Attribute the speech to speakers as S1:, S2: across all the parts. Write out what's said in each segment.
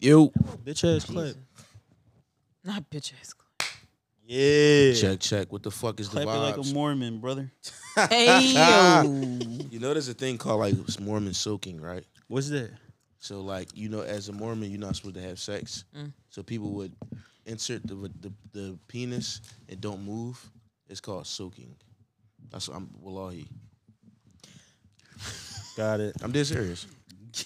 S1: Yo.
S2: Bitch ass clap.
S3: Not bitch ass.
S2: Yeah.
S1: Check, check. What the fuck is
S2: Clap
S1: the
S2: it like
S1: vibes?
S2: a Mormon, brother.
S3: Hey yo.
S1: you know, there's a thing called like Mormon soaking, right?
S2: What's that?
S1: So like you know, as a Mormon, you're not supposed to have sex.
S3: Mm.
S1: So people would insert the, the the penis and don't move. It's called soaking. That's what I'm wallahi.
S2: Got it.
S1: I'm dead serious.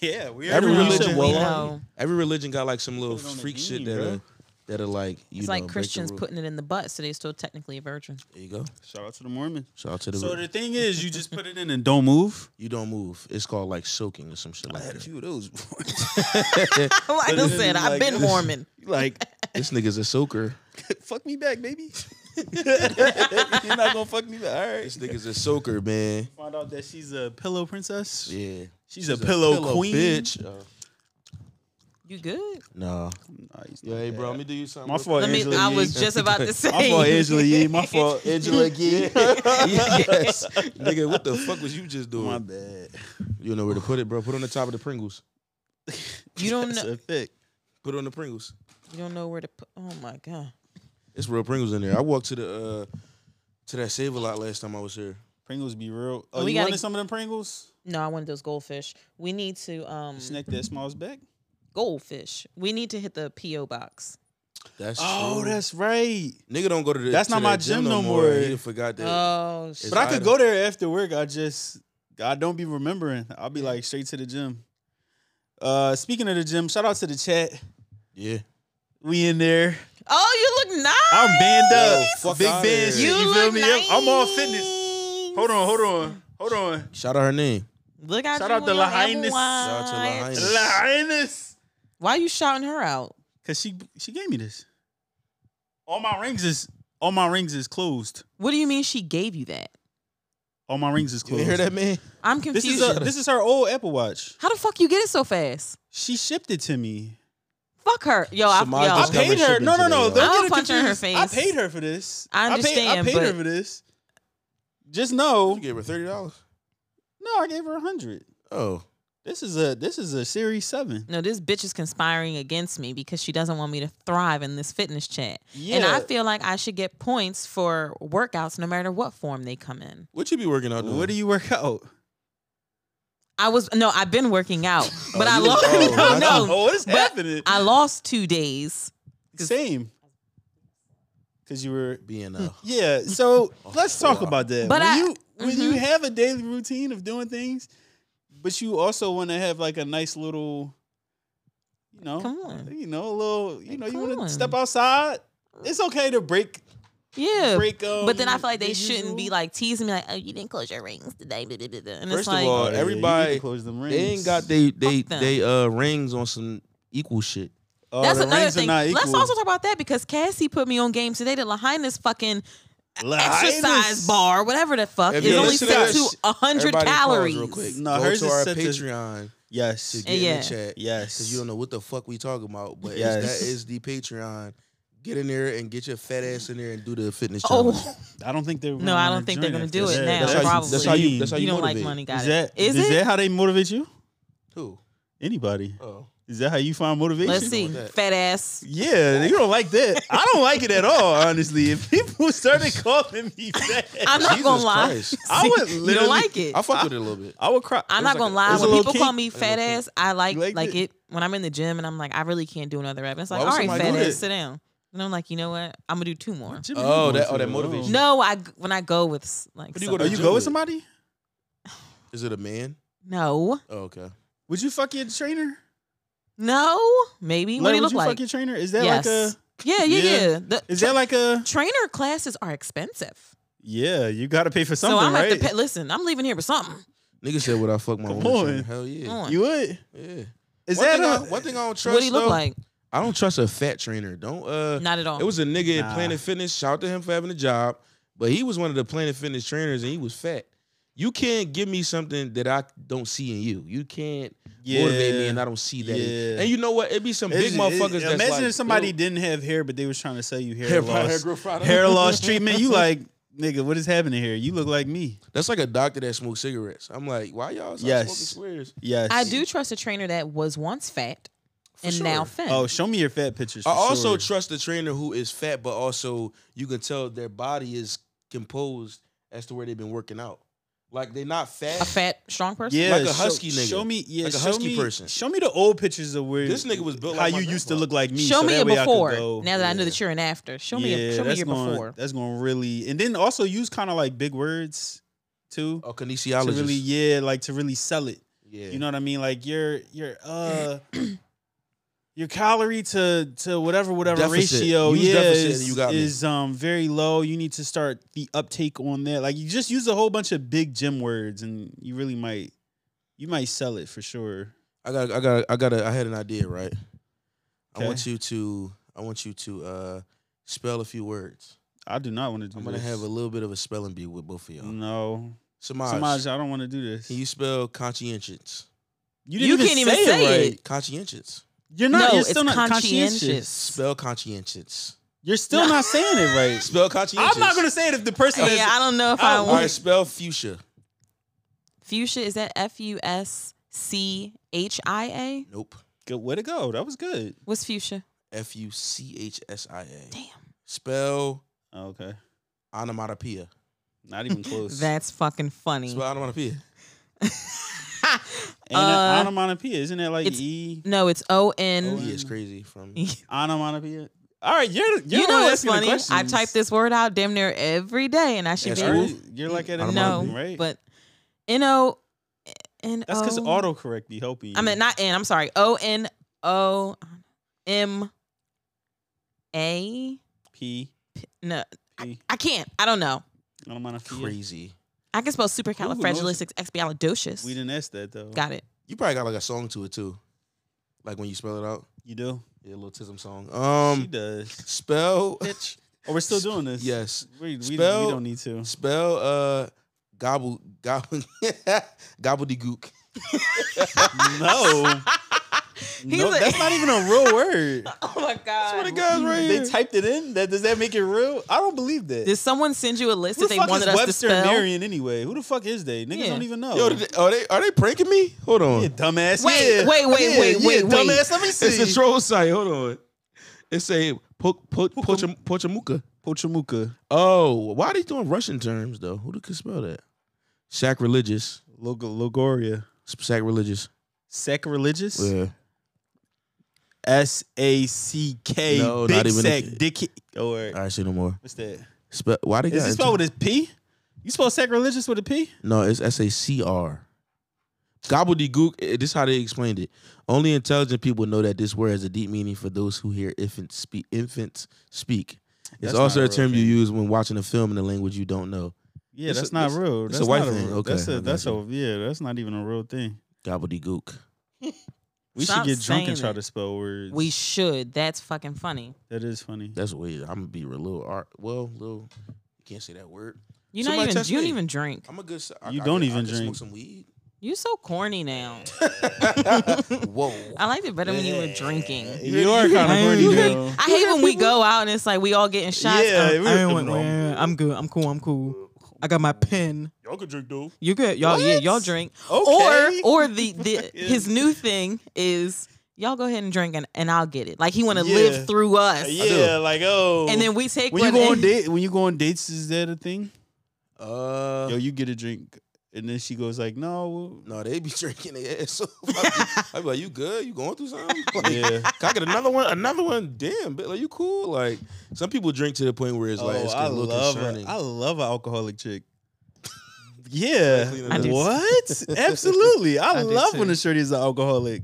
S2: Yeah, we
S1: Every
S2: already
S1: religion-
S2: said
S1: Well,
S2: wallahi.
S3: No.
S1: Every religion got like some little
S2: Put it on the
S1: freak shit
S2: gene,
S1: that
S2: bro.
S1: are that are like you
S3: It's
S1: know
S3: like
S1: break the
S3: Christians
S1: rule.
S3: putting it in the butt, so they're still technically a virgin.
S1: There you go.
S2: Shout out to the Mormon.
S1: Shout out to the.
S2: So the thing is, you just put it in and don't move.
S1: you don't move. It's called like soaking or some shit like that.
S2: of those.
S3: like I
S2: But it
S3: said,
S2: is
S3: I've
S2: like
S3: been
S2: this.
S3: Mormon.
S2: like,
S1: this nigga's a soaker.
S2: fuck me back, baby. You're not gonna fuck me back. All right.
S1: This nigga's a soaker, man.
S2: Find out that she's a pillow princess.
S1: Yeah.
S2: She's, a, pillow, queen.
S1: Bitch. Uh,
S3: You good?
S1: no.
S2: Nah, he's
S1: Yo,
S2: not
S1: hey, bro,
S2: bad.
S1: let me do you something.
S2: My
S1: real
S2: fault,
S3: Let me.
S2: Angela
S3: I
S2: Yee.
S3: was just about to say.
S2: My fault, Angela Yee. My fault.
S1: Angela Yee. yes. Nigga, what the fuck was you just doing?
S2: My bad.
S1: You know where to put it, bro. Put it on the top of the Pringles.
S3: You don't
S2: That's
S3: know.
S2: a fact.
S1: Put it on the Pringles.
S3: You don't know where to put. Oh my god.
S1: It's real Pringles in there. I walked to the uh to that Save a Lot last time I was here.
S2: Pringles be real. Oh,
S3: We
S2: you
S3: gotta-
S2: wanted some of them Pringles?
S3: No, I wanted those goldfish. We need to um
S2: Snack that smiles back.
S3: goldfish. We need to hit the PO box.
S1: That's
S2: Oh,
S1: true.
S2: that's right.
S1: nigga don't go to the.
S2: That's
S1: to
S2: not
S1: that
S2: my gym no more.
S1: He done forgot that.
S3: Oh, shit.
S2: But I could
S1: item.
S2: go there after work. I just I don't be remembering. I'll be like straight to the gym. Uh speaking of the gym, shout out to the chat.
S1: yeah.
S2: We in there.
S3: oh, you look nice.
S2: I'm banned up.
S1: Yo, fuck
S2: Big
S1: outta
S2: band
S1: here.
S2: shit. You,
S3: You,
S2: feel
S3: look
S2: me?
S3: Nice.
S2: I'm all fitness. Hold on, hold on. Hold on.
S1: Shout out her name.
S3: Look at
S2: Shout
S3: you
S2: out to
S3: and
S2: La
S3: your
S2: Highness.
S3: Shout
S1: out to La Highness.
S2: Linus.
S3: Why are you shouting her out?
S2: Cause she she gave me this. All my rings is all my rings is closed.
S3: What do you mean she gave you that?
S2: All my rings is
S1: You
S2: closed.
S1: hear that, man?
S3: I'm
S2: This
S3: confused.
S2: is a, this is her old Apple Watch.
S3: How the fuck you get it so fast?
S2: She shipped it to me.
S3: Fuck her, yo. I,
S1: Samaj
S3: yo.
S2: I
S1: Discovery
S2: paid her.
S1: shipping
S2: No, no,
S1: today,
S2: no.
S1: y'all.
S2: Don't
S3: I'll
S2: get it
S3: punch her in her
S2: confused.
S3: face.
S2: I paid her for this.
S3: I
S2: I
S3: understand,
S2: paid, I paid her
S3: but-
S2: for this. Just
S1: You
S2: know,
S1: gave her thirty dollars.
S2: no, I gave her a hundred.
S1: Oh,
S2: This is a this is a series seven.
S3: no, this bitch is conspiring against me because she doesn't want me to thrive in this fitness chat.
S2: Yeah,
S3: And I feel like I should get points for workouts no matter what form they come in.
S1: what you be working out doing?
S2: what do you work out?
S3: I was no, I've been working out, but I
S1: you-
S3: lost
S1: oh,
S3: no,
S1: I
S3: no.
S2: Oh, what is
S3: But
S2: happening?
S3: I lost two days.
S2: Same. Cause you were
S1: being uh, a
S2: yeah. So let's talk
S1: wow.
S2: about that.
S3: But
S2: when
S3: I- Mm-hmm.
S2: you when you have a daily routine of doing things, but you also want to have like a nice little, you know,
S3: Come on.
S2: you know, a little, you know, you
S3: come
S2: want to
S3: on.
S2: step outside. It's okay to break
S3: Yeah.
S2: break. Um,
S3: but then I feel like they
S2: the
S3: shouldn't
S2: usual.
S3: be like teasing me like, oh, you didn't close your rings today. blah, blah, blah, blah." And
S1: First
S3: it's
S1: of
S3: like
S1: all,
S2: Oh, yeah,
S1: everybody-
S2: you need to close them
S1: They ain't
S2: rings.
S1: got they they
S3: Fuck them.
S1: they uh rings on some equal shit.
S2: Oh,
S3: that's
S2: the
S3: another
S2: rings are
S3: thing.
S2: not
S3: Let's
S2: equal.
S3: also talk about that because Cassie put me on game today to Lahaina's fucking
S2: Linus.
S3: exercise bar, whatever the fuck.
S1: If
S3: It's
S1: you
S3: only
S1: listen
S3: set
S1: to
S3: to
S1: this,
S3: hundred
S1: Everybody pause
S3: calories.
S1: Real quick.
S2: No,
S1: Go
S2: hers
S1: to
S2: is
S1: our
S2: set to-
S1: Patreon to
S2: Yes,
S1: get in
S3: Yeah.
S1: the chat.
S2: yes.
S1: Cause you don't know what the fuck we talking about, but
S2: Yes.
S1: that is the Patreon. Get in there and get your fat ass in there and do the fitness challenge.
S3: Oh
S2: I don't think they're.
S3: no, I don't think they're gonna do it now.
S1: that's how you-
S3: probably
S1: that's how you- that's how
S3: you don't like
S1: motivate.
S3: money, guys.
S2: Is that
S3: Is
S2: is
S3: it?
S2: that how they motivate you?
S1: Who?
S2: Anybody?
S1: Oh,
S2: Is that how you find motivation?
S3: Let's see,
S1: doing that.
S3: fat ass.
S2: Yeah, you don't like that. I don't like it at all, honestly. If people started calling me fat,
S3: I'm not
S1: Jesus
S3: gonna lie.
S1: Christ.
S2: I would
S3: you
S2: literally-
S3: don't like it.
S1: I fuck with it a little bit.
S2: I would cry.
S3: I'm not
S1: like a-
S3: gonna lie.
S2: there's a
S3: When
S2: little
S3: people
S2: kink.
S3: call me fat
S1: little
S3: ass, I like
S2: You
S3: like,
S2: like it?
S3: it when I'm in the gym and I'm like, I really can't do another rep. And it's like,
S1: Why
S3: all
S1: would
S3: right,
S1: somebody
S3: fat
S2: do
S3: ass,
S2: that?
S3: sit down. And I'm like, you know what? I'm gonna do two more.
S2: Jimmy,
S1: Oh,
S2: you going
S1: that- oh,
S2: to
S1: that
S2: the-
S1: motivation.
S3: No, I g- when I go with s- like
S1: What do you go
S3: some-
S2: Oh,
S1: to
S2: you
S1: Jimmy.
S2: go with somebody?
S1: Is it a man?
S3: no,
S1: Oh, okay.
S2: Would you fuck your trainer?
S3: no, maybe. what do
S2: Larry, would
S3: you look
S2: you
S3: like?
S2: fuck your trainer? Is that like
S3: yes.
S2: a?
S3: yeah, yeah,
S2: Yeah.
S3: yeah. The
S2: Is that like a?
S3: trainer classes are expensive,
S2: Yeah, you got to pay for something,
S3: so I'm
S2: right?
S3: have to pay, listen. I'm leaving here with something.
S1: Nigga said, "Would I fuck my
S2: Come
S1: woman?"
S2: on.
S1: trainer?" Hell yeah,
S3: Come
S2: you would.
S1: yeah.
S2: Is
S1: one
S2: that
S1: thing
S2: a?
S1: I- one thing I don't trust?
S3: what do you look
S1: though,
S3: like?
S1: I don't trust a fat trainer. Don't uh.
S3: Not at all.
S1: It was a nigga
S2: Nah.
S1: at Planet Fitness. Shout out to him for having a job, but he was one of the Planet Fitness trainers, and he was fat. You can't give me something that I don't see in you. You can't motivate me, and I don't see that. in-
S2: Yeah.
S1: And you know what? It be some
S2: It's-
S1: big motherfuckers.
S2: it-
S1: that's
S2: Imagine
S1: like,
S2: if somebody
S1: yo,
S2: didn't have hair, but they was trying to sell you hair,
S1: hair product, hair
S2: loss,
S1: growth product.
S2: hair loss treatment. You like, nigga, what is happening here? You look like me.
S1: That's like a doctor that smokes cigarettes. I'm like, why y'all stop
S2: Yes.
S1: smoking squares?
S2: Yes,
S3: I do trust a trainer that was once fat and
S1: sure.
S3: now thin.
S2: Oh, show me your fat pictures.
S1: I
S2: for
S1: also
S2: sure.
S1: trust the trainer who is fat, but also you can tell their body is composed as to where they've been working out. Like they're not fat.
S3: a fat, strong person.
S2: yeah,
S1: like a
S2: show-
S1: husky nigga.
S2: Show me, yeah,
S1: Like a
S2: show
S1: husky
S2: me-
S1: person.
S2: Show me the old pictures of where
S1: This nigga was built
S2: how
S1: like my
S2: you used to
S1: grandpa.
S2: look like me.
S3: show
S2: so
S3: me
S2: that
S3: your
S2: way I could
S3: before.
S2: go-
S3: now that I know
S2: Yeah.
S3: that you're an after, show me.
S2: Yeah,
S3: Your, show me
S2: that's
S3: your
S2: gonna-
S3: before.
S2: That's gonna really, and then also use kind of like big words too.
S1: A
S2: To
S1: kinesiologist.
S2: really, yeah, like to really sell it.
S1: yeah.
S2: You know what I mean? Like your your uh your calorie to to whatever whatever
S1: Deficit.
S2: ratio
S1: Use
S2: yeah
S1: deficit
S2: is,
S1: and you got me.
S2: is um very low. You need to start the uptake on that. Like you just use a whole bunch of big gym words and you really might you might sell it for sure.
S1: I got I got I got a, I had an idea, right? I want
S2: Okay.
S1: you to I want you to uh spell a few words.
S2: I do not want to do
S1: I'm gonna
S2: this.
S1: have a little bit of a spelling bee with both of y'all.
S2: no.
S1: Samaj,
S2: Samaj, I don't want to do this.
S1: can you spell conscientious?
S3: You can't even say it.
S2: right.
S1: Conscientious.
S2: You're not.
S3: No,
S2: you're
S3: it's
S2: still not conscientious.
S3: conscientious.
S1: Spell conscientious.
S2: You're still
S3: No. Oh,
S2: not saying it right.
S1: Spell conscientious.
S2: I'm not gonna say it if the person is.
S3: yeah, I don't know if
S2: I
S3: I
S2: don't-
S1: All
S3: want
S1: right, spell fuchsia.
S3: fuchsia. Is that F U S C H I A?
S1: Nope.
S2: Good way to go. That was good.
S3: What's fuchsia?
S1: F U C H S I A.
S3: Damn.
S1: Spell
S2: Oh, okay.
S1: onomatopoeia.
S2: Not even close.
S3: That's fucking funny.
S1: Spell onomatopoeia.
S2: and
S3: Uh,
S2: an onomatopoeia, isn't it like
S3: it's-
S2: E
S3: no, it's O
S1: Oh,
S3: N.
S1: yeah, it's crazy. From
S2: onomatopoeia? All right, you're, you're
S3: You
S2: the one
S3: know what's
S2: asking the
S3: funny? I
S2: questions.
S3: type this word out damn near every day, and I should
S1: That's
S3: be
S2: All
S1: cool.
S2: right, You're like at a
S3: no,
S2: mountain, right?
S3: but N O N O.
S2: that's because autocorrect be helping you.
S3: I mean, not N. I'm sorry. O N O M A.
S2: P
S3: No,
S2: P
S3: I can't. I don't know.
S2: onomatopoeia.
S1: crazy.
S3: I can spell
S2: Google knows
S3: supercalifragilisticexpialidocious.
S2: We didn't ask that though.
S3: Got it.
S1: You probably got like a song to it too. Like when you spell it out.
S2: you do.
S1: Yeah, a little Tism song.
S2: she
S1: Um
S2: does.
S1: spell
S2: Bitch. Oh, we're still doing this.
S1: Yes.
S2: We, we, we
S1: Spell-
S2: don't need to.
S1: Spell uh gobble gobble gobbledygook.
S2: No.
S3: He's
S2: no,
S3: like-
S2: that's not even a real word.
S3: Oh my god.
S1: guys right
S2: They typed it in. That does that make it real? I don't believe that.
S3: Did someone send you a list
S2: Who
S3: that
S2: the
S3: they
S2: fuck
S3: wanted
S2: is
S3: us
S2: Webster
S3: to
S2: and
S3: spell?
S2: Marion anyway? Who the fuck is they? Niggas
S3: Yeah.
S2: don't even know.
S1: Yo, did they- are they are they pranking me? Hold on.
S2: yeah, dumbass.
S3: Wait,
S2: yeah.
S3: wait, wait,
S2: yeah,
S3: wait,
S2: yeah,
S3: wait, wait.
S2: dumbass. Let me see.
S1: It's a troll site. Hold on. It say po- po- pocha- Pochamuka.
S2: Pochamuka,
S1: Oh, why are they doing Russian terms though? Who could spell that? Sacrilegious.
S2: Log- Logoria,
S1: Sacrilegious.
S2: sacrilegious.
S1: Yeah.
S2: S A C K.
S1: No,
S2: big
S1: not even a-
S2: sack, dick. Or
S1: All right, say no more.
S2: what's that?
S1: Spe- why they
S2: Is
S1: got
S2: it spelled with a P? You spell sacrilegious with a P?
S1: No, it's S A C R. Gobbledygook. eh, This is how they explained it. Only intelligent people know that this word has a deep meaning for those who hear infants speak. Infants speak. It's
S2: That's
S1: also
S2: not
S1: a
S2: a real
S1: term you
S2: thing.
S1: use when watching a film in a language you don't know.
S2: Yeah,
S1: It's a-
S2: that's not
S1: it's-
S2: real.
S1: it's a
S2: that's
S1: white
S2: not
S1: thing.
S2: real-
S1: Okay,
S2: That's
S1: I
S2: a,
S1: got
S2: that's
S1: you.
S2: a yeah. That's not even a real thing.
S1: Gobbledygook.
S2: We
S3: Stop
S2: should get drunk and
S3: saying
S2: try
S3: it.
S2: to spell words.
S3: We should. That's fucking funny.
S2: that is funny.
S1: That's weird. I'm gonna be a little art. Well, little. You can't say that word.
S3: You not
S1: Somebody
S3: even
S1: test
S3: you don't
S1: me.
S3: even drink.
S1: I'm a good. si- I-
S2: You
S1: I
S2: don't
S1: could-
S2: even
S1: I could
S2: drink.
S1: Smoke some weed.
S3: You so corny now.
S1: Whoa.
S3: I liked it better when you were drinking.
S2: You are kind of
S3: I,
S2: horny
S3: hate-
S2: though.
S3: I hate when we go out and it's like we all getting shots.
S2: Yeah,
S3: Um,
S2: we were
S3: I ain't
S2: doing
S3: want-
S2: wrong.
S3: yeah, I'm good. I'm cool. I'm cool. I got my pen.
S1: Y'all could drink though.
S3: You good? Y'all yeah,
S2: What?
S3: y'all drink.
S2: Okay.
S3: Or or the, the
S2: Yeah.
S3: his new thing is y'all go ahead and drink and, and I'll get it. Like he want to
S2: Yeah.
S3: live through us.
S2: yeah, like oh.
S3: And then we take
S2: when you
S3: one
S2: go
S3: and-
S2: on date, when you go on dates, is that a thing?
S1: Uh.
S2: Yo, you get a drink, and then she goes like, "No,
S1: No, they be drinking their ass off. I be- I be like, you good? You going through something? Like,
S2: Yeah.
S1: Can I get another one? Another one? Damn, but like you cool? Like some people drink to the point where it's like
S2: oh,
S1: it's
S2: I
S1: getting a little
S2: love a,
S1: concerning.
S2: I love an alcoholic chick." yeah,
S1: Clean it
S3: I up. do too.
S2: what? Absolutely, I,
S3: I do
S2: love
S3: too.
S2: when a shorty is an alcoholic.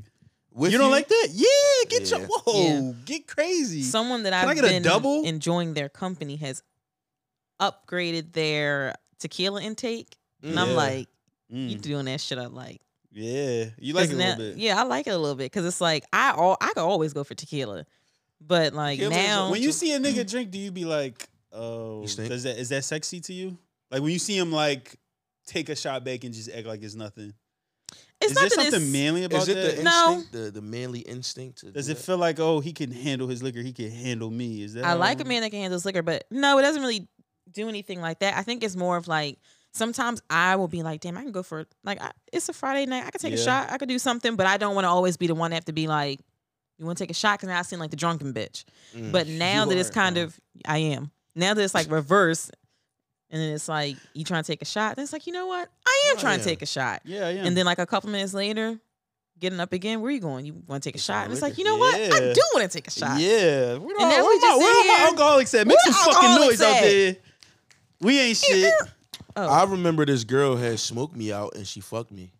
S1: With
S2: you don't like that? Yeah, get
S1: Yeah.
S2: your whoa, get crazy.
S3: someone that
S2: Can I
S3: I've
S2: get a
S3: been
S2: double?
S3: enjoying their company has upgraded their tequila intake. And I'm
S2: Yeah.
S3: like,
S2: Mm,
S3: you doing that shit I like.
S2: yeah, you like it a
S3: 'Cause
S2: little
S3: now-
S2: bit.
S3: Yeah, I like it a little bit. Cause it's like I all I could always go for tequila. But like
S1: Tequila's a-
S3: now
S2: When you see a nigga drink, do you be like, "Oh,
S1: You stink.
S2: does that is that sexy to you?" Like when you see him like take a shot back and just act like it's nothing.
S3: it's
S2: is
S3: not
S2: there
S3: that
S2: something
S3: it's,
S2: manly about
S1: Is it
S2: that?
S1: the
S3: No.
S1: instinct, the, the manly instinct? To
S2: Does
S1: do
S2: it
S1: that?
S2: feel like oh he can handle his liquor, he can handle me? Is that
S3: I like a
S2: um,
S3: man that can handle his liquor, but no, it doesn't really do anything like that. I think it's more of like sometimes I will be like, damn, I can go for like I, it's a Friday night, I could take
S2: Yeah.
S3: a shot, I could do something, but I don't want to always be the one that have to be like, You want to take a shot because now I seem like the drunken bitch.
S1: Mm.
S3: But now
S2: You
S3: that it's
S2: are,
S3: kind
S2: uh,
S3: of, I am. Now that it's like reverse, and then it's like you trying to take a shot. Then it's like you know what? I am
S1: Oh,
S3: trying
S1: yeah.
S3: to take a shot.
S2: Yeah, yeah.
S3: And then like a couple minutes later, getting up again. Where you going? You want to take a
S1: Get
S3: shot?
S1: some
S3: And it's
S1: liquor.
S3: like you know what?
S2: Yeah.
S3: I do want to take a shot.
S2: Yeah. Where,
S3: And then
S2: all,
S3: we
S2: where, my,
S3: just sit
S2: where all my
S3: here.
S2: alcoholics at? Make some
S3: Where the
S2: fucking noise
S3: alcoholics
S2: out
S3: at?
S2: there. We ain't shit.
S3: Oh,
S1: I remember this girl had smoked me out and she fucked me.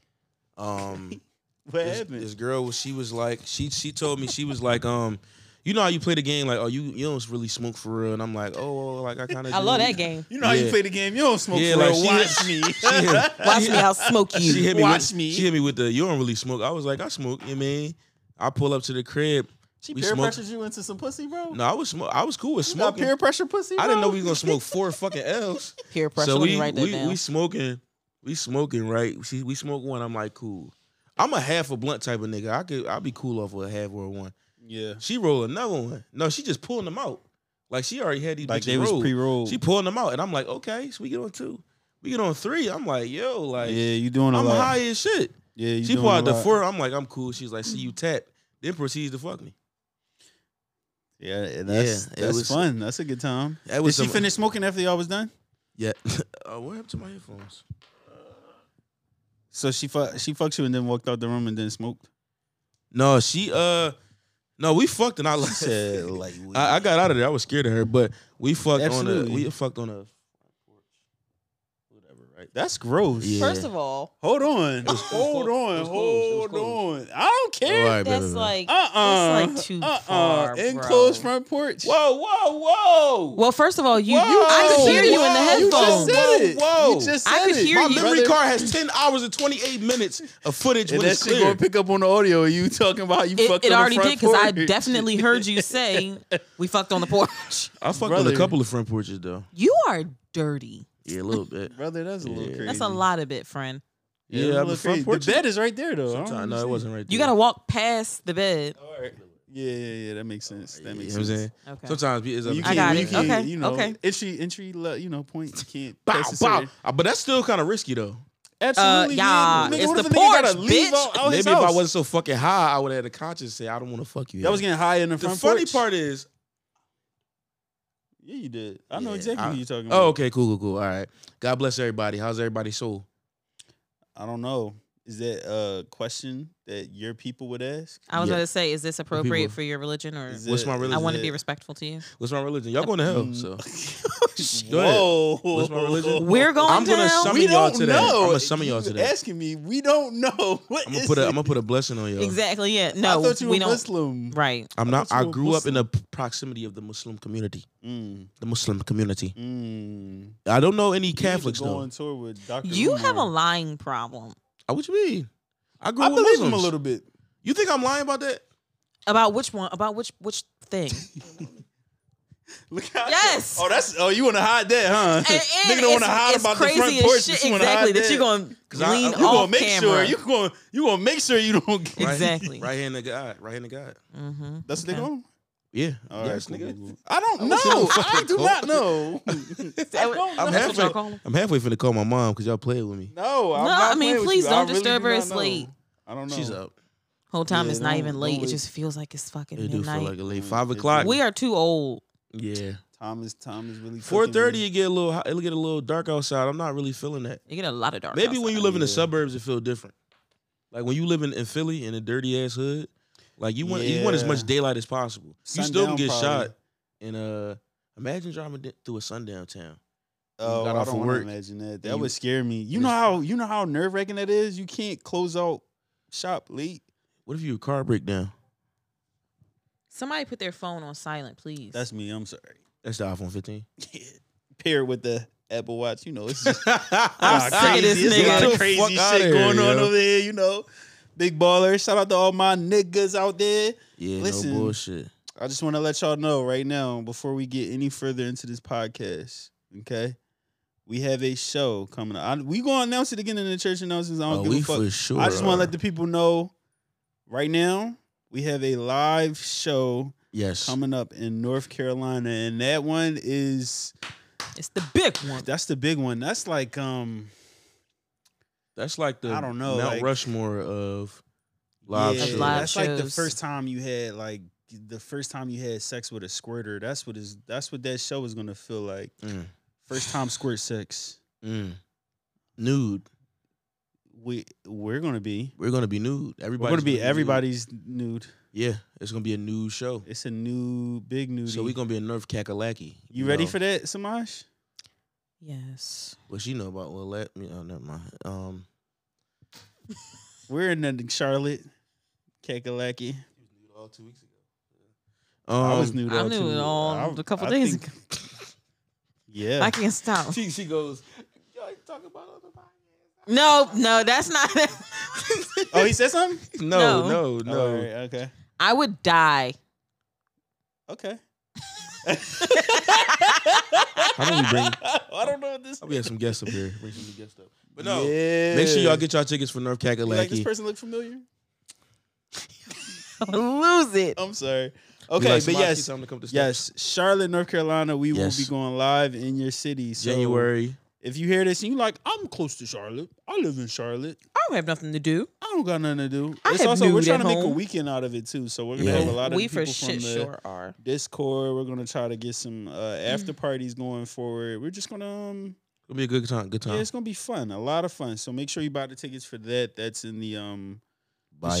S1: Um,
S2: What
S1: this,
S2: happened?
S1: this girl was she was like she she told me she was like um, you know how you play the game like oh you you don't really smoke for real and I'm like oh like I kind of
S3: I love that game.
S2: you know how you
S1: yeah.
S2: play the game. You don't smoke
S1: Yeah,
S2: for
S1: like,
S2: real.
S1: she
S2: Watch
S1: hit-
S2: me.
S3: Watch me, I'll smoke you.
S1: She hit me
S2: Watch
S1: with,
S2: me.
S1: She hit me with the you don't really smoke. I was like I smoke. You mean I pull up to the crib.
S2: She
S1: We
S2: peer
S1: smoked-
S2: pressured you into some pussy, bro.
S1: No, I was smoke. I was cool with
S2: you got
S1: smoking.
S2: peer pressure pussy. Bro?
S1: I didn't know we were gonna smoke four fucking L's.
S3: Peer pressure.
S1: so
S3: Let me
S1: we
S3: write that
S1: we,
S3: down.
S1: we smoking, we smoking right. See, we smoke one. I'm like cool. I'm a half a blunt type of nigga. I could I'll be cool off with a half or a one.
S2: Yeah,
S1: She roll another one. No, she just pulling them out. Like she already had these
S2: like
S1: bitches
S2: they was
S1: rolled.
S2: pre-rolled.
S1: she pulling them out, and I'm like, okay, so we get on two, we get on three. I'm like, yo, like
S2: yeah, you doing a
S1: I'm
S2: lot.
S1: high as shit.
S2: Yeah, you
S1: she
S2: doing
S1: pulled out
S2: a
S1: the
S2: lot.
S1: four. I'm like, I'm cool. She's like, see you tap. Then proceeds to fuck me.
S2: Yeah, and that's
S1: Yeah, it
S2: that's
S1: was-
S2: fun. That's a good time.
S1: That
S2: Did
S1: was
S2: she
S1: some-
S2: finish smoking after y'all was done?
S1: Yeah. uh, what happened to my headphones?
S2: So she fu- she fucked you and then walked out the room and then smoked.
S1: No, she uh, no, we fucked and I
S2: She
S1: left.
S2: said like we-
S1: I, I got out of there. I was scared of her, but we fucked on a
S2: Absolutely.
S1: we fucked on a front porch, whatever. Right?
S2: that's gross.
S1: Yeah.
S3: First of all,
S2: Hold on,
S1: was- it was close.
S2: hold
S1: It
S2: on,
S1: was close. It was
S2: hold on. I don't care.
S1: All right, baby,
S3: that's
S1: baby.
S3: like
S2: Uh uh
S3: that's like too far, bro.
S2: Enclosed front porch.
S1: whoa, whoa, whoa.
S3: Well, first of all, you, you
S1: Whoa,
S3: I could hear you in the
S1: whoa, you just
S3: headphones.
S1: said- Whoa,
S2: Whoa,
S1: whoa.
S2: You just said
S3: I could
S2: it.
S3: hear
S1: my
S3: you.
S1: memory
S2: Brother,
S1: card has ten hours and twenty eight minutes of footage
S2: And
S1: when
S2: that
S1: it's
S2: shit gonna
S1: clear.
S2: pick up on the audio. of You talking about how you
S3: It,
S2: fucked
S3: it
S2: on
S3: already
S2: the front
S3: did because I
S2: porch.
S3: definitely heard you say we fucked on the porch.
S1: I fucked with
S2: Brother.
S1: a couple of front porches though.
S3: You are dirty.
S1: Yeah, a little bit.
S2: Brother, that's a little
S1: Yeah.
S2: crazy.
S3: That's a lot of it, friend.
S1: Yeah,
S2: Yeah, that's a
S1: the
S2: little
S1: front
S2: crazy.
S1: porch.
S2: The bed is right there though. I don't
S1: Sometimes, no, it
S2: understand.
S1: wasn't right.
S3: You
S1: there.
S3: gotta walk past the bed.
S2: All right. Yeah, yeah, yeah. That makes sense. That
S1: Oh, You
S2: makes
S1: know what I'm
S2: sense.
S1: saying?
S3: Okay.
S1: Sometimes it's up
S2: You
S1: to
S3: I
S2: can't-
S3: got
S2: you
S3: it.
S2: can't,
S3: Okay,
S2: You know,
S3: okay.
S2: Entry, entry, le- you know, point. You can't.
S1: Bow,
S2: pass a
S1: bow.
S2: certain-
S1: Uh, But that's still kind of risky though.
S2: Absolutely.
S3: y'all,
S2: nigga. Nigga,
S3: it's
S2: what
S3: the
S2: if a nigga gotta
S3: porch,
S2: leave
S3: bitch.
S2: out- out
S1: Maybe
S2: his
S1: if I
S2: house?
S1: wasn't so fucking high, I would have had a conscience say, I don't want to fuck you.
S2: That was getting high in the
S1: the
S2: front
S1: funny
S2: porch.
S1: part is,
S2: Yeah, you did. I know
S1: Yeah,
S2: exactly
S1: I-
S2: who you're talking about.
S1: oh, okay, cool, cool, cool. All right. God bless everybody. How's everybody's soul?
S2: I don't know. Is that a question that your people would ask?
S3: I was
S1: Yeah.
S3: gonna say, is this appropriate
S1: people-
S3: for your religion or
S2: Is
S1: What's my
S3: I
S1: religion?
S3: want to be respectful to you?
S1: What's my religion? Y'all going to hell. So Go ahead.
S2: Mm. Whoa.
S1: What's my religion?
S3: We're going
S1: I'm gonna
S3: to hell?
S1: sum
S2: we
S1: Summon y'all
S2: don't
S1: to that.
S2: know.
S1: I'ma summon y'all
S2: You
S1: to that.
S2: Asking me, we don't know. What
S1: I'm gonna
S2: is
S1: put a
S2: it?
S1: I'm gonna put a blessing on y'all.
S3: Exactly. Yeah.
S2: I
S3: No,
S2: thought you were
S3: we don't.
S2: Muslim.
S3: Right.
S1: I'm
S2: I
S1: not
S2: thought
S1: I
S2: you were
S1: grew up in the p- proximity of the Muslim community.
S2: Mm,
S1: The Muslim community.
S2: mm.
S1: I don't know any Catholics
S2: Catholics go on
S1: though.
S2: tour with Dr.
S3: You have a
S2: Umar.
S3: lying problem
S1: Oh, what you mean? I grew
S2: I
S1: up with
S2: believe him a
S1: Muslims.
S2: little bit.
S1: You think I'm lying about that?
S3: about which one? About which which thing?
S2: Look how
S3: Yes.
S2: Oh, that's. Oh, you want to hide that, huh?
S3: And,
S2: Nigga
S3: and
S2: don't want
S3: it's-
S2: to hide
S3: it's
S2: about the
S3: crazy
S2: front
S3: as
S2: porch.
S3: shit,
S2: but you wanna
S3: exactly.
S2: hide
S3: That you're gonna
S1: 'Cause I-
S3: lean
S1: you
S2: uh, You
S1: gonna
S2: gonna
S3: off
S2: make sure
S3: camera.
S2: you gonna you gonna make sure you don't get
S1: Right-
S3: Exactly.
S1: Right hand to God. Right hand to God.
S3: hmm
S2: That's what they
S3: Okay.
S2: going.
S1: Yeah.
S2: All right,
S1: yes,
S2: cool,
S1: nigga.
S2: cool, cool. I don't
S1: I
S2: know.
S1: wish you don't
S2: I,
S1: fucking
S2: do
S1: call.
S2: not know. I don't
S1: I'm
S2: know.
S3: That's what y'all
S1: halfway.
S3: call 'em.
S1: I'm halfway finna call my mom because y'all played with me.
S2: No, I'm
S3: No,
S2: not
S3: I mean,
S2: playing with
S3: please
S2: you.
S3: don't
S2: I really
S3: disturb
S2: do
S3: her
S2: not know.
S3: asleep.
S2: I don't know.
S1: She's up.
S3: Whole time
S2: Yeah,
S3: it's not
S2: don't-
S3: even
S2: don't
S3: late. It
S2: wait.
S3: just feels like it's fucking
S1: It do feel
S3: midnight.
S1: like a late
S2: Mm,
S1: five
S2: it do.
S1: o'clock.
S3: we are too old.
S1: yeah.
S2: Tom is Tom is really
S1: Four
S2: cooking me.
S1: thirty, it get a little, hot- it'll get a little dark outside. I'm not really feeling that.
S3: You get a lot of dark.
S1: Maybe when you live in the
S2: Yeah.
S1: suburbs, it feel different. Like when you live in, in Philly in a dirty ass hood, like you want you want as
S2: Yeah.
S1: much daylight as possible. you still
S2: Sundown
S1: can get
S2: probably.
S1: shot. And uh, imagine driving di- through a sundown town.
S2: Oh,
S1: got
S2: I
S1: off of
S2: don't wanna
S1: work,
S2: imagine that. That
S1: you-
S2: would scare me. You
S1: and
S2: know
S1: it's-
S2: how you know how nerve wracking that is. You can't close out shop late.
S1: What if your car break down?
S3: Somebody put their phone on silent, please.
S2: That's me. I'm sorry.
S1: That's the iPhone 15.
S2: Paired with the Apple Watch, you know, it's just
S3: I'm
S2: Nah,
S3: sick of
S2: crazy.
S3: this
S2: It's a lot
S3: nigga.
S2: of
S1: Get the
S2: crazy
S1: fuck
S2: shit
S1: outta here,
S2: going on
S1: yo.
S2: over here, you know. Big baller. Shout out to all my niggas out there.
S1: Yeah,
S2: Listen.
S1: no bullshit.
S2: I just want to let y'all know right now, before we get any further into this podcast, okay? We have a show coming up. I, we gonna announce it again in the church announcements. I
S1: Oh,
S2: don't
S1: we
S2: give a fuck.
S1: for sure.
S2: I just want to
S1: are.
S2: let the people know right now we have a live show
S1: yes.
S2: coming up in North Carolina, and that one is
S3: It's the big one.
S2: that's the big one. That's like um
S1: That's like the
S2: I don't know,
S1: Mount
S2: like-
S1: Rushmore of Live
S2: yeah,
S1: shows.
S3: live
S2: that's like the
S3: shows.
S2: first time you had like the first time you had sex with a squirter. That's what is that's what that show is gonna feel like.
S1: Mm,
S2: First time squirt sex.
S1: mm. Nude.
S2: We we're gonna be
S1: We're gonna be nude.
S2: we're
S1: Everybody's
S2: gonna be
S1: nude.
S2: everybody's nude.
S1: Yeah, it's gonna be a nude show.
S2: It's a new big nude.
S1: So we're gonna be a Nerf Kakalaki.
S2: you ready for that, Samaj?
S3: Yes.
S1: Well, she know about well let me oh never mind. Um
S2: We're in the Charlotte, Kakalaki.
S1: all two weeks ago. um,
S2: I was nude.
S3: I
S2: all
S3: knew
S2: too.
S3: it
S2: I-
S3: all a couple
S2: I
S3: days
S2: think-
S3: ago.
S2: Yeah,
S3: I can't stop.
S1: She, she goes, Y'all ain't talking about other podcasts.
S3: No, no, that's not.
S2: Oh, he said something?
S1: No, no,
S3: No.
S1: no.
S2: All right, okay.
S3: I would die.
S2: Okay.
S1: How do we bring
S2: I don't know what this
S1: we have some guests up here. Bring some new guests up. But no.
S2: Yeah.
S1: Make sure y'all get y'all tickets for Nerf
S2: You like this
S1: Kakalaki.
S2: person look familiar?
S3: Lose it.
S2: I'm sorry. Okay, but yes.
S1: Time to come to Stokes.
S2: Yes, Charlotte, North Carolina, we
S1: Yes.
S2: will be going live in your city. So
S1: January.
S2: If you hear this and you like, I'm close to Charlotte. I live in Charlotte.
S3: I don't have nothing to do.
S2: I don't got nothing to do.
S3: I
S2: it's
S3: have
S2: also we're
S3: nude
S2: trying
S3: at
S2: to make a
S3: home.
S2: weekend out of it too. So we're gonna
S1: Yeah.
S2: have a lot of
S3: we
S2: people
S3: for
S2: from
S3: shit
S2: the
S3: sure are.
S2: Discord. We're gonna try to get some uh, after
S1: Mm.
S2: parties going forward. We're just gonna um,
S1: It'll be a good time. Good time.
S2: Yeah, it's gonna be fun, a lot of fun. So make sure you buy the tickets for that. That's in the um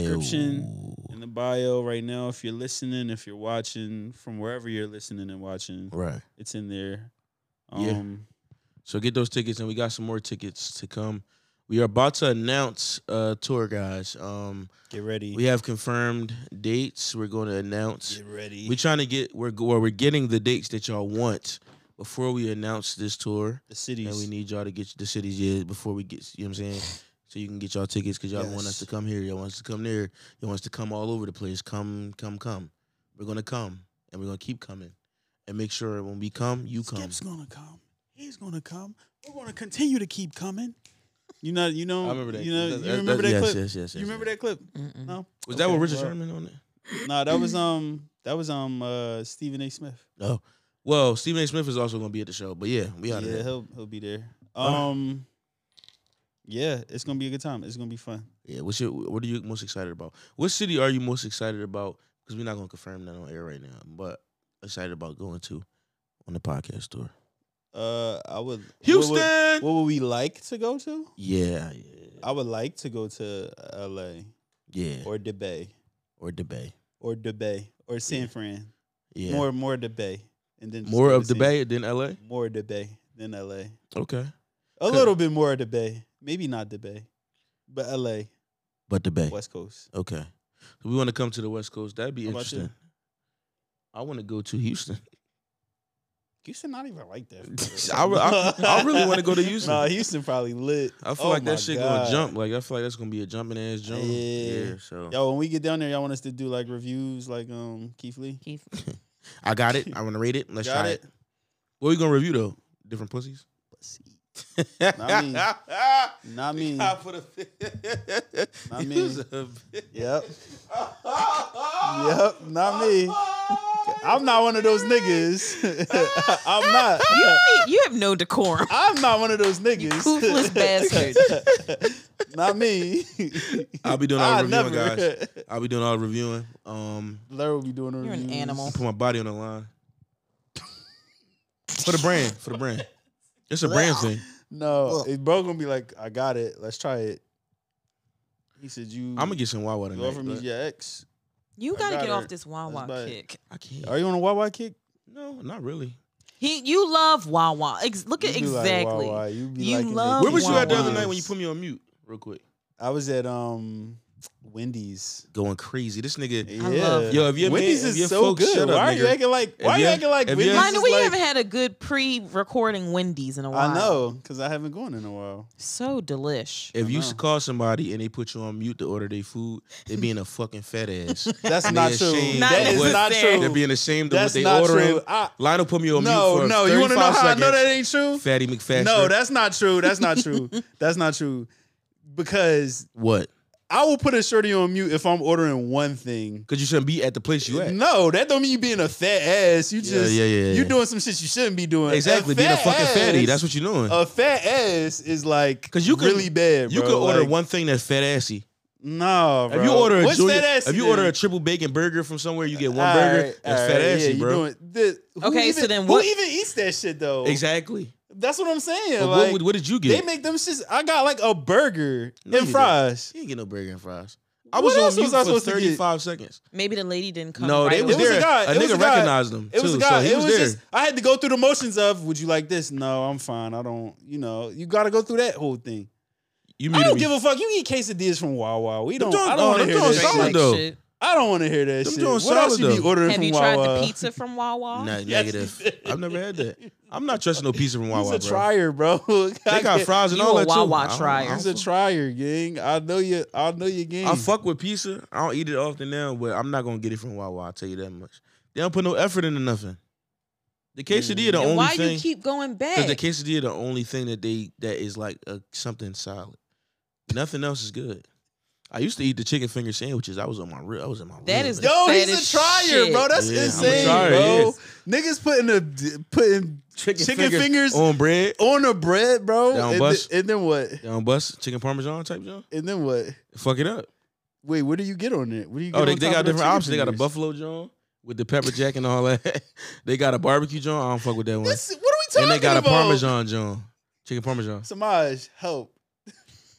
S2: description. in the bio right now. If you're listening, if you're watching from wherever you're listening and watching,
S1: Right.
S2: it's in there.
S1: Yeah.
S2: Um,
S1: So get those tickets, and we got some more tickets to come. We are about to announce uh tour guys. Um
S2: get ready.
S1: we have confirmed dates. We're going to announce.
S2: get ready.
S1: We're trying to get we're well, we're getting the dates that y'all want before we announce this tour.
S2: the cities.
S1: And we need y'all to get the cities yeah before we get you know what I'm saying? So you can get y'all tickets because y'all want us
S2: Yes.
S1: to come here, y'all want us to come there, y'all want us to come all over the place. Come, come, come. We're gonna come and we're gonna keep coming. And make sure when we come, you come.
S2: Skip's gonna come. He's gonna come. We're gonna continue to keep coming. You know, you know,
S1: I remember that.
S2: You know,
S1: That's-
S2: you
S1: that's-
S2: remember that
S1: yes,
S2: clip.
S1: Yes, yes, yes.
S2: you remember
S1: yes.
S2: that clip?
S3: Mm-mm.
S2: No.
S1: Was that
S2: Okay,
S1: with Richard
S2: well,
S1: Sherman on it?
S2: No, that was um, that was um, uh, Stephen A. Smith.
S1: No. Oh, Well, Stephen A. Smith is also gonna be at the show, but yeah, we
S2: Yeah,
S1: out of there.
S2: he'll he'll be there.
S1: Alright.
S2: Um, yeah, it's gonna be a good time. It's gonna be fun.
S1: Yeah. What's your, what are you most excited about? What city are you most excited about? Because we're not gonna confirm that on air right now, but excited about going to on the podcast tour.
S2: Uh, I would
S1: Houston.
S2: What would, what would we like to go to?
S1: yeah, yeah,
S2: I would like to go to L.A.
S1: yeah. Or,
S2: or the Bay
S1: the Bay.
S2: or the Bay or San Fran.
S1: Yeah. More,
S2: More more the Bay and then just go to
S1: of the
S2: San-
S1: Bay than LA.
S2: More the Bay than L.A.
S1: Okay.
S2: A little bit more of the Bay, maybe not the Bay, but L.A.
S1: But the Bay.
S2: West Coast.
S1: Okay. So we want to come to the West Coast. That'd be
S2: How about you?
S1: interesting. I want to go to Houston.
S2: Houston not even like that.
S1: I re- I- I really wanna go to Houston.
S2: Nah, Houston probably lit.
S1: I feel
S2: Oh
S1: like
S2: my
S1: that shit
S2: God.
S1: gonna jump. Like I feel like that's gonna be a jumping ass jump.
S2: Yeah.
S1: so
S2: Yo, when we get down there, y'all want us to do like reviews, like um Keith Lee.
S3: Keith.
S1: I got it. I want to rate it. Let's
S2: Got
S1: try
S2: it.
S1: it. What we gonna review though? Different pussies.
S2: Not me. Not me.
S1: I put a.
S2: Not
S1: He
S2: me.
S1: was a-
S2: Yep. Yep. Not me. I'm not one of those niggas. I'm not.
S3: you have no decorum.
S2: I'm not one of those niggas.
S3: Toothless bastard.
S2: not me.
S1: I'll be doing all
S2: I
S1: the
S2: never.
S1: reviewing, guys. I'll be doing all the reviewing. Um,
S2: Larry will be doing the
S3: You're an
S2: reviews.
S3: animal.
S1: put my body on the line for the brand. For the brand, it's a brand thing.
S2: No, it bro gonna be like, I got it. Let's try it. He said, "You,
S1: I'm gonna get some Wawa
S2: you offer
S1: tonight.
S2: me
S1: but
S2: your ex.
S3: You
S2: I
S3: gotta
S2: got
S3: get
S2: her.
S3: off this
S2: That's
S3: Wawa
S2: bad.
S3: kick.
S1: I can't.
S2: Are you on a Wawa kick?
S1: No, not really.
S3: He, you love Wawa. Ex- look at
S2: You be like,
S3: exactly.
S2: Wawa. You, be
S3: You
S2: liking it.
S3: love
S1: Where was you at the other
S3: Wawa's.
S1: night when you put me on mute? Real quick.
S2: I was at um Wendy's.
S1: Going crazy. This nigga.
S2: Yeah.
S3: love
S1: Yo, if your
S2: Wendy's
S1: man- if
S2: is
S1: your
S2: so
S1: folks
S2: good.
S1: shut up,
S2: why are you
S1: nigga.
S2: acting like
S1: If
S2: why are you
S1: your-
S2: acting
S1: if
S2: like Wendy's?
S1: your-
S2: is
S1: Mind
S3: Lionel, we
S2: like,
S3: haven't had a good pre-recording Wendy's in a while.
S2: I know, because I haven't gone in a while.
S3: So delish.
S1: If
S2: I
S1: you
S2: know.
S1: call somebody and they put you on mute to order their food, they being a fucking fat ass.
S2: That's
S1: They
S2: not true.
S1: ashamed
S3: Not
S1: of
S2: that is
S1: what-
S2: not
S3: necessary.
S1: They're
S2: true.
S1: being ashamed of what
S2: That's
S1: they
S2: not
S1: ordering.
S2: true. I,
S1: Lionel put me on mute
S2: no,
S1: for
S2: no. You want to know
S1: 35
S2: how I know
S1: seconds.
S2: that ain't true?
S1: Fatty McFasher.
S2: No, that's not true. That's not true. that's not true. Because
S1: what?
S2: I will put a shorty on mute if I'm ordering one thing.
S1: Because you shouldn't be at the place you at.
S2: No, that don't mean you being a fat ass. You
S1: Yeah,
S2: just
S1: yeah, yeah,
S2: you
S1: yeah.
S2: doing some shit you shouldn't be doing.
S1: Exactly, being a fucking fatty. That's what you're doing.
S2: a fat ass is like
S1: 'Cause you can-
S2: really bad.
S1: you
S2: Uh, bro.
S1: could order
S2: Like,
S1: one thing that's fat assy.
S4: No, bro.
S1: If you order a
S2: What's
S1: junior-
S2: that ass
S1: if you
S2: then?
S1: order a triple bacon burger from somewhere, you get one
S2: All
S1: burger.
S2: right,
S1: that's
S2: all
S1: fat
S2: right,
S1: assy,
S2: yeah, you
S1: bro.
S2: doing- the- who
S3: Okay,
S2: even-
S3: so then what-
S2: Who even eats that shit though?
S1: Exactly.
S2: That's what I'm saying.
S1: But
S2: like,
S1: what, what did you get?
S2: they make them shits. I got like a burger
S1: No,
S2: and
S1: you didn't.
S2: fries.
S1: you didn't get no burger and fries.
S2: What else was I supposed to get?
S1: seconds.
S3: Maybe the lady didn't come.
S1: no,
S3: right
S1: they was
S2: It was a
S1: there.
S2: guy. It was
S1: nigga
S2: a guy.
S1: recognized them.
S2: It was
S1: too,
S2: a guy.
S1: So he
S2: it
S1: was,
S2: was
S1: there.
S2: just I had to go through the motions of would you like this? No, I'm fine. I don't. You know, you got to go through that whole thing.
S1: you
S2: I
S1: muted
S2: don't
S1: me.
S2: give a fuck. You eat quesadillas from Wawa. We
S1: Them
S2: don't.
S1: joints-
S2: I don't
S1: oh,
S2: want to
S1: them
S2: hear
S1: joints
S2: that.
S1: solid
S2: shit.
S1: though.
S2: I don't want to hear that
S1: Them
S2: shit. What
S1: joints
S2: else
S1: solid
S2: you be
S1: though.
S2: ordering
S3: Have
S2: from
S3: you tried
S2: Wawa?
S3: the pizza from Wawa?
S1: Nah,
S2: Yes,
S1: negative.
S2: you did.
S1: I've never had that. I'm not trusting no pizza from Wawa,
S2: He's a
S1: bro.
S2: trier, bro.
S1: They got fries and
S3: You
S1: all
S3: a
S1: that too.
S3: Wawa
S1: I don't-
S3: trier.
S1: I don't
S2: He's a
S1: fuck-
S2: trier, gang. I know you. I know your game.
S1: I fuck with pizza. I don't eat it often now, but I'm not gonna get it from Wawa. I'll tell you that much. They don't put no effort into nothing. The quesadilla the
S3: Then
S1: only
S3: why
S1: thing.
S3: you keep going back?
S1: Because the quesadilla the only thing that they that is like a, something solid. Nothing else is good. I used to eat the chicken finger sandwiches. I was on my real. I was in my
S3: That
S1: real,
S3: is
S1: man.
S2: Yo, he's a
S3: Fattest
S2: trier,
S3: shit.
S2: bro. That's
S1: Yeah, I'm a
S2: insane,
S1: trier,
S2: bro. Niggas putting a putting
S1: chicken,
S2: finger- fingers
S1: on bread,
S2: on the bread, bro.
S1: Down
S2: And,
S1: bus.
S2: th- and then what?
S1: on bus, chicken parmesan type John.
S2: And then what?
S1: Fuck it up.
S2: Wait, what do you get on it? What do you? Get
S1: Oh, they,
S2: on
S1: they
S2: top
S1: got
S2: of the
S1: different
S2: chicken
S1: options. They got a
S2: fingers?
S1: buffalo John with the pepper jack and all that. they got a barbecue John. I don't fuck with that one.
S2: This, what are we talking
S1: And they got
S2: about?
S1: a parmesan John, chicken parmesan.
S2: Samaj, help.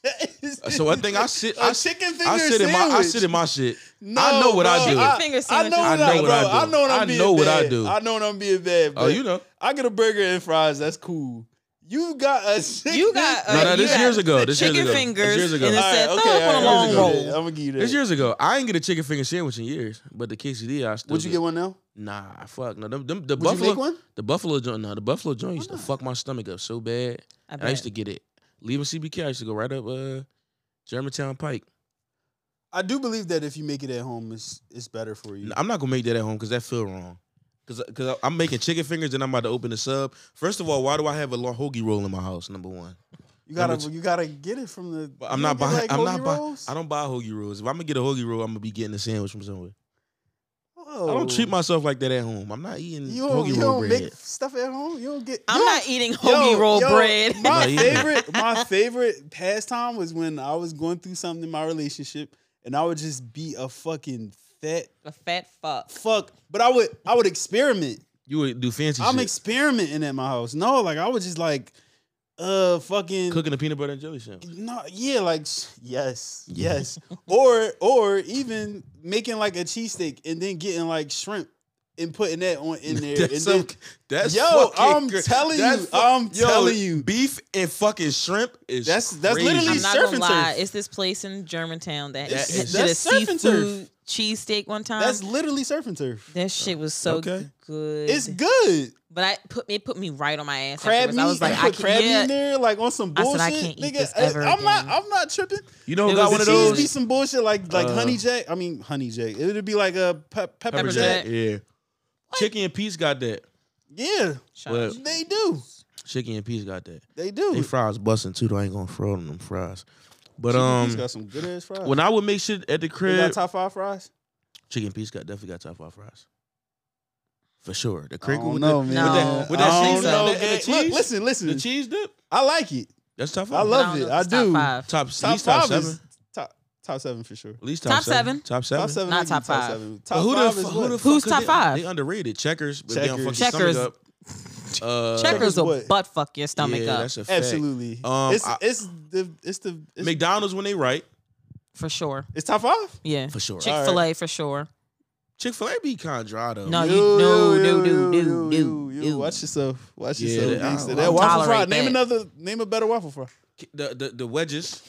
S1: Uh, So I think I sit-
S2: A
S1: I-
S2: chicken finger
S1: I sit in my I
S2: sandwich.
S1: sit in my shit.
S2: No,
S1: I know what I
S2: bro.
S1: do.
S2: Oh, I,
S3: Chicken finger
S2: I know,
S3: sandwich.
S2: what I, know what I do. I know what I'm
S1: I
S2: being
S1: know what I
S2: bad.
S1: do.
S2: I know what I'm being bad.
S1: Oh,
S2: but
S1: you know.
S2: I get a burger and fries. That's cool. You got a chicken.
S3: You got a-
S1: No, no,
S3: you
S1: this
S3: got
S1: years ago. This years
S3: chicken
S1: ago. This
S3: fingers
S1: years ago.
S3: and
S2: All
S3: it said
S2: right,
S3: throw
S2: okay,
S3: up
S2: all
S3: on a
S2: right,
S3: long
S2: years ago.
S3: roll.
S2: I'm gonna give you that.
S1: This years ago, I didn't get a chicken finger sandwich in years, but the quesadilla I still.
S2: Would you get one now?
S1: Nah, fuck no. Them, them, the
S2: Would you
S1: buffalo,
S2: make one?
S1: the buffalo joint. No, the buffalo joint used to
S2: not?
S1: fuck my stomach up so bad.
S3: I
S1: And I used
S3: bet.
S1: to get it leaving CBK. I used to go right up uh, Germantown Pike.
S2: I do believe that if you make it at home, it's it's better for you.
S1: N- I'm not gonna make that at home because that feel wrong. Cause, Cause I'm making chicken fingers and I'm about to open the sub. First of all, why do I have a long hoagie roll in my house? Number one,
S2: You gotta
S1: Number
S2: you gotta get it from the.
S1: but I'm
S2: you
S1: not
S2: don't
S1: buying.
S2: get, like,
S1: I'm not
S2: hoagie
S1: buying.
S2: rolls?
S1: I don't buy hoagie rolls. If I'm gonna get a hoagie roll, I'm gonna be getting a sandwich from somewhere.
S2: Whoa.
S1: I don't treat myself like that at home. I'm not eating
S2: Oh. You don't,
S1: hoagie
S2: you
S1: roll
S2: don't
S1: bread.
S2: make stuff at home. You don't get.
S3: I'm
S2: yo,
S3: not eating hoagie
S2: yo,
S3: roll
S2: yo,
S3: bread.
S2: My
S1: No, you-
S2: favorite, my favorite pastime was when I was going through something in my relationship, and I would just be a fucking fat
S3: a fat fuck.
S2: fuck. But I would, I would experiment.
S1: you would do fancy
S2: I'm
S1: shit.
S2: experimenting at my house. No, like I would just like, uh, fucking.
S1: Cooking a peanut butter and jelly sandwich.
S2: No, yeah, like s- yes, yes, or or even making like a cheesesteak and then getting like shrimp and putting that on in there. and
S1: That's,
S2: then,
S1: some- that's
S2: Yo,
S1: fucking
S2: I'm
S1: cra-
S2: telling
S1: that's
S2: you,
S1: fu-
S2: I'm
S1: yo,
S2: telling you.
S1: beef and fucking shrimp is
S2: That's- that's
S1: crazy.
S2: literally
S3: I'm
S2: Please,
S3: not
S2: surf
S3: gonna
S2: and
S3: lie.
S2: turf.
S3: It's this place in Germantown that,
S1: That
S3: did
S1: is-
S3: a
S2: that's surf and turf.
S3: seafood cheesesteak one time.
S2: that's literally surf and turf.
S3: that shit was so
S1: Okay.
S3: good.
S2: It's good.
S3: but I put it put me right on my ass.
S2: Crab
S3: afterwards.
S2: meat.
S3: I was like,
S2: you
S3: I
S2: put crab
S3: can't.
S2: meat
S3: Yeah,
S2: in there, like on some
S3: I
S2: bullshit.
S3: said, I can't eat
S2: nigga,
S3: this
S2: I-
S3: ever
S2: I'm not.
S3: again.
S2: I'm not tripping.
S1: you know
S2: It
S1: who got
S2: was
S1: one
S2: the
S1: of
S2: cheese be
S1: those?
S2: some bullshit like like
S1: Uh,
S2: honey jack. I mean honey jack. It would be like a pe- pepper,
S1: Pepper
S2: jack.
S1: jack. Yeah. Chicken and peas got that.
S2: Yeah,
S3: Shut
S1: Well,
S3: up.
S2: they do.
S1: Chicken and peas got that.
S2: They do.
S1: They fries busting too. Though. I ain't gonna throw them them fries. But
S2: Chicken
S1: um,
S2: Peas got some good ass fries.
S1: when I would make shit at the
S2: They got
S1: crib,
S2: top five fries.
S1: chicken peas got definitely got top five fries. For sure, the
S2: I
S1: crinkle
S2: don't
S1: with
S2: know,
S1: the,
S2: man.
S1: with
S3: No.
S1: that, with that
S3: I don't
S1: seasoning and
S3: know,
S1: the, and the
S2: Look,
S1: cheese,
S2: listen,
S1: the
S2: listen.
S1: cheese dip.
S2: I like it.
S1: That's top
S2: I
S1: five.
S2: love
S3: don't
S2: it.
S3: know if
S2: I
S3: it's top
S2: do.
S3: Five.
S1: top, at
S2: Top
S1: least top
S2: five
S1: seven.
S2: is top top seven for sure.
S1: At least
S3: Top seven.
S1: Top seven.
S2: Top seven,
S3: Not
S2: maybe
S3: top five.
S2: seven.
S1: But
S2: Top
S1: who
S2: five
S1: the,
S2: is
S1: fu-
S2: what?
S1: who the
S3: Who's
S1: fuck
S3: top
S1: they,
S3: five?
S1: They underrated. Checkers. But They don't fuck your
S3: Checkers.
S1: stomach up. Uh,
S3: Checkers
S2: Checkers
S3: will
S2: what?
S3: butt fuck your stomach
S1: yeah,
S3: up
S1: That's a fact.
S2: Absolutely.
S1: Um,
S2: it's
S1: I-
S2: it's the it's the it's,
S1: McDonald's when they right
S3: for sure.
S2: it's top five.
S3: Yeah,
S1: for sure.
S3: Chick Fil A for sure.
S1: Chick Fil A be kind dry though.
S3: No, Oh,
S2: Yo,
S3: you- no,
S2: yo,
S3: no,
S2: yo,
S3: no, no,
S2: yo,
S3: no,
S2: yo,
S3: no.
S2: Watch yourself. Watch
S1: Yeah,
S2: yourself.
S1: I-
S2: gangsta.
S1: I
S2: That
S1: don't
S2: waffle
S3: tolerate
S2: fry. Name
S3: that.
S2: another. Name a better waffle fry.
S1: the, the the wedges,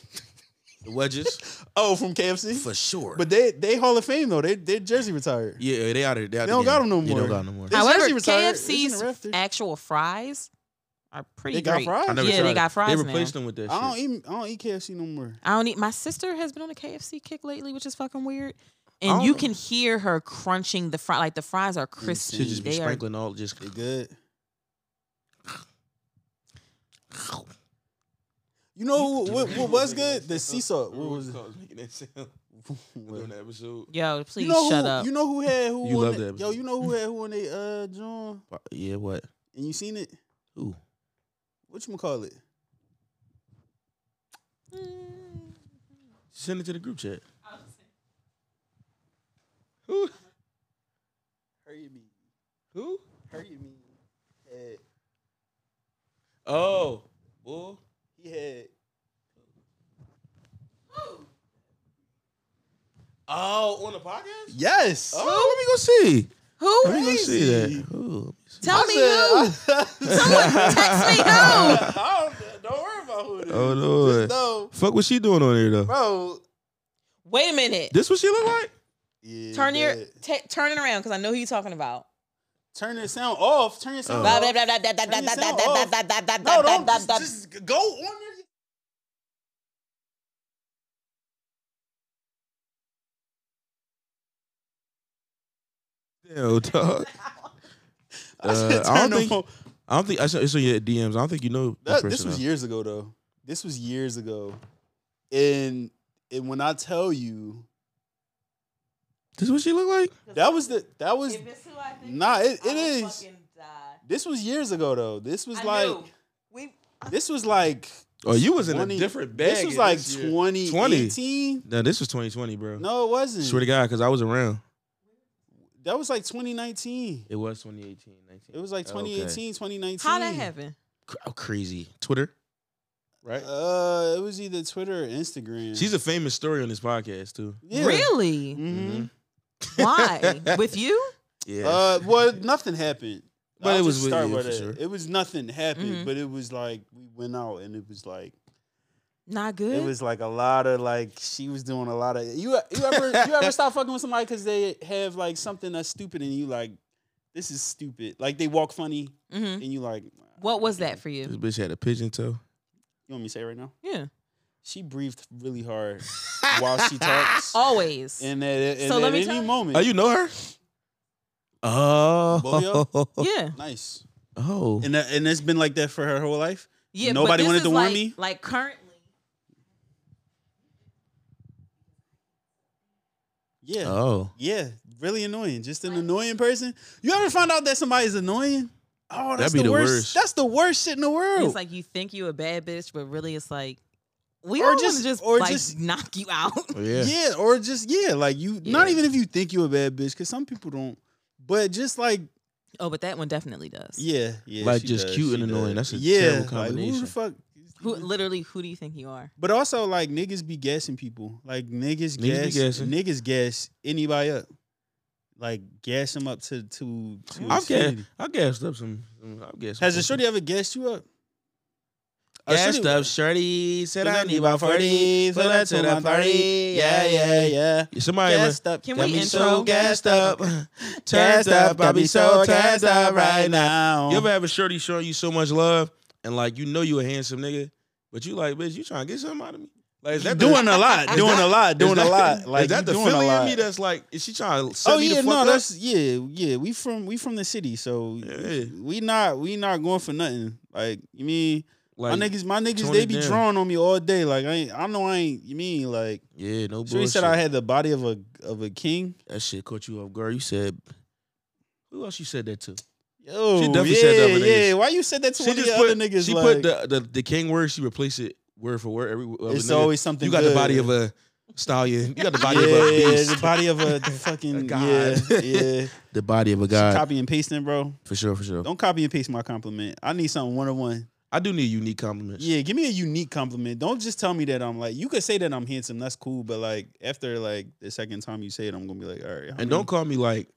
S1: the wedges
S2: Oh, from KFC.
S1: for sure.
S2: But they they Hall of Fame though. They they jersey retired.
S1: yeah, they out of they, out the
S2: They don't
S1: game.
S2: got 'em no
S1: They
S2: more.
S1: don't got 'em no more.
S2: They- It's
S3: However,
S2: actually retired. It's in the
S3: KFC's
S2: rafter.
S3: actual fries are pretty
S2: They got
S3: great.
S2: fries? I
S1: never
S3: yeah,
S1: tried
S3: they
S1: it.
S3: got fries
S1: They
S3: now.
S1: replaced them with that.
S2: I don't
S1: shit.
S2: eat I don't eat KFC no more.
S3: I don't eat. My sister has been on a KFC kick lately, which is fucking weird.
S1: I
S3: And you
S1: don't-
S3: can hear her crunching the fry. Like the fries are crispy.
S1: Shit just be
S3: They are.
S1: sprinkling all just.
S2: They good. You know what, what was good? The sea salt. What was it?
S1: Doing that episode.
S3: Yo, please
S2: you know
S3: shut
S2: who,
S3: up.
S2: You know who had who?
S1: You
S2: on
S1: love
S2: the-
S1: that
S2: Yo,
S1: episode.
S2: you know who had who on they uh John?
S1: Yeah, what?
S2: And you seen it?
S1: Ooh,
S2: What you call it?
S1: Send it to the group chat.
S2: Who? Hurry me.
S1: Who?
S2: Hurry me. Had,
S1: Oh, boy.
S2: he had.
S1: Oh, on the podcast?
S2: Yes.
S1: Oh, let me go see.
S3: Who?
S1: Let me go see
S2: Crazy.
S1: that. Ooh,
S3: Tell me who.
S2: uh,
S3: Text me who.
S2: I don't, don't worry about who it is.
S1: Oh, Lord.
S2: No,
S1: Fuck what she doing on here, though.
S2: bro.
S3: Wait a minute.
S1: This what she look like?
S2: Yeah,
S3: Turn your
S2: but-
S3: ta turn it around because I know who you're talking about.
S2: turn your sound off. Turn your sound
S1: Oh.
S3: Blah,
S2: off.
S3: blah, blah, blah, blah, blah,
S2: Oh. Turn
S3: blah,
S2: your sound off.
S3: blah, blah, blah, blah, blah,
S2: No,
S3: blah,
S2: don't
S3: blah,
S2: just,
S3: blah.
S2: just go on there.
S1: Damn, dog.
S2: I
S1: Uh, I don't
S2: said turn them
S1: think-
S2: on.
S1: I don't think I saw, it's on your DMs. I don't think you know.
S2: That-
S1: That,
S2: this was years ago though. This was years ago, and and when I tell you
S1: This what she look like?
S2: that was the that was Nah, it- it is.
S3: It
S2: this was years ago though. This was like
S3: we
S2: this was like
S1: Oh, you was in a
S2: 20
S1: different bag.
S2: This was like 2018.
S1: No, this was 2020, bro.
S2: No, it wasn't.
S1: Swear to God, because I was around.
S2: That was like 2019.
S1: It was 2018, 19.
S2: It was like 2018, 2019.
S3: how that happened?
S1: Oh, crazy. Twitter, right?
S2: Uh, it was either Twitter or Instagram.
S1: She's a famous story on this podcast too.
S2: yeah.
S3: Really?
S1: Mm-hmm.
S2: hmm
S3: Why? With you?
S1: Yeah.
S2: Uh, well, nothing happened.
S1: But
S2: I'll
S1: it was
S2: just
S1: with
S2: start
S1: you,
S2: with
S1: for
S2: that.
S1: sure.
S2: It was nothing happened,
S3: Mhm.
S2: but it was like we went out and it was like
S3: Not
S2: it
S3: good.
S2: was like a lot of like she was doing a lot of you. You ever you ever stop fucking with somebody because they have like something that's stupid and you like this is stupid. Like they walk funny
S3: Mhm.
S2: and you like
S3: What was that for
S1: this
S3: you?
S1: bitch had a pigeon toe.
S2: You want me to say it right now?
S3: Yeah.
S2: She breathed really hard while she talks.
S3: Always.
S2: And at, and
S3: Oh. So
S2: at
S3: let me
S2: any
S3: tell you-
S2: moment,
S1: Oh, you know her? Oh,
S3: yeah.
S2: nice.
S1: oh.
S2: And that, and it's been like that for her whole life.
S3: Yeah. but
S2: Nobody
S3: this
S2: wanted
S3: is
S2: to warn
S3: like,
S2: me?
S3: Like currently.
S2: Yeah.
S1: Oh,
S2: Yeah, really annoying. Just an annoying person. You ever find out that somebody's annoying? Oh,
S1: That'd
S2: that's
S1: be
S2: the,
S1: the
S2: worst.
S1: worst.
S2: That's the worst shit in the world.
S3: It's like you think you a bad bitch, but really it's like we
S2: Or
S3: all just
S2: just-
S3: just
S2: or
S3: like
S2: just-
S3: knock you out.
S1: Oh,
S2: yeah.
S1: yeah.
S2: or just yeah, like you. Not
S3: Yeah.
S2: even if you think you a bad bitch, because some people don't. But just like
S3: oh, but that one definitely does.
S2: yeah, yeah,
S1: Like,
S2: she
S1: just
S2: does,
S1: cute
S2: she
S1: and
S2: does.
S1: annoying. That's a
S2: yeah,
S1: terrible
S2: Like, who
S1: combination.
S2: the fuck?
S3: Who literally? Who do you think you are?
S2: But also like niggas be gassing people. Like
S1: Niggas
S2: niggas,
S1: be
S2: gas
S1: gassing.
S2: niggas gas anybody up. Like gas them up to to. to
S1: I've gassed,
S2: infinity.
S1: I've gassed up some. some- I've gassed.
S2: Has a
S1: some-
S2: shorty ever gassed you up? A
S1: Gassed
S2: shorty-
S1: up, shorty said
S2: Then
S1: I need about forty. Fill up to the party. Yeah, yeah, yeah. Somebody ever-
S2: Gassed up.
S3: Can
S1: got
S3: we
S1: me
S3: intro?
S1: so gassed up,
S2: Gassed
S1: turned up. I
S2: got
S1: be so turned up right now.
S2: now.
S1: You ever have a shorty showing you so much love and like you know you a handsome nigga, but you like, bitch, you trying to get something out of me? Like, is that the-
S2: doing a lot,
S1: Is
S2: doing
S1: that-
S2: a lot,
S1: is
S2: doing
S1: that-
S2: a lot. Like
S1: is that
S2: you
S1: the
S2: doing a
S1: feeling in
S2: lot.
S1: me that's like, is she trying to set
S2: Oh
S1: me the
S2: yeah,
S1: fuck
S2: no,
S1: up?
S2: that's yeah, yeah. We from we from the city, so
S1: Yeah.
S2: we not we not going for nothing. Like you mean
S1: like,
S2: my niggas, my niggas,
S1: tone
S2: they
S1: it
S2: be
S1: down.
S2: drawing on me all day. Like I ain't, I know I ain't. You mean like
S1: yeah, no
S2: Shorty
S1: bullshit.
S2: said I had the body of a of a king.
S1: that shit caught you off guard. You said, who else you said that to?
S2: Yo,
S1: She definitely
S2: yeah,
S1: said that with niggas.
S2: yeah. Why you said that to
S1: She
S2: one of
S1: just
S2: the
S1: put,
S2: other niggas?
S1: she
S2: like,
S1: put the, the the king word. She replaced it word for word. Every other
S2: it's
S1: nigga.
S2: always something.
S1: You got the body
S2: good.
S1: of a stallion. You got the body
S2: yeah,
S1: of a beast.
S2: the body of a fucking
S1: A god.
S2: yeah, yeah.
S1: The body of a
S2: Just
S1: god.
S2: Copy and pasting, bro.
S1: For sure, for sure.
S2: Don't copy and paste my compliment. I need something one on one.
S1: I do need unique compliments.
S2: Yeah, give me a unique compliment. Don't just tell me that I'm like. You could say that I'm handsome. That's cool, but like after like the second time you say it, I'm gonna be like, all right. how
S1: And
S2: many-
S1: don't call me like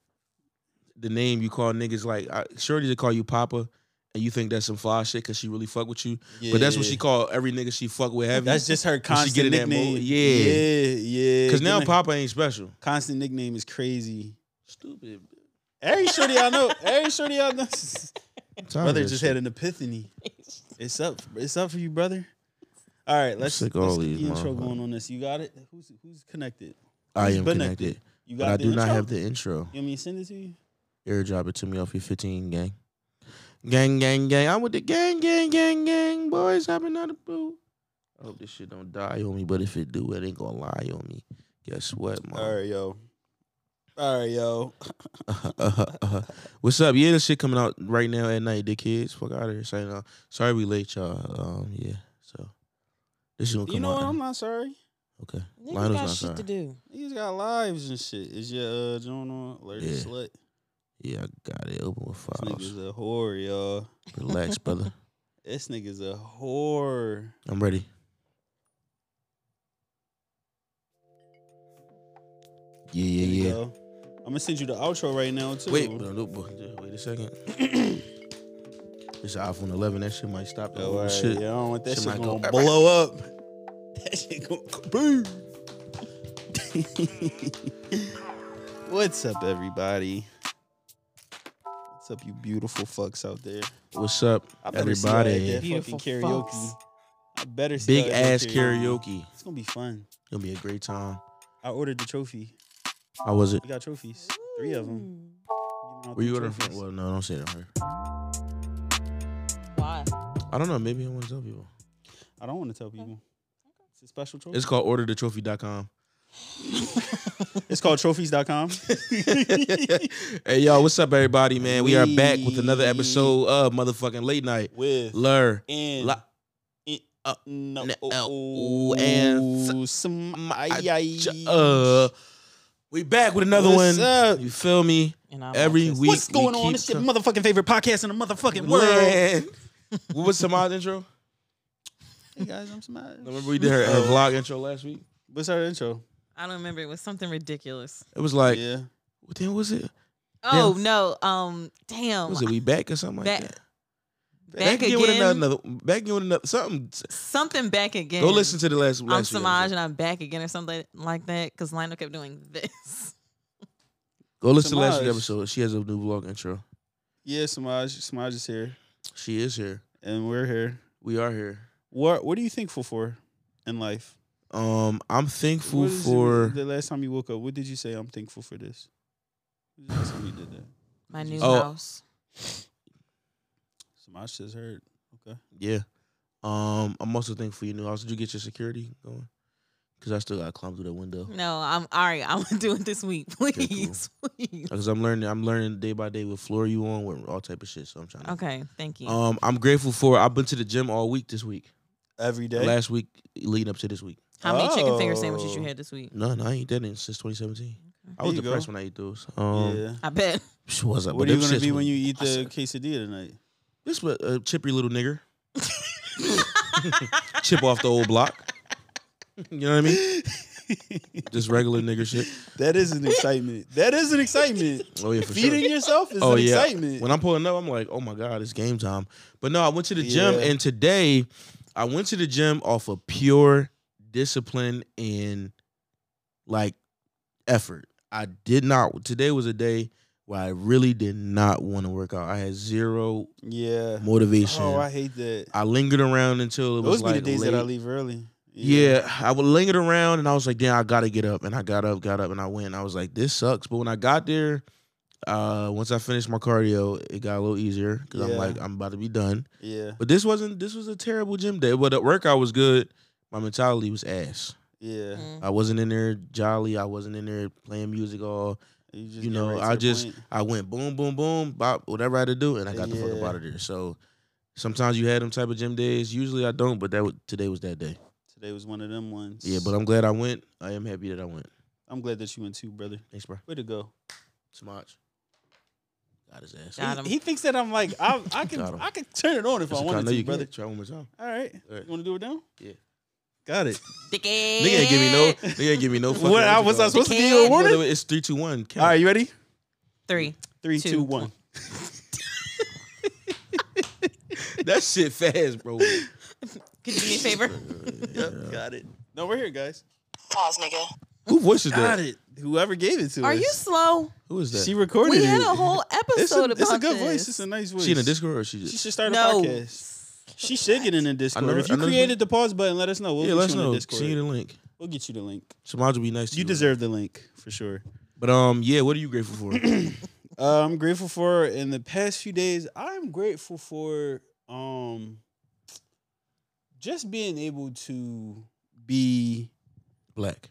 S1: the name you call niggas. Like, I, Shorty to call you Papa, and you think that's some fly shit because she really fuck with you. But that's what
S2: Yeah.
S1: she call every nigga she fuck with heavy.
S2: That's just her constant
S1: get in that
S2: nickname.
S1: mode. Yeah.
S2: yeah, yeah.
S1: Because now
S2: Give me-
S1: Papa ain't special.
S2: constant nickname is crazy.
S1: Stupid. bitch.
S2: Every shorty I know, every shorty I know.
S1: I'm tired
S2: brother
S1: of that
S2: just
S1: shit.
S2: had an epiphany. It's up. It's up for you, brother. All right, let's,
S1: sick
S2: let's
S1: of all
S2: get the
S1: these,
S2: intro
S1: motherfucker.
S2: going on this. You got it? Who's who's connected?
S1: I
S2: Who's
S1: am
S2: connected?
S1: connected,
S2: You got
S1: but I
S2: the
S1: do not
S2: intro?
S1: have the intro.
S2: You want me to send it to you?
S1: Airdrop it to me off your 15 gang. Gang, gang, gang. I'm with the gang, gang, gang, gang. Boys hopping out the boot. I hope this shit don't die on me, but if it do, it ain't gonna lie on me. Guess what, man?
S2: All right, yo. All right, yo.
S1: What's up? Yeah, this shit coming out right now at night, dick kids. Fuck out of here. uh, Sorry, no. sorry we late, y'all. Um, yeah. So this shit gonna come
S2: You know
S1: out.
S2: what? I'm not sorry.
S1: Okay.
S3: Niggas
S1: Lionel's
S3: got
S1: not
S3: shit to
S1: sorry.
S3: do.
S2: Niggas got lives and shit. Is your uh, joint on? Alert
S1: Yeah.
S2: slut.
S1: Yeah, I got it. Open with
S2: This
S1: files.
S2: nigga's a whore, y'all.
S1: Relax, brother.
S2: This nigga's a whore.
S1: I'm ready. Yeah, yeah, yeah.
S2: I'm gonna send you the outro right now too.
S1: Wait, no, no, but just wait a second. this iPhone 11, that shit miit stop the
S2: Oh,
S1: whole
S2: alright,
S1: shit.
S2: Yeah, I don't want that
S1: Shit
S2: shit,
S1: might go-
S2: gonna blow up. That shit gonna kaboom. What's up, everybody? What's up, you beautiful fucks out there?
S1: What's up,
S2: I better see y'all at
S1: everybody?
S2: that
S3: Beautiful
S2: fucking karaoke.
S3: fucks.
S2: I better see
S1: Big
S2: y'all at that
S1: ass karaoke.
S2: It's gonna be fun.
S1: It'll be a great time.
S2: I ordered the trophy.
S1: How was it?
S2: We got trophies, three of
S3: Mm.
S2: them.
S1: Were you ordering from? Well, no, don't say that. Her.
S3: Why?
S1: I don't know. Maybe I want to tell people.
S2: I don't want to tell people. It's a special trophy.
S1: It's called orderthetrophy.com.
S2: It's called trophies.com.
S1: hey, yo, what's up, everybody, man? We are back with another episode of motherfucking Late Night.
S2: With
S1: Lur.
S2: and
S1: La-
S2: no,
S1: N-
S2: oh,
S1: L- O-
S2: oh,
S1: and
S2: some
S1: I-
S2: ay- ay-
S1: J- uh, we back with another
S2: What's
S1: one.
S2: up?
S1: You feel me?
S3: And I'm
S1: Every
S3: autistic.
S1: week.
S2: What's
S1: we
S2: going on?
S1: keep
S2: This your
S1: some-
S2: motherfucking favorite podcast in the motherfucking world.
S1: Man. what was Samad's intro?
S2: Hey guys, I'm Smash.
S1: Remember we did her, uh, her vlog intro last week?
S2: What's our intro?
S3: I don't remember. It was something ridiculous.
S1: It was like,
S2: yeah.
S1: what the hell was it?
S3: Oh no. Um. Damn.
S1: What was it we back or something like
S3: Back-
S1: that?
S3: Back,
S1: again with
S3: again.
S1: another, back again with another something.
S3: something back again.
S1: Go listen to the last. last
S3: I'm
S1: week
S3: Samaj
S1: episode.
S3: and I'm back again or something like that because Lionel kept doing this.
S1: Go listen to last
S2: Samaj.
S1: week's episode. She has a new vlog intro.
S2: Yeah, Samaj. Samaj is here.
S1: She is here.
S2: And we're here.
S1: We are here.
S2: What what are you thankful for in life?
S1: Um, I'm thankful
S2: What is it-
S1: for.
S2: the last time you woke up, what did you say? I'm thankful for this. What was the last time you did that?
S3: My new
S1: Oh.
S3: house.
S2: Samaj just heard. Okay.
S1: Yeah. Um, I'm also thankful for your new house. Did you get your security going? Because I still got to climb through that window.
S3: No, I'm all right. I'm gonna do it this week,
S1: cool.
S3: please, please.
S1: Because I'm learning, I'm learning day by day what floor you on, with all type of shit. So I'm trying. To,
S3: Okay, thank you.
S1: Um, I'm grateful for. I've been to the gym all week this week.
S2: Every day.
S1: Last week, leading up to this week.
S3: How many chicken finger
S2: oh.
S3: sandwiches you had this week?
S1: No, no, I ain't done it since 2017. I
S2: There
S1: was
S2: you
S1: depressed
S2: go.
S1: when I ate those. Um,
S2: yeah.
S3: I bet.
S1: psh, what's up? but
S2: What are you
S1: them
S2: gonna
S1: shits
S2: be when
S1: was-
S2: you eat
S1: I
S2: the
S1: said-
S2: quesadilla tonight?
S1: This was a chippery little nigger.
S3: Mm.
S1: Chip off the old block. You know what I mean? Just regular nigger shit.
S2: That is an excitement. That is an excitement.
S1: Oh yeah, for sure.
S2: Feeding yourself is
S1: Oh,
S2: an
S1: yeah.
S2: excitement.
S1: when I'm pulling up, I'm like, oh my god, it's game time. But no, I went to the gym,
S2: Yeah.
S1: and today I went to the gym off of pure discipline and like effort. I did not. Today was a day where I really did not want to work out. I had zero
S2: yeah.
S1: motivation.
S2: Oh, I
S1: I,
S2: hate that.
S1: lingered around until it was
S2: Those be
S1: like
S2: the days that I
S1: late.
S2: leave early.
S1: Yeah. I would lingered around and I was like, damn, I gotta get up. And I got up, got up, and I went. I was like, this sucks. But when I got there, uh, once I finished my cardio, it got a little easier because
S2: Yeah.
S1: I'm like, I'm about to be done.
S2: Yeah.
S1: But this wasn't this was a terrible gym day. But the workout was good. My mentality was ass.
S2: Yeah.
S3: Mm.
S1: I wasn't in there jolly. I wasn't in there playing music all.
S2: You, just
S1: You
S2: get
S1: know,
S2: right to
S1: I
S2: the
S1: just-
S2: point.
S1: I went boom, boom, boom, bop, whatever I had to do, and I got the fuck
S2: Yeah.
S1: up out of there. So sometimes you had them type of gym days. Usually I don't, but that was, today was that day.
S2: today was one of them ones.
S1: Yeah, but I'm glad I went. I am happy that I went.
S2: I'm glad that you went too, brother.
S1: Thanks, bro.
S2: Way to go.
S1: Smudge. Got his ass.
S3: Got
S2: He-
S3: him.
S2: He, thinks that I'm like I, I can
S1: Got him.
S2: I can turn it on if
S1: That's
S2: I
S1: okay.
S2: wanted
S1: know
S2: to,
S1: you
S2: brother.
S1: Can. Try one more time.
S2: All right.
S1: All right.
S2: You want to do it now?
S1: Yeah.
S2: Got it.
S3: Dickhead.
S1: Nigga ain't give me no. Nigga ain't give me no. Fucking
S2: what I
S1: you
S2: was
S1: call
S2: I
S1: it.
S2: supposed to
S3: The
S2: give you a
S3: can?
S1: By the
S2: warning?
S1: way, It's three, two, one. Count.
S2: All right, you ready?
S3: three.
S2: Three,
S3: Two,
S2: two, one.
S1: That shit fast, bro.
S3: Could you do me a favor?
S2: Yep, got it. No, we're here, guys.
S5: Pause, nigga.
S1: Who voice is
S2: Got
S1: that?
S2: it. Whoever gave it to
S3: Are
S2: us.
S3: you slow?
S1: Who is that?
S2: She
S1: She,
S2: recorded
S3: We
S2: it.
S3: had a whole
S2: It's a,
S3: episode about
S2: it's a good
S3: this.
S2: voice. It's a nice voice.
S1: in the Discord or she
S2: She
S1: just?
S2: should start a
S3: no.
S2: podcast. She should get in the Discord.
S1: know-
S2: if
S1: I
S2: you
S1: know-
S2: created the pause button, let us know. We'll
S1: yeah,
S2: get
S1: let us
S2: you in
S1: know.
S2: the
S1: Send you the
S2: Discord.
S1: link.
S2: We'll get you the link.
S1: Samaj will be nice to you.
S2: You deserve the link for sure.
S1: But um, yeah. What are you grateful for?
S2: Uh, I'm grateful for in the past few days. I'm grateful for um just being able to be
S1: Black.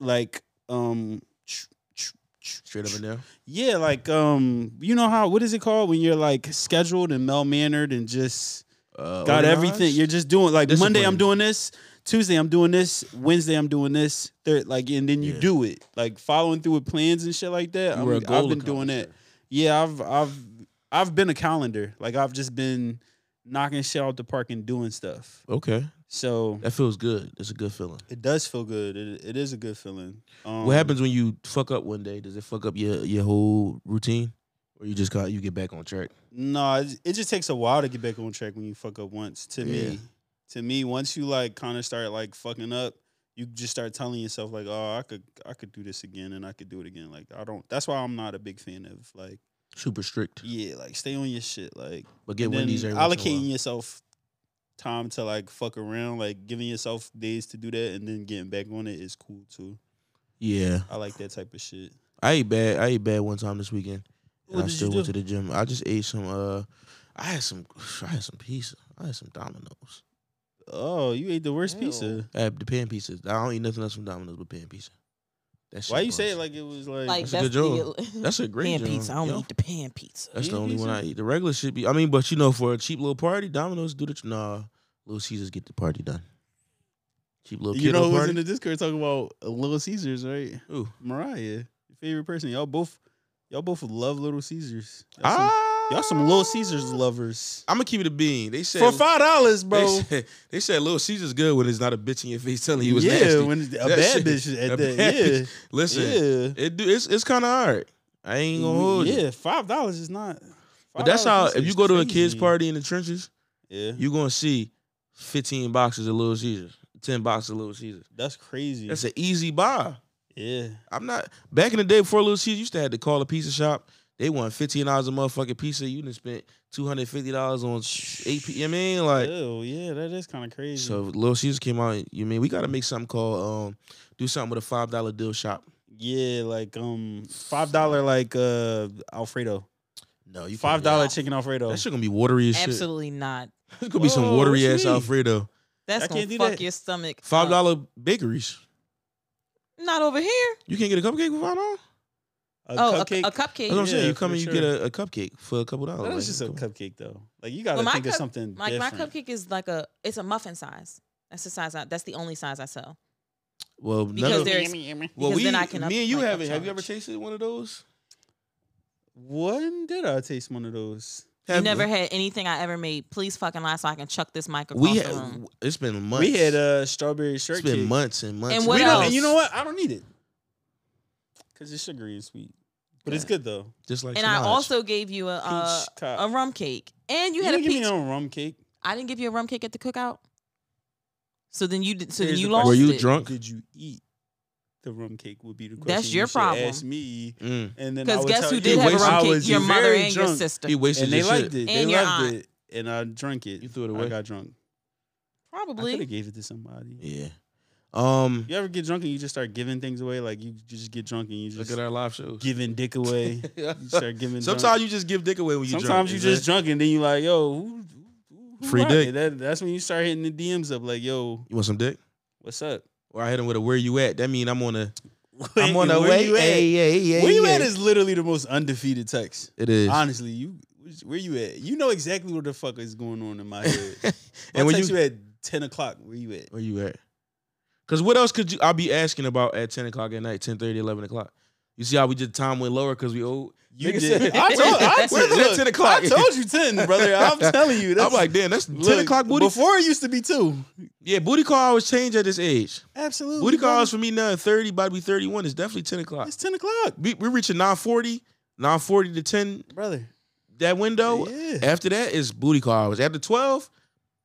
S2: like um tr- tr- tr-
S1: Straight up and down.
S2: Yeah, like um, you know how what is it called when you're like scheduled and well mannered and just
S1: Uh, organized?
S2: got everything. You're just doing like Monday I'm
S1: Disciplined.
S2: doing this, Tuesday I'm doing this, Wednesday I'm doing this, third like and then you
S1: Yeah.
S2: do it. Like following through with plans and shit like that.
S1: You
S2: I'm,
S1: were a
S2: I've
S1: goal
S2: been doing that.
S1: accomplisher.
S2: Yeah, I've I've I've been a calendar. Like I've just been knocking shit out the park and doing stuff.
S1: Okay,
S2: So
S1: that feels good. That's a good feeling.
S2: it does feel good. It, it is a good feeling. Um,
S1: what happens when you fuck up one day? Does it fuck up your your whole routine, or you just got you get back on track?
S2: No, it, it just takes a while to get back on track when you fuck up once. To
S1: Yeah.
S2: me, to me, once you like kind of start like fucking up, you just start telling yourself like, "Oh, I could, I could do this again, and I could do it again." Like I don't. That's why I'm not a big fan of like,
S1: Super strict,
S2: yeah, like stay on your shit, like
S1: but get
S2: and then
S1: Wendy's every once in a
S2: allocating
S1: while.
S2: yourself time to like fuck around, like giving yourself days to do that, and then getting back on it is cool too.
S1: Yeah,
S2: I like that type of shit.
S1: I ate bad. I ate bad one time this weekend, and
S2: What
S1: I
S2: did you
S1: still went
S2: do?
S1: to the gym. I just ate some. Uh, I had some. I had some pizza. I had some Domino's.
S2: Oh, you ate the worst
S3: Ew.
S2: pizza.
S1: I had the pan pizza. I don't eat nothing else from Domino's but pan pizza. That shit
S2: Why you say it
S1: bust.
S2: like it was
S3: Like
S1: That's a good
S3: the-
S1: That's a great
S3: pan
S1: job,
S3: pizza. I don't
S1: yo.
S3: eat the pan pizza.
S1: That's the
S2: Pan
S1: only one I
S2: pizza?
S1: eat. The regular should be. I mean, but you know, for a cheap little party, Domino's do the nah. Little Caesars get the party done. Cheap little
S2: You know
S1: kiddo
S2: who's
S1: party.
S2: in the Discord talking about uh, Little Caesars, right?
S1: Who?
S2: Mariah, your favorite person. Y'all both, y'all both love Little Caesars. Y'all some,
S1: Ah,
S2: y'all some Little Caesars lovers.
S1: I'm gonna keep it a bean. They said
S2: For five dollars,
S1: They
S2: bro.
S1: said, they said Little Caesars good when it's not a bitch in your face telling you it was
S2: yeah,
S1: nasty.
S2: when a
S1: That
S2: bad
S1: shit-
S2: bitch
S1: a
S2: at that.
S1: bad
S2: yeah,
S1: bitch. Listen, it do, it's it's kind of hard. I
S2: yeah.
S1: ain't gonna hold you.
S2: yeah, five dollars is not.
S1: But that's
S2: $5
S1: how.
S2: pizza
S1: If you
S2: is
S1: go to a kids
S2: crazy.
S1: party in the trenches,
S2: yeah,
S1: you gonna see 15 boxes of Little Caesars, 10 boxes of Little Caesars.
S2: that's crazy.
S1: That's an easy buy.
S2: yeah,
S1: I'm not back in the day before Little Caesars, you used to have to call a pizza shop. They want fifteen dollars a motherfucking pizza. You done spent two hundred fifty dollars on eight. P- I mean, like
S2: Ew, yeah, that is kind of crazy.
S1: so. Little Caesars came out. You mean we got to make something called um, do something with a five dollar deal shop.
S2: yeah, like um, five dollar like uh Alfredo,
S1: No, you
S2: five
S1: can't-
S2: dollar chicken Alfredo.
S1: That shit gonna be watery as shit.
S3: Absolutely not.
S1: It's gonna be some
S2: Whoa,
S1: watery
S2: what you
S1: ass
S2: mean?
S1: Alfredo.
S3: That's
S2: I
S3: gonna
S2: can't do
S3: fuck
S2: that.
S3: your stomach. up.
S1: Five dollar bakeries.
S3: Not over here.
S1: You can't get a cupcake for five dollars.
S2: A
S3: oh, a-
S2: cupcake.
S3: A, cupcake.
S1: That's what I'm saying.
S2: Yeah,
S1: You come
S2: for
S1: and you
S2: sure.
S1: get a, a cupcake for a couple dollars.
S2: That was
S1: Oh, Like,
S2: just a
S1: come on.
S2: cupcake though. Like you gotta
S3: Well, my
S2: think of
S3: cup-
S2: something
S3: Like
S2: different.
S3: my cupcake is like a it's a muffin size. That's the size I that's the only size I sell.
S1: Well, none
S3: Because
S1: of-
S3: there's
S1: well,
S3: because
S1: we,
S3: then I can up-
S1: me and you
S3: like,
S1: haven't. Have you
S3: upcharge.
S1: ever tasted one of those?
S2: When did I taste one of those?
S3: You
S1: Have-
S3: never had anything I ever made. Please fucking lie so I can chuck this mic across
S1: We
S3: the room.
S1: had. It's been months.
S2: We had a strawberry
S1: It's
S2: shortcake.
S1: been months and months.
S3: And
S2: We
S3: What
S2: don't,
S3: else?
S2: and you know what? I don't need it because it's sugary and sweet, but it's good though.
S1: Just like
S3: And I
S1: Sinaj.
S3: also gave you a uh,
S2: Peach cup.
S3: a rum cake. And you
S2: you
S3: had
S2: didn't
S3: a
S2: give me
S3: peach.
S2: no rum cake.
S3: I didn't give you a rum cake at the cookout. So then you did, so then
S2: Here's
S3: you
S2: the question.
S3: lost
S1: were you
S3: it.
S1: drunk?
S2: Did you eat the rum cake? Would be the question.
S3: That's your
S2: you should
S3: problem.
S2: Ask me,
S1: Mm.
S2: and then I
S3: Because
S2: would
S3: guess
S2: tell
S3: who
S2: you.
S3: did have a
S1: wasted- I
S3: rum
S2: was
S3: cake? Your mother
S2: very
S3: and your
S2: drunk,
S3: sister.
S1: He wasted
S2: and they
S1: your
S2: liked
S1: shit.
S2: it.
S3: And
S2: they
S3: your
S2: loved
S3: aunt.
S2: it, and I drank it.
S1: You threw it
S2: I
S1: away.
S2: got drunk. I could
S3: Probably.
S2: have gave it to somebody.
S1: Yeah. Um.
S2: You ever get drunk and you just start giving things away? Like you just get drunk and you
S1: Look
S2: just
S1: at our live shows.
S2: giving dick away. you start giving.
S1: Sometimes
S2: drunk.
S1: you just give dick away when you.
S2: sometimes you just drunk and then you like, yo, who, who, who
S1: Free
S2: rocking?
S1: dick.
S2: That, that's when you start hitting the DMs up like, yo,
S1: You want some dick?
S2: what's up?
S1: Or I hit him with a "Where you at?" That mean I'm on a. I'm on a
S2: Where
S1: way.
S2: you at?
S1: Hey, hey, hey,
S2: where you
S1: hey.
S2: at is literally the most undefeated text.
S1: It is.
S2: Honestly, you where you at? You know exactly what the fuck is going on in my head.
S1: and when
S2: text
S1: you
S2: you at ten o'clock, where you at?
S1: where you at? Because what else could you? I'll be asking about at ten o'clock at night, 10, 11 o'clock. You see how we did time went lower because we old.
S2: You
S1: Nigga
S2: did.
S1: said-
S2: I told. I
S1: Where's
S2: told,
S1: the
S2: look,
S1: 10 o'clock?
S2: I told you ten, brother. I'm telling you. That's,
S1: I'm like, damn, that's
S2: look,
S1: ten o'clock booty.
S2: Before it used to be two.
S1: yeah, booty call always change at this age.
S2: Absolutely.
S1: Booty
S2: brother.
S1: calls for me now at 30, about to be 31. It's definitely 10 o'clock.
S2: It's ten o'clock,
S1: We, we're reaching 940, 940 to 10,
S2: brother.
S1: that window.
S2: Yeah.
S1: After that is booty call hours. After 12,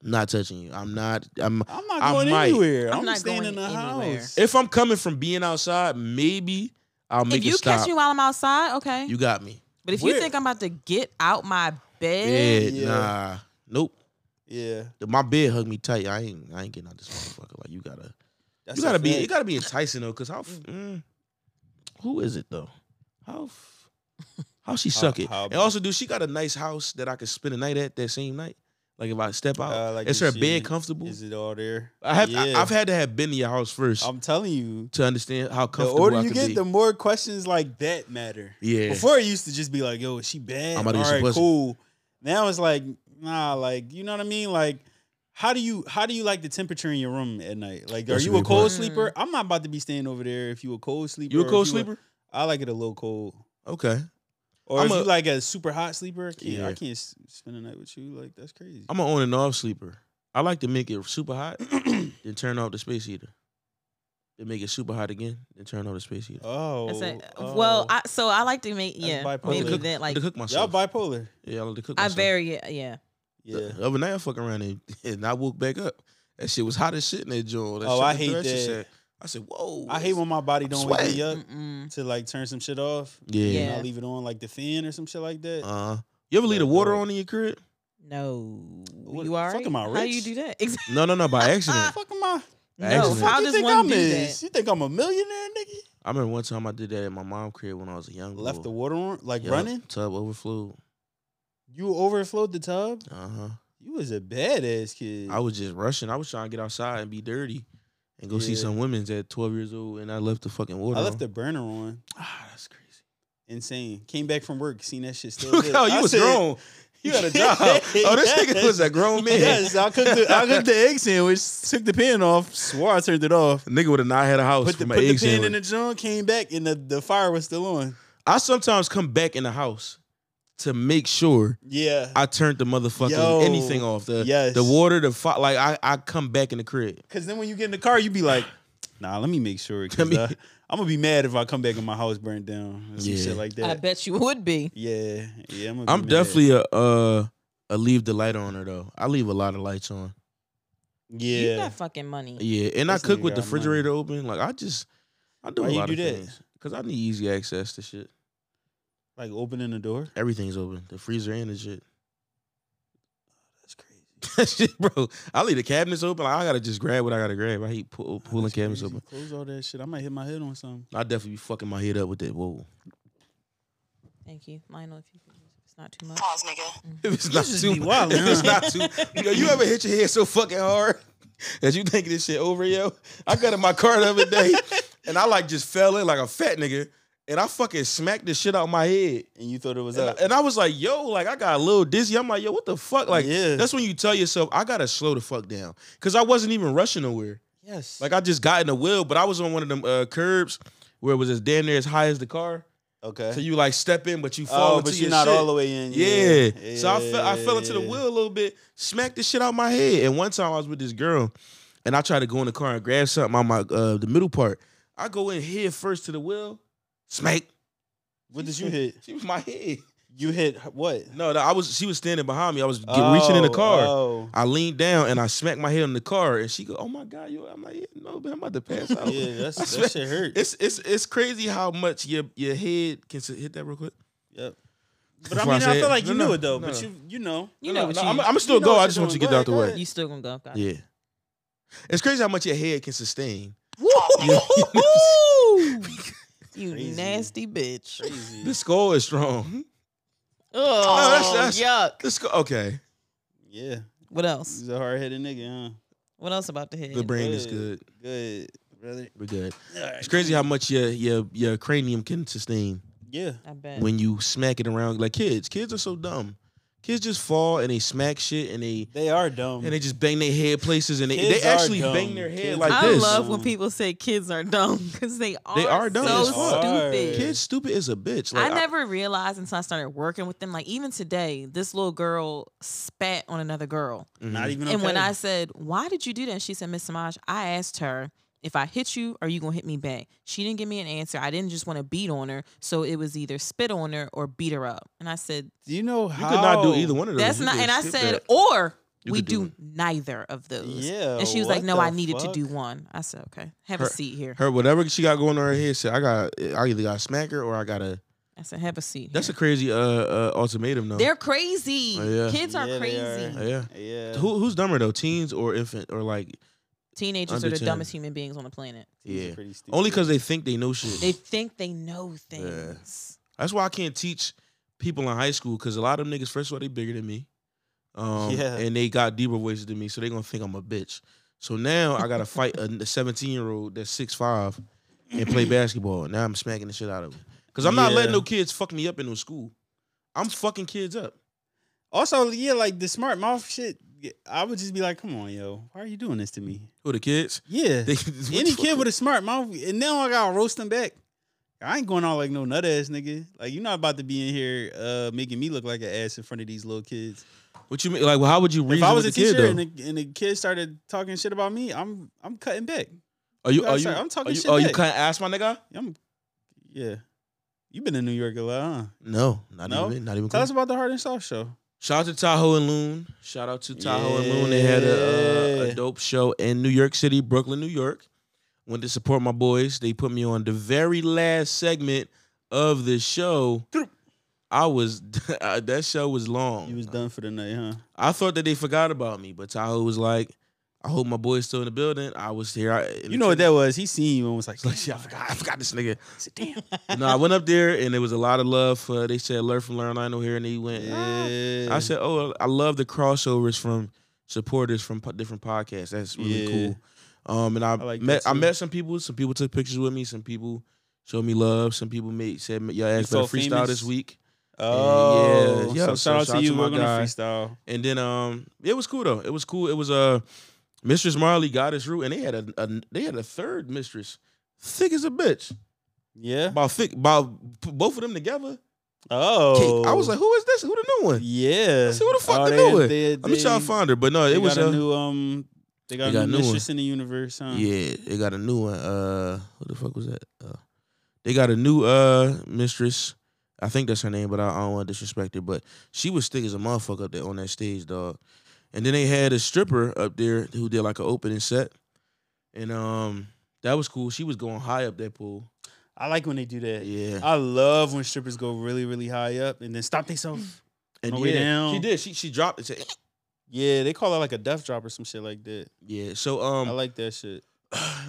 S1: I'm not touching you. I'm not. I'm.
S2: I'm not
S1: I
S2: going
S1: might.
S2: anywhere.
S3: I'm
S2: I'm,
S3: not
S2: staying
S3: going
S2: in the
S3: anywhere.
S2: house.
S1: If I'm coming from being outside, maybe I'll make
S3: If
S1: a
S3: you
S1: stop.
S3: catch me while I'm outside, okay.
S1: you got me.
S3: but if
S2: Where-
S3: you think I'm about to get out my
S1: Yeah,
S3: bed,
S2: Yeah.
S1: nah. Nope.
S2: yeah,
S1: My bed hug me tight. I ain't. I ain't getting out this motherfucker. Like you gotta.
S2: that's
S1: you gotta
S2: a
S1: be.
S2: fact.
S1: You gotta be enticing though, cause how. f- Mm, who is it though? How. f- How she
S2: How-
S1: suck it?
S2: how-
S1: and also, dude, she got a nice house that I could spend a night at that same night. Like if I step out,
S2: Uh, like
S1: is
S2: you
S1: her
S2: see,
S1: bed comfortable?
S2: Is it all there?
S1: I have. I,
S2: Yeah.
S1: have had to have been to your house first
S2: I'm telling you,
S1: to understand how
S2: the
S1: comfortable
S2: older
S1: I
S2: you
S1: could
S2: get,
S1: be.
S2: the more questions like that matter.
S1: yeah,
S2: Before it used to just be like, "Yo, is she
S1: I'm
S2: bad?" All
S1: about to get some
S2: right,
S1: pussy.
S2: cool. Now it's like, nah, like you know what I mean? Like, how do you how do you like the temperature in your room at night? Like, are
S1: That's a
S2: you a
S1: good
S2: cold
S1: point.
S3: Mm.
S2: sleeper? I'm not about to be staying over there if you a cold sleeper. You or a if cold sleeper? I like it a little cold.
S1: Okay.
S2: Or
S1: I'm
S2: if
S1: a-
S2: you like a super hot sleeper, I can't,
S1: Yeah.
S2: I can't s- spend the night with you. Like that's crazy.
S1: I'm an on and off sleeper. I like to make it super hot, then turn off the space heater. Then make it super hot again, then turn off the space heater.
S2: oh,
S3: That's it.
S2: oh.
S3: well, I, so I like to make yeah
S2: bipolar.
S1: I like
S3: maybe
S1: to cook,
S3: that
S1: I like
S3: like
S1: to cook
S2: y'all
S1: myself.
S2: bipolar.
S1: yeah, I like to cook
S3: I
S1: myself.
S3: vary it, yeah.
S2: Yeah.
S1: The other night I fuck around and, and I woke back up. That shit was hot as shit in that joint. That
S2: Oh,
S1: shit
S2: I
S1: the
S2: hate
S1: direction
S2: that.
S1: said- I said, whoa.
S2: I hate when my body don't wake me up
S3: Mm-mm.
S2: to like turn some shit off.
S1: Yeah.
S2: And I
S3: Yeah.
S2: leave it on like the fan or some shit like that.
S1: Uh, you ever leave the water on in your crib?
S3: No,
S2: What
S3: you
S2: the
S3: are.
S2: fuck am I
S3: How do you
S2: rich?
S3: do that? Exactly.
S1: No, no, no, by accident.
S2: fuck am I?
S3: No,
S1: Excellent.
S3: how
S2: you
S3: does
S2: think
S3: one
S2: I'm
S3: do
S2: is?
S3: that?
S2: You think I'm a millionaire, nigga?
S1: I remember one time I did that at my mom's crib when I was a young
S2: Left the
S1: boy.
S2: water on, like
S1: Yup,
S2: running.
S1: Tub overflowed.
S2: You overflowed the tub.
S1: Uh huh.
S2: You was a badass kid.
S1: I was just rushing. I was trying to get outside and be dirty and go see
S2: Yeah.
S1: some women's at 12 years old, and I left the fucking water.
S2: I left
S1: on.
S2: the burner on.
S1: Ah, that's crazy.
S2: Insane. Came back from work, seen that shit still.
S1: Look
S2: lit.
S1: how you
S2: I
S1: was
S2: said,
S1: grown. You had a job. oh, this nigga was a grown man.
S2: Yes, I cooked, the, I cooked the egg sandwich, took the pan off, swore I turned it off,
S1: Nigga would have not had a house
S2: put the,
S1: from
S2: put
S1: an
S2: the
S1: egg
S2: pan
S1: sandwich.
S2: in the joint, came back, and the, the fire was still on.
S1: I sometimes come back in the house to make sure
S2: Yeah.
S1: I turned the motherfucking
S2: Yo,
S1: anything off. The,
S2: yes.
S1: the water, the fi- like I, I come back in the crib.
S2: Because then when you get in the car, you be like, nah, let me make sure. Cause
S1: Let me-
S2: I, am going to be mad if I come back and my house burned down or some
S1: Yeah.
S2: shit like
S3: I
S2: that.
S3: bet you would be.
S2: yeah. Yeah. I'm, gonna be
S1: I'm
S2: mad.
S1: definitely a uh a leave the light on her though. I leave a lot of lights on.
S3: You
S2: Yeah.
S3: got fucking money.
S1: Yeah, and
S2: This
S1: I cook
S2: nigga
S1: with the
S2: got money.
S1: refrigerator open. Like I just I do
S2: Why
S1: a
S2: you
S1: lot
S2: do
S1: of
S2: that?
S1: things because I need easy access to shit.
S2: Like opening the door.
S1: Everything's open, the freezer and the shit.
S2: That's crazy.
S1: That shit, bro. I leave the cabinets open. Like, I gotta just grab what I gotta grab. I hate pull, pulling
S2: That's
S1: cabinets
S2: crazy.
S1: open.
S2: Close all that shit. I might hit my head on something.
S1: I definitely be fucking my head up with that. Whoa,
S3: Thank you, Lionel. If you could, if it's not too much.
S5: Pause, nigga.
S1: if it's not
S2: just
S1: too,
S2: be wild,
S1: if it's
S2: huh?
S1: not too, yo, you ever hit your head so fucking hard that you think this shit over, yo? I got in my car the other day and I like just fell in like a fat nigga, and I fucking smacked the shit out of my head.
S2: And you thought it was
S1: And I,
S2: up.
S1: and I was like, yo, like I got a little dizzy. I'm like, yo, what the fuck? Like,
S2: Yeah.
S1: that's when you tell yourself, I gotta slow the fuck down. Cause I wasn't even rushing nowhere.
S2: yes.
S1: Like I just got in the wheel, but I was on one of them uh, curbs where it was as damn near as high as the car.
S2: okay.
S1: So you like step in, but you fall
S2: oh,
S1: into
S2: but you're
S1: your
S2: not
S1: shit.
S2: all the way in.
S1: Yeah.
S2: Yeah.
S1: So I fell, I fell into the
S2: Yeah.
S1: wheel a little bit, smacked the shit out my head. And one time I was with this girl, and I tried to go in the car and grab something on my uh, the middle part. I go in head first to the wheel, smack.
S2: What did you hit?
S1: She was my head.
S2: You hit h- what?
S1: No, no, I was. She was standing behind me. I was get, reaching in the
S2: Oh,
S1: car.
S2: Oh.
S1: I leaned down and I smacked my head on the car, and she go, "Oh my god, yo!" I'm like, yeah, "No, but I'm about to pass out."
S2: Yeah, that's,
S1: I
S2: that
S1: smacked-
S2: shit hurt.
S1: It's it's it's crazy how much your your head can s- hit that real quick.
S2: Yep. But
S1: That's
S2: I
S1: why
S2: mean, I
S1: said-
S2: feel like you
S1: no, no,
S2: knew it though.
S1: no.
S2: But you, you know,
S3: You
S1: No,
S3: know what
S1: no,
S3: you.
S1: I'm, I'm still
S2: you know
S1: go.
S2: what
S1: I
S2: you're
S1: just want you to
S2: doing.
S1: get it out the
S2: Go
S1: way.
S2: ahead,
S3: you still gonna go? Got it.
S1: Yeah, it's crazy how much your head can sustain.
S3: Woo! you
S2: Crazy.
S3: nasty bitch.
S2: crazy.
S1: The skull is strong.
S3: Oh,
S1: that's- that's-
S3: yuck.
S1: The skull, okay.
S2: yeah,
S3: What else?
S2: he's a hard headed nigga, huh?
S3: What else about the head?
S1: The brain is
S2: Good.
S1: good.
S2: Good, brother.
S1: We're good.
S2: All right.
S1: It's crazy how much your your your cranium can sustain.
S2: Yeah,
S3: I bet.
S1: when you smack it around like kids. Kids are so dumb. Kids just fall and they smack shit and they
S2: they are dumb.
S1: and they just bang their head places and they, they
S2: Kids are
S1: actually
S2: dumb.
S1: bang their head
S2: Kids
S1: like
S2: are
S3: I
S1: this.
S3: love when
S2: Mm.
S3: people say kids are dumb because they are.
S1: are dumb
S3: So
S1: as fuck.
S3: stupid.
S2: They are.
S1: Kids stupid as a bitch. Like,
S3: I never realized until I started working with them. Like even today, this little girl spat on another girl.
S1: mhm.
S2: Not even.
S3: And when
S2: okay.
S3: I said, "Why did you do that?" She said, "Miss Samaj, I asked her if I hit you, are you gonna hit me back?" She didn't give me an answer. I didn't just want to beat on her, so it was either spit on her or beat her up. And I said,
S2: do you know
S1: you
S2: how
S1: could not do either one of those.
S3: "That's
S1: You
S3: not."
S1: could
S3: And I
S1: skip
S3: said,
S1: that.
S3: "Or
S1: You
S3: we
S1: could do
S3: do
S1: it.
S3: neither of those."
S2: Yeah,
S3: And she was
S2: what
S3: like, "No,
S2: the
S3: I needed
S2: fuck?
S3: to do one." I said, "Okay, have a seat here."
S1: her whatever she got going on her head. Said I got I either got smack her or I got to
S3: I said, "Have a seat."
S1: That's a
S3: here."
S1: crazy uh, uh ultimatum though.
S3: They're crazy.
S1: Oh, yeah.
S3: Kids are
S2: Yeah, they are.
S3: crazy.
S1: Uh, yeah.
S2: Yeah,
S1: Who, who's dumber though, teens or infant or like
S3: Teenagers
S1: Under
S3: are the
S1: 10.
S3: dumbest human beings on the planet.
S2: These are
S1: yeah?
S2: pretty stupid.
S1: Only because they think they know shit.
S3: They think they know things.
S1: That's why I can't teach people in high school because a lot of them niggas, first of all, they bigger than me. Um,
S2: Yeah.
S1: And they got deeper voices than me, so they gonna think I'm a bitch. So now I gotta fight a 17 year old that's six five and play basketball. Now I'm smacking the shit out of him because I'm not letting
S2: Yeah.
S1: no kids fuck me up in no school. I'm fucking kids up.
S2: Also, yeah, like the smart mouth shit. get- I would just be like, "Come on, yo, why are you doing this to me?"
S1: Who the kids?
S2: Yeah,
S1: They- what
S2: any
S1: the fuck?
S2: kid with a smart mouth, and now I gotta roast them back. I ain't going on like no nut ass nigga. Like you're not about to be in here uh, making me look like an ass in front of these little kids.
S1: What you mean? Like, well, how would you reason
S2: if I was a
S1: with the kid
S2: teacher
S1: though?
S2: and the, and the kid started talking shit about me, I'm I'm cutting back.
S1: are you?
S2: I'm
S1: Are you?
S2: sorry, I'm talking
S1: are you,
S2: shit
S1: Are you
S2: back.
S1: kind of ass my nigga?
S2: I'm, yeah, you been in New York a lot, huh?
S1: No, not
S2: No?
S1: even. Not even.
S2: Tell
S1: close.
S2: us about the Hard and Soft show.
S1: Shout out to Tahoe and Loon. Shout out to Tahoe and Loon. They had a, uh, a
S2: Yeah.
S1: dope show in New York City, Brooklyn, New York. Went to support my boys. They put me on the very last segment of the show. I was that show was long.
S2: You was done for the night, huh?
S1: I thought that they forgot about me, but Tahoe was like, "I hope my boy's still in the building." I was here. I,
S2: You know what that was? He seen you and was like,
S1: It's like, shit, I forgot, I forgot this nigga.
S2: damn.
S1: no, I went up there and there was a lot of love. For, they said, "Learn from Learn." I know here, and he went. "Ah."
S2: Yeah.
S1: I said, "Oh, I love the crossovers from supporters from po- different podcasts. That's really
S2: Yeah.
S1: cool." Um, and I,
S2: like
S1: met
S2: that
S1: I
S2: too.
S1: met some people. Some people took pictures with me. Some people showed me love. Some people made said your ass better
S2: felt
S1: freestyle
S2: famous?
S1: this week.
S2: Oh,
S1: Yeah,
S2: yeah.
S1: oh, yeah, so
S2: so shout out
S1: shout out
S2: to you.
S1: to
S2: We're
S1: my
S2: gonna
S1: guy.
S2: freestyle.
S1: And then um, it was cool though. It was cool. It was uh, Mistress Marley got us through, and they had a, a they had a third mistress, thick as a bitch.
S2: Yeah.
S1: About thick, about p- both of them together.
S2: Oh,
S1: I was like, who is this? Who the new one?
S2: yeah.
S1: Let's see who the fuck
S2: oh,
S1: the
S2: they-
S1: new one.
S2: they-
S1: Let me try to
S2: they-
S1: find her. But no,
S2: They
S1: it was
S2: got
S1: uh,
S2: a new um. They got,
S1: they got
S2: a
S1: a new
S2: new
S1: one.
S2: mistress in the universe, huh?
S1: Yeah, they got a new one. Uh, what the fuck was that? Uh, they got a new uh mistress. I think that's her name, but I, I don't want to disrespect her. But she was thick as a motherfucker up there on that stage, dog. And then they had a stripper up there who did like an opening set, and um, that was cool. She was going high up that pool.
S2: I like when they do that.
S1: Yeah,
S2: I love when strippers go really, really high up and then stop
S1: Mm.
S2: themselves.
S1: and
S2: on the way
S1: yeah,
S2: down.
S1: she did. She she dropped it. Said,
S2: Yeah, they call it like a death drop or some shit like that.
S1: yeah. So um,
S2: I like that shit.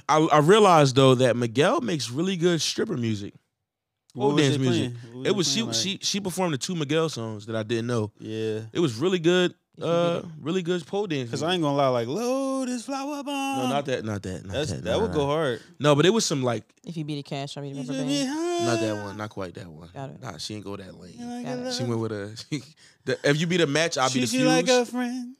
S1: I, I realized though that Miguel makes really good stripper music. Pole
S2: was
S1: dance
S2: they
S1: music.
S2: playing? What
S1: It was
S2: they
S1: she
S2: playing, like-
S1: she she performed the two Miguel songs that I didn't know.
S2: Yeah.
S1: It was really good,
S3: You can
S1: uh,
S3: get
S1: really good pole dance.
S2: Cause I
S1: music.
S2: ain't gonna lie, like load this flower bomb.
S1: no, not that, not that, not
S2: That's,
S1: that.
S2: that
S1: no,
S2: would
S1: no,
S2: go
S1: no.
S2: hard.
S1: No, but it was some like
S3: If you beat a cash, I mean,
S2: You
S3: remember
S2: should be
S3: band.
S2: high.
S1: not that one, not quite that one.
S3: Got it.
S1: Nah, she ain't go that late.
S2: You like
S3: Got
S2: a
S3: it.
S2: love.
S1: She went with a. the, if you be the match, I'll be the
S2: Treat
S1: fuse.
S2: you like a friend.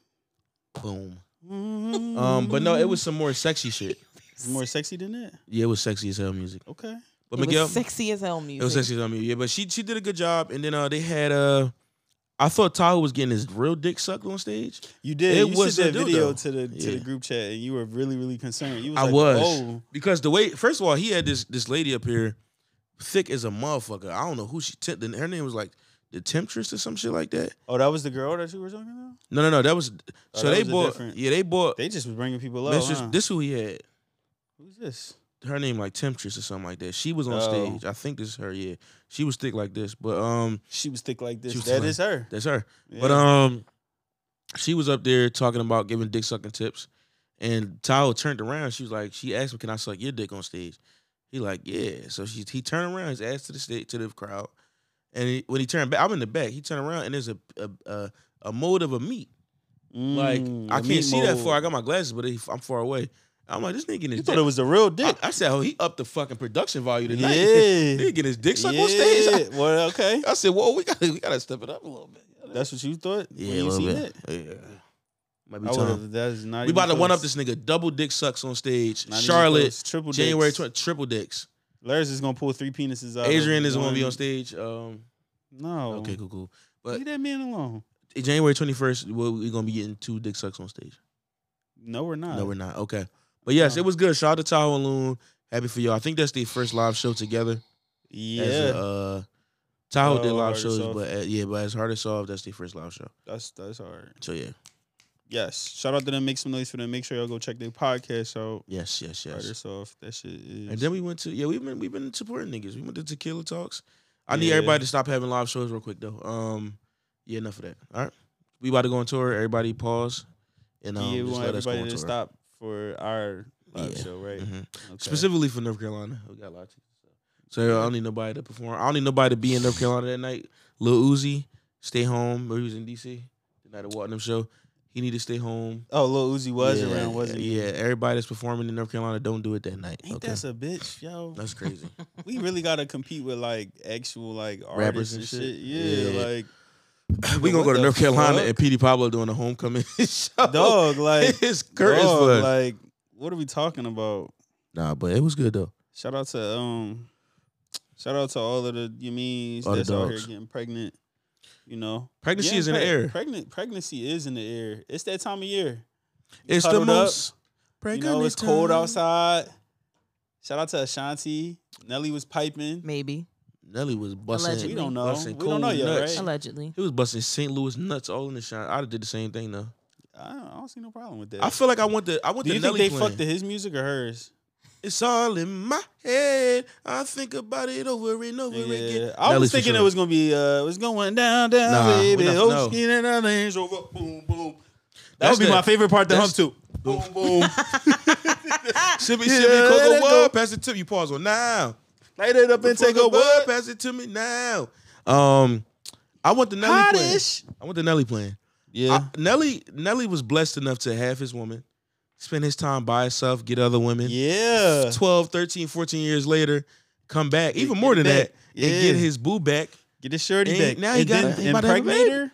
S1: Boom. Um, but no, it was some more sexy shit.
S2: It's more sexy than that.
S1: Yeah, it was sexy as hell music.
S2: Okay.
S1: But
S3: It was
S1: Miguel,
S3: sexy as hell music.
S1: It was sexy on me, yeah. But she she did a good job, and then uh, they had uh, I thought Tahoe was getting his real dick sucked on stage.
S2: You did.
S1: It
S2: you
S1: was
S2: sent
S1: a
S2: that
S1: dildo.
S2: video to the to the
S1: Yeah.
S2: group chat, and you were really really concerned. You was
S1: I
S2: like,
S1: was
S2: Oh,
S1: because the way first of all he had this this lady up here, thick as a motherfucker. I don't know who she t- her name was like the temptress or some shit like that.
S2: oh, that was the girl that you were talking about.
S1: No, no, no, that was
S2: Oh,
S1: so
S2: that
S1: they
S2: was a
S1: bought
S2: different-
S1: yeah they bought
S2: They just was bringing people up.
S1: Mistress.
S2: Huh?
S1: This who he had
S2: Who's this?
S1: her name like temptress or something like that. She was on
S2: Oh.
S1: stage. I think this is her. Yeah, she was thick like this, but um
S2: She was thick like this.
S1: She was
S2: That is
S1: thick
S2: her.
S1: that's her. But
S2: Yeah.
S1: um, she was up there talking about giving dick sucking tips, and Tao turned around. She was like, she asked me, "Can I suck your dick on stage?" He like, yeah. So she he turned around, his ass to the stage to the crowd, and he, when he turned back, I'm in the back. He turned around and there's a a a, a mold of a meat. Like
S2: Mm,
S1: I can't
S2: the meat
S1: see that
S2: mold.
S1: far. I got my glasses, but if I'm far away. I'm like, this nigga getting
S2: You
S1: his
S2: thought
S1: dick.
S2: it was the real dick.
S1: I, I said, oh, he upped the fucking production value tonight.
S2: Yeah.
S1: nigga getting his dick sucked
S2: yeah.
S1: on stage.
S2: Well, okay.
S1: I, I said, whoa, we gotta we gotta step it up a little bit.
S2: Uh, That's what you thought.
S1: Yeah,
S2: when
S1: a
S2: you
S1: little
S2: seen
S1: bit.
S2: it.
S1: Yeah. Might be
S2: I
S1: time.
S2: would. That's not.
S1: We
S2: even
S1: about to one up
S2: close.
S1: this nigga. Double dick sucks on stage.
S2: Not even
S1: Charlotte,
S2: close. triple
S1: January
S2: dicks.
S1: 20, triple dicks.
S2: Lars is gonna pull three penises out. of
S1: Adrian is gonna be
S2: one-
S1: on stage. Um,
S2: No.
S1: okay, cool, cool. But
S2: Leave that man alone.
S1: January twenty first, we're gonna be getting two dick sucks on stage.
S2: No, we're not.
S1: No, we're not. Okay, but yes,
S2: No.
S1: it was good. Shout out to Tahoe and Loon. Happy for y'all. I think that's their first live show together.
S2: Yeah,
S1: As a, uh, Tahoe did
S2: Oh,
S1: live
S2: Hard As
S1: shows,
S2: Soft.
S1: but uh, yeah, but as hard as soft, that's their first live show.
S2: that's that's hard.
S1: So yeah,
S2: Yes, shout out to them. Make some noise for them. Make sure y'all go check their podcast out.
S1: yes, yes, yes.
S2: Right yourself. That shit is.
S1: And then we went to yeah, we've been we've been supporting niggas. We went to Tequila Talks. I need
S2: Yeah.
S1: everybody to stop having live shows real quick though. Um, yeah, enough of that. All right, we about to go on tour. Everybody pause and um,
S2: yeah, we
S1: just
S2: want
S1: let us go
S2: everybody
S1: on
S2: to
S1: tour.
S2: stop for our live
S1: Yeah.
S2: show, right?
S1: Mhm.
S2: Okay.
S1: Specifically for North Carolina, we got a lot of tickets. So, so I don't need nobody to perform. I don't need nobody to be in North Carolina that night. Lil Uzi, stay home. He was in DC the night of Watnum show. He need to stay home.
S2: Oh, Lil Uzi was
S1: Yeah,
S2: around, wasn't he?
S1: Yeah, everybody that's performing in North Carolina, don't do it that night.
S2: Ain't
S1: okay,
S2: that's a bitch, yo?
S1: that's crazy.
S2: We really gotta compete with like actual like
S1: Rappers
S2: artists
S1: and
S2: and
S1: shit.
S2: shit. Yeah,
S1: Yeah.
S2: like
S1: we gonna
S2: what
S1: go to
S2: the
S1: North Carolina
S2: fuck?
S1: and Petey Pablo doing a homecoming show.
S2: Dog, like
S1: his curtains
S2: dog,
S1: was-
S2: like what are we talking about?
S1: Nah, but it was good though.
S2: Shout out to um shout out to all of the you means
S1: All the
S2: that's out here
S1: dogs.
S2: getting pregnant. You know.
S1: Pregnancy
S2: Yeah,
S1: is in the
S2: preg-
S1: air.
S2: Pregnant pregnancy is in the air. It's that time of year.
S1: it's the
S2: cuddled up.
S1: most.
S2: You know, it's cold outside. Shout out to Ashanti. Nelly was piping.
S3: Maybe
S1: Nelly was busting.
S3: Allegedly.
S2: We don't know.
S1: Busting
S2: We don't know
S1: cold
S2: yet,
S1: nuts.
S2: right?
S3: allegedly.
S1: He was busting St. Louis nuts all in the shine. I'd have did the same thing though.
S2: I don't, I don't see no problem with that.
S1: I feel like I want the I want
S2: Do
S1: the
S2: you think
S1: Nelly
S2: they
S1: plan.
S2: fucked to his music or hers?
S1: It's all in my head. I think about it over and over again.
S2: Yeah. I
S1: Nelly's
S2: was
S1: for
S2: thinking
S1: sure.
S2: it was gonna be uh, it was going down, down,
S1: Nah, we're
S2: baby.
S1: not-
S2: oh,
S1: no.
S2: skin and our names over, boom, boom. That
S1: That's
S2: would be
S1: the-
S2: my favorite part to hump
S1: that's-
S2: to. Boom, boom.
S1: Shimmy,
S2: Yeah,
S1: shimmy, cocoa
S2: let it
S1: bud,
S2: go.
S1: pass it to me. You pause on now.
S2: Light it up and take a
S1: Cocoa bud,
S2: whip.
S1: pass it to me now. Um, I want the Nelly plan.
S2: Hottish.
S1: I want the Nelly plan.
S2: Yeah.
S1: I- Nelly Nelly was blessed enough to have his woman, spend his time by himself, get other women.
S2: Yeah.
S1: 12, 13, 14 years later, come back, even
S2: get
S1: more than
S2: back.
S1: that, and get
S2: Yeah.
S1: his boo back.
S2: Get his shorty
S1: And
S2: back.
S1: now he
S2: and
S1: got-
S2: then
S1: he about to have a
S2: impregnate her.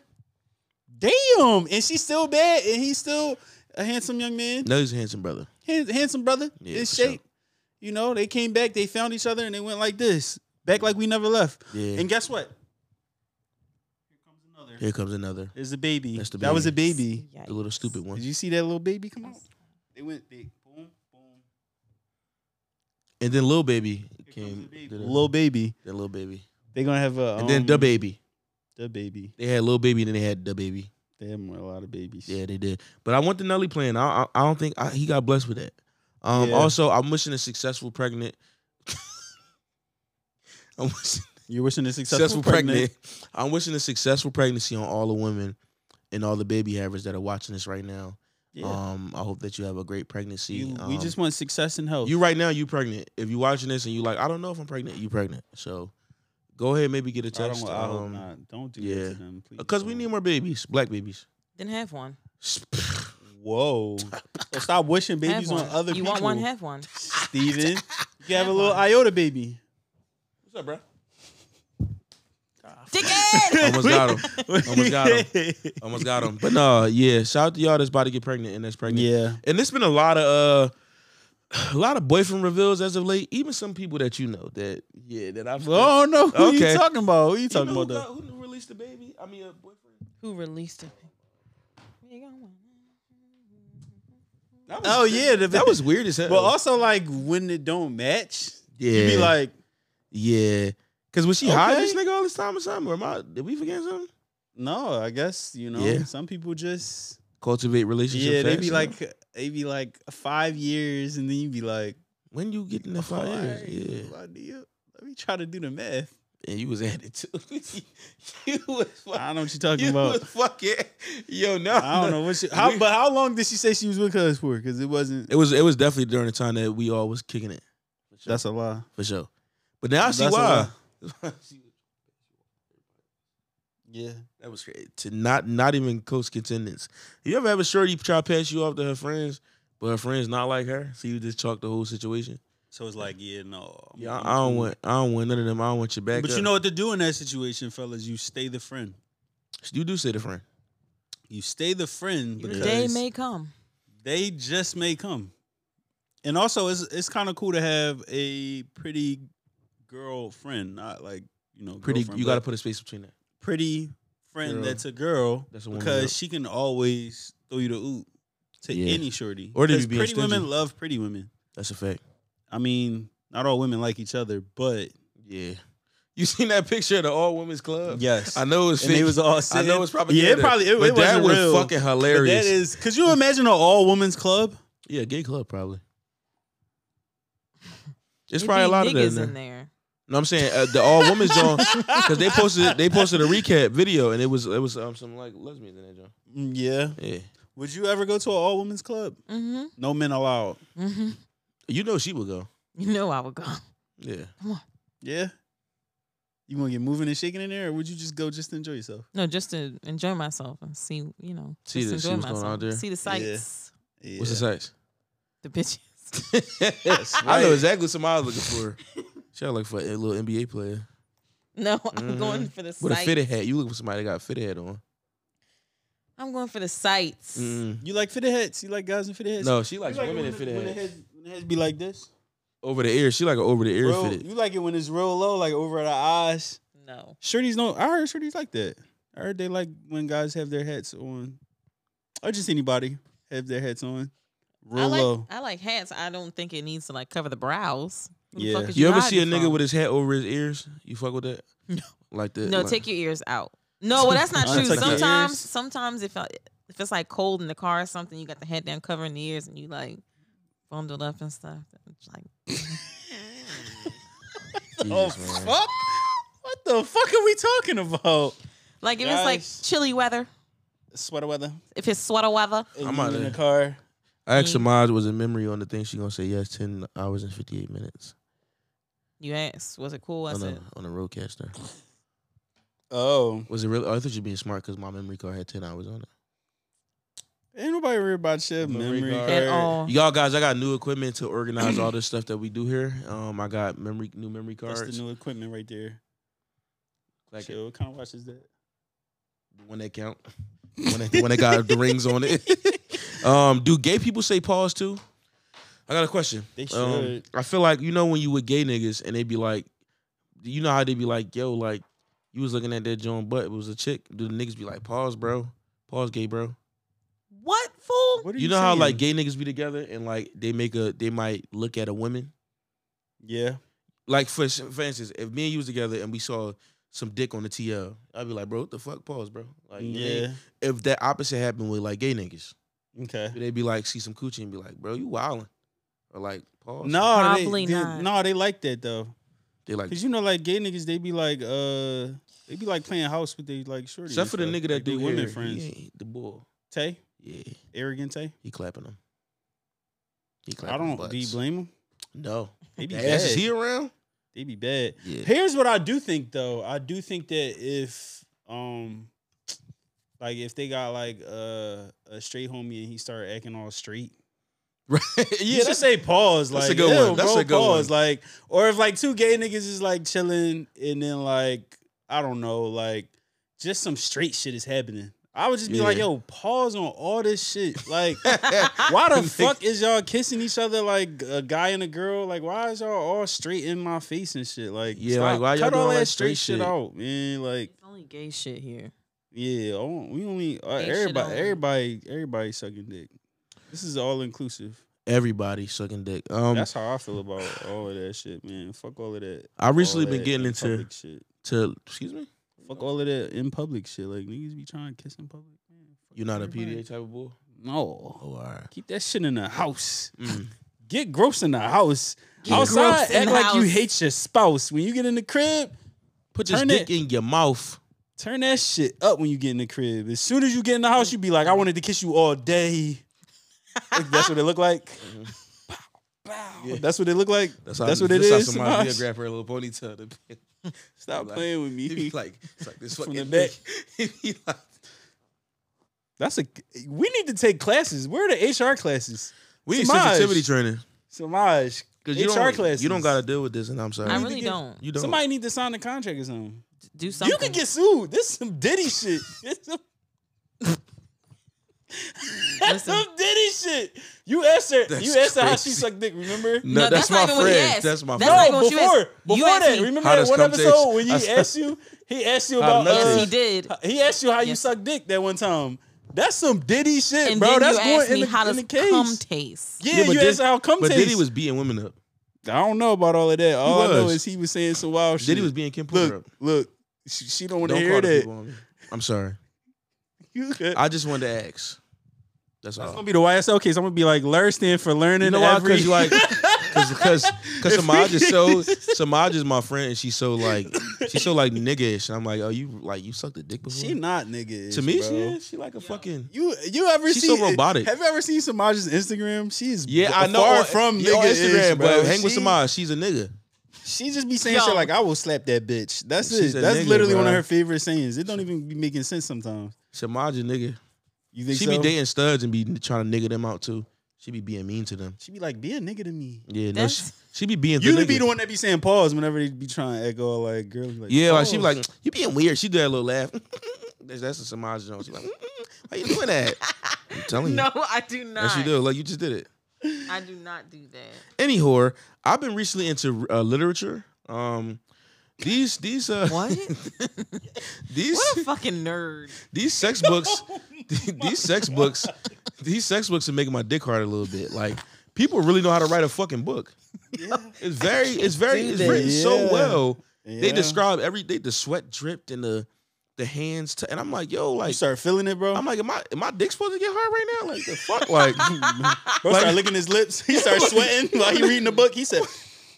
S2: Damn. And she's still bad. And he's still a handsome young man.
S1: Nelly's a handsome brother.
S2: Hand- handsome brother
S1: Yeah,
S2: in
S1: for sure.
S2: shape. You know, they came back, they found each other, and they went like this. Back like we never left.
S1: Yeah.
S2: And guess what? Here comes another.
S1: Here comes another.
S2: There's a baby.
S1: That's the
S2: That was a
S1: baby.
S2: baby.
S1: The little stupid one.
S2: Did you see that little baby come out? They went they boom, boom.
S1: And then Lil Baby
S2: Here comes
S1: came.
S2: the baby.
S1: did a-
S2: Little baby.
S1: Then Lil Baby.
S2: They're gonna have a
S1: And then
S2: um,
S1: the baby.
S2: The baby.
S1: They had Lil Baby, and then they had the baby.
S2: They have more, a lot of babies.
S1: Yeah, they did. But I want the Nelly plan. I I, I don't think I, he got blessed with that. Um,
S2: Yeah.
S1: Also, I'm wishing a successful pregnant. I'm wishing
S2: You're wishing a successful,
S1: successful
S2: pregnant.
S1: pregnant. I'm wishing a successful pregnancy on all the women and all the baby havers that are watching this right now.
S2: Yeah.
S1: Um, I hope that you have a great pregnancy.
S2: You-
S1: um,
S2: we just want success and health.
S1: you right now you pregnant. If you watching this and you like, I don't know if I'm pregnant, you pregnant. So go ahead, maybe get a
S2: I don't,
S1: text.
S2: want- I hope
S1: Um,
S2: not. Don't do
S1: yeah.
S2: that to them, please.
S1: because we
S2: don't.
S1: need more babies, black babies.
S3: Then have one.
S2: Whoa! So stop wishing
S3: Have
S2: babies on
S3: one.
S2: other
S3: you
S2: people.
S3: want one? Have one.
S2: Steven. You can have a
S3: Have
S2: little
S3: one.
S2: iota baby.
S1: What's up, bro?
S3: Dickhead. Oh.
S1: Almost got him. Almost got him.
S2: Oh,
S1: Almost got him. But no, yeah. Shout out to y'all that's about to get pregnant and that's pregnant.
S2: Yeah.
S1: And it's been a lot of uh a lot of boyfriend reveals as of late. Even some people that you know that yeah that I've
S2: Oh no! Who
S1: Okay.
S2: you talking about? Who you
S1: You know
S2: talking
S1: who,
S2: about? though?
S1: got- who released the baby? I mean a boyfriend.
S3: Who released it? Here you go, one.
S1: That was-
S2: Oh yeah, the,
S1: that was weird as hell.
S2: But also like when it don't match,
S1: yeah,
S2: you be like,
S1: yeah. Cause was she hiding
S2: Okay.
S1: this nigga all this time or something? Or am I did we forget something?
S2: no, I guess you know.
S1: Yeah.
S2: Some people just
S1: Cultivate relationship.
S2: yeah, they
S1: fast,
S2: be
S1: you know?
S2: like they be like five years, and then you be like,
S1: when you get in the five years,
S2: alright,
S1: yeah.
S2: well, do you- Let me try to do the math.
S1: And you was at it too. you was fucking
S2: I don't know what you're talking
S1: you
S2: about.
S1: was fucking yo, no.
S2: I don't know what she, how, but how long did she say she was with us for? Because it wasn't.
S1: It was it was definitely during the time that we all was kicking it. For sure.
S2: That's a lie.
S1: for sure. But now I see
S2: That's a
S1: why.
S2: lie. Yeah.
S1: that was crazy. To not not even close contendence. You ever have a shorty try to pass you off to her friends, but her friends not like her? So you just chalk the whole situation.
S2: So it's like, yeah, no.
S1: Yeah, I, I don't want I don't want none of them. I don't want your back.
S2: But you
S1: up.
S2: know what to do in that situation, fellas. You stay the friend.
S1: you do say the friend.
S2: You stay the friend
S3: Your
S2: because
S3: day may come.
S2: they just may come. And also, it's it's kind of cool to have a pretty girlfriend, not like you know,
S1: Pretty
S2: girlfriend,
S1: you gotta
S2: but
S1: put a space between that.
S2: pretty friend
S1: Girl.
S2: that's a girl
S1: That's a woman,
S2: because
S1: yep.
S2: she can always throw you the oop to
S1: Yeah.
S2: any shorty.
S1: Or they be
S2: 'Cause
S1: being
S2: pretty women
S1: stingy.
S2: love pretty women.
S1: That's a fact.
S2: I mean, not all women like each other, but
S1: Yeah. You seen that picture of the all women's club?
S2: yes,
S1: Uh, I know it's
S2: and
S1: fake.
S2: it was all.
S1: I know it's probably
S2: yeah, it probably it,
S1: but
S2: it
S1: that
S2: wasn't
S1: was
S2: real.
S1: fucking
S2: But
S1: hilarious.
S2: that is, could you imagine an all women's club?
S1: yeah, gay club probably. It's
S3: It
S1: probably a
S3: be
S1: lot of that in
S3: niggas
S1: there.
S3: in there.
S1: No, I'm saying uh, the all women's joint because they posted they posted a recap video and it was it was um, some like lesbians in that joint.
S2: Mm, Yeah.
S1: Yeah,
S2: Would you ever go to an all women's club?
S3: Mm-hmm.
S2: No men allowed.
S3: Mm-hmm.
S1: you know she would go.
S3: You know I would go.
S1: Yeah,
S2: Yeah. You gonna get moving and shaking in there, or would you just go just to enjoy yourself?
S3: No, just to enjoy myself and see, you know,
S1: See
S3: just
S1: the- see
S3: enjoy
S1: what's going on
S3: myself.
S1: out there.
S3: See the sights,
S2: Yeah.
S1: what's the size?
S3: the bitches.
S1: I
S2: right.
S1: know exactly what somebody was looking for. She was looking for a little NBA player.
S3: No, I'm
S1: Mhm.
S3: going for the
S1: With a
S3: sight.
S1: fitted hat. You look for somebody that got a fitted hat on.
S3: I'm going for the sights.
S1: Mm.
S2: You like fitted heads? You like guys in fitted heads?
S1: No, she likes
S2: You like it
S1: women
S2: when
S1: in
S2: the-
S1: fitted
S2: when the
S1: hats.
S2: heads. When the heads be like this.
S1: Over the ear. She like an over the ear
S2: Real-
S1: fitted.
S2: you like it when it's real low, like over the eyes.
S3: No.
S2: Shirties don't. I heard shirties like that. I heard they like when guys have their hats on, or just anybody have their hats on, real
S3: I like
S2: low.
S3: I like hats. I don't think it needs to like cover the brows. Who the
S2: Yeah.
S3: fuck is
S1: You ever see a
S3: hiding
S1: nigga
S3: from?
S1: with his hat over his ears? You fuck with that?
S3: No.
S1: Like that?
S3: No,
S1: like,
S3: take your ears out. No, well that's not true.
S2: Untuck your
S3: Sometimes
S2: ears.
S3: sometimes if I, if it's like cold in the car or something, you got the head down covering the ears and you like bundled up and stuff. It's like
S1: Jesus, man.
S2: Oh, fuck! What the fuck are we talking about?
S3: like if it's like
S2: Guys.
S3: chilly weather,
S2: Sweater weather.
S3: if it's sweater weather.
S2: and
S1: I'm
S2: you
S1: outta
S2: in the
S1: here.
S2: car.
S1: I asked Samaj was a memory on the thing. She gonna say yes. Ten hours and fifty eight minutes
S3: You asked, was it cool? I
S1: on
S3: said,
S1: a on a roadcaster.
S2: Oh,
S1: Was it really? I thought you being smart because my memory card had ten hours on it.
S2: ain't nobody worried about your
S1: Memory
S2: memory,
S1: card.
S2: card.
S3: at all.
S1: Y'all guys, I got new equipment to organize all this stuff that we do here. Um, I got memory new memory
S2: That's
S1: cards.
S2: the new equipment right there.
S1: Like,
S2: Chill, what kind of watch is that?
S1: the one that count. The one that, the one that got the rings on it. Um, do gay people say pause too? I got a question.
S2: They
S1: Um,
S2: should.
S1: I feel like you know when you with gay niggas and they be like, you know how they be like, yo, like you was looking at that John butt, it was a chick. Do the niggas be like, pause, bro, pause, gay, bro?
S3: What fool?
S2: What are
S1: You, know how
S2: saying?
S1: like gay niggas be together and like they make a, they might look at a woman.
S2: yeah.
S1: Like for s- for instance, if me and you was together and we saw some dick on the TL, I'd be like, bro, what the fuck, pause, bro? Like, you know what I mean?
S2: Yeah.
S1: If that opposite happened with like gay niggas,
S2: Okay.
S1: they'd be like, see some coochie and be like, bro, you wildin'. or like pause.
S2: No,
S3: Probably
S2: they, they-
S3: not.
S2: No, they like that though,
S1: they like
S2: because you know, like gay niggas, they be like, uh, they be like playing house with they like shorty.
S1: Except
S2: and
S1: for the
S2: stuff.
S1: nigga
S2: Like,
S1: that
S2: they
S1: do
S2: women
S1: hair,
S2: friends.
S1: he ain't the boy.
S2: Tay,
S1: Yeah,
S2: arrogant Tay.
S1: he clapping him. He clapping
S2: I don't.
S1: Butts.
S2: Do you blame him?
S1: no.
S2: They be
S1: The ass,
S2: bad.
S1: is he around?
S2: They be bad.
S1: Yeah.
S2: Here's what I do think though. I do think that if um like if they got like uh, a straight homie and he started acting all straight,
S1: Right.
S2: you
S1: yeah.
S2: should
S1: That's,
S2: say pause.
S1: that's
S2: Like
S1: a good one.
S2: "Ew,
S1: That's
S2: bro,
S1: a good one."
S2: pause. Like or if like two gay niggas is like chilling and then like I don't know like just some straight shit is happening. I would just be like,
S1: Yeah.
S2: yo, pause on all this shit. Like, why the fuck is y'all kissing each other like a guy and a girl? Like, why is y'all all straight in my face and shit? Like,
S1: Yeah,
S2: stop.
S1: like, why y'all
S2: cut all
S1: doing,
S2: that
S1: like,
S2: straight
S1: straight
S2: shit
S1: shit?
S2: out, man? Like,
S3: It's only gay shit here.
S2: yeah, I don't- we only uh,
S3: Ain't shit
S2: everybody,
S3: on.
S2: everybody, everybody sucking dick. This is all inclusive.
S1: Everybody sucking dick. Um,
S2: That's how I feel about all of that shit, man. Fuck all of that.
S1: I recently
S2: all
S1: been
S2: that
S1: getting
S2: in
S1: into
S2: public shit.
S1: to. Excuse me.
S2: Fuck all of that in public shit. Like niggas be trying to kiss in public. Man, fuck
S1: You're not a
S2: everybody.
S1: PDA type of boy.
S2: No,
S1: Oh, all right.
S2: keep that shit in the house.
S1: Mm.
S2: Get gross in the house.
S3: Get gross
S2: Outside,
S3: in
S2: act
S3: the
S2: like you
S3: house.
S2: hate your spouse. When you get in the crib,
S1: Put your
S2: Turn
S1: dick
S2: it.
S1: in your mouth.
S2: turn that shit up. When you get in the crib, as soon as you get in the house, you be like, I wanted to kiss you all day. Like, that's what it look like. Pow, pow.
S1: Yeah.
S2: That's what it look like. That's,
S1: That's how.
S2: what it
S1: that's
S2: is.
S1: How somebody
S2: Samaj.
S1: grab her little ponytail.
S2: Stop
S1: Like,
S2: playing with me.
S1: He be like, it's like this
S2: From
S1: fucking
S2: the back.
S1: dick. He like,
S2: That's a. We need to take classes. Where are the HR classes?
S1: we need
S2: Samaj.
S1: sensitivity training
S2: Samaj,
S1: because you
S2: HR
S1: don't.
S2: classes.
S1: You don't got to deal with this, and I'm sorry.
S3: I
S2: need to
S3: really
S2: get-
S3: don't.
S1: you don't.
S2: Somebody need to sign a contract or something.
S3: Do something.
S2: You could get sued. This is some Diddy shit. This some, that's
S3: Listen.
S2: some Diddy shit. You asked her.
S1: That's
S2: you asked her how she
S1: crazy.
S2: sucked dick. Remember?
S1: No,
S3: No,
S1: that's,
S3: that's not
S1: my
S3: even what he
S1: friend.
S3: asked.
S1: That's my
S3: That's
S1: friend.
S3: not- what you
S2: before
S3: asked. You
S2: before
S3: asked
S2: that,
S3: me.
S2: remember
S1: How
S2: that
S1: does
S2: one
S1: cum taste?
S2: episode when he
S1: I s-
S2: asked you? He asked you
S1: How
S2: about.
S1: does
S3: Yes,
S2: Uh,
S3: he did.
S2: he asked you how you
S3: Yes.
S2: suck dick that one time. That's some Diddy shit,
S3: And
S2: bro.
S3: then
S2: that's
S3: you
S2: going
S3: asked
S2: in
S3: me
S2: the,
S3: how
S2: in
S3: does
S2: the case.
S3: cum taste.
S2: Yeah,
S1: but
S2: you
S1: Did-
S2: asked her how cum
S1: But
S2: taste.
S1: Diddy was beating women up.
S2: I don't know about all of that. All I know
S1: was.
S2: is he was saying some wild shit.
S1: Diddy was being Kim Porter
S2: look,
S1: up.
S2: look. She, she don't want to
S1: Don't
S2: hear
S1: call the
S2: that.
S1: people on me. I'm sorry.
S2: You good.
S1: I just wanted to ask. That's
S2: That's
S1: all.
S2: gonna be the YSL case. I'm gonna be like Lur stand for learning.
S1: You know why?
S2: every-
S1: Because like, because because
S2: If
S1: Samaj
S2: we-
S1: is so Samaj is my friend, and she's so like she's so like niggish, and I'm like, oh, you like you sucked a dick before?
S2: she not nigga.
S1: to me,
S2: bro.
S1: she is. She like a fucking.
S2: You you ever
S1: She's
S2: seen
S1: so robotic.
S2: Have you ever seen Samaj's Instagram? She's
S1: Yeah, I know.
S2: Far
S1: on-
S2: from
S1: yeah,
S2: nigga
S1: on Instagram,
S2: bro.
S1: but hang with
S2: She-
S1: Samaj. She's a nigga.
S2: She just be saying
S3: Yo.
S2: shit like I will slap that bitch. That's
S1: She's
S2: it.
S1: a
S2: That's
S1: nigga,
S2: literally one of
S1: bro.
S2: her favorite sayings. It don't even be making sense sometimes.
S1: Samaj a nigga.
S2: You think
S1: she
S2: so?
S1: be dating studs and be trying to nigga them out too. She be being mean to them.
S2: She be like, be a nigga to me.
S1: Yeah, no, she,
S3: That's
S1: she be being.
S2: You
S1: the
S2: to be
S1: nigga.
S2: the one that be saying pause whenever they be trying to echo like girl. Like,
S1: Yeah, like she be
S2: pause.
S1: like, you being weird. She did a little laugh. that's, that's a Samaj Jones. She like, why you doing that? I'm telling you.
S3: no, I do not.
S1: Yes, you do. Like you just did it.
S3: I do not do that.
S1: Anyhow, I've been recently into uh, literature. Um, these these uh
S3: What?
S1: these
S3: What a fucking nerd.
S1: these sex books these sex books these sex books are making my dick hard a little bit. Like people really know how to write a fucking book. It's very it's very
S3: do
S1: it's
S3: this.
S1: written so
S2: Yeah.
S1: well. They
S2: Yeah.
S1: describe every they the sweat dripped and the the hands t- and I'm like yo
S2: You
S1: like
S2: start feeling it, bro.
S1: I'm like, am I am my dick supposed to get hard right now? Like the fuck, like
S2: bro
S1: like-
S2: start licking his lips. He started sweating while he reading the book. He said,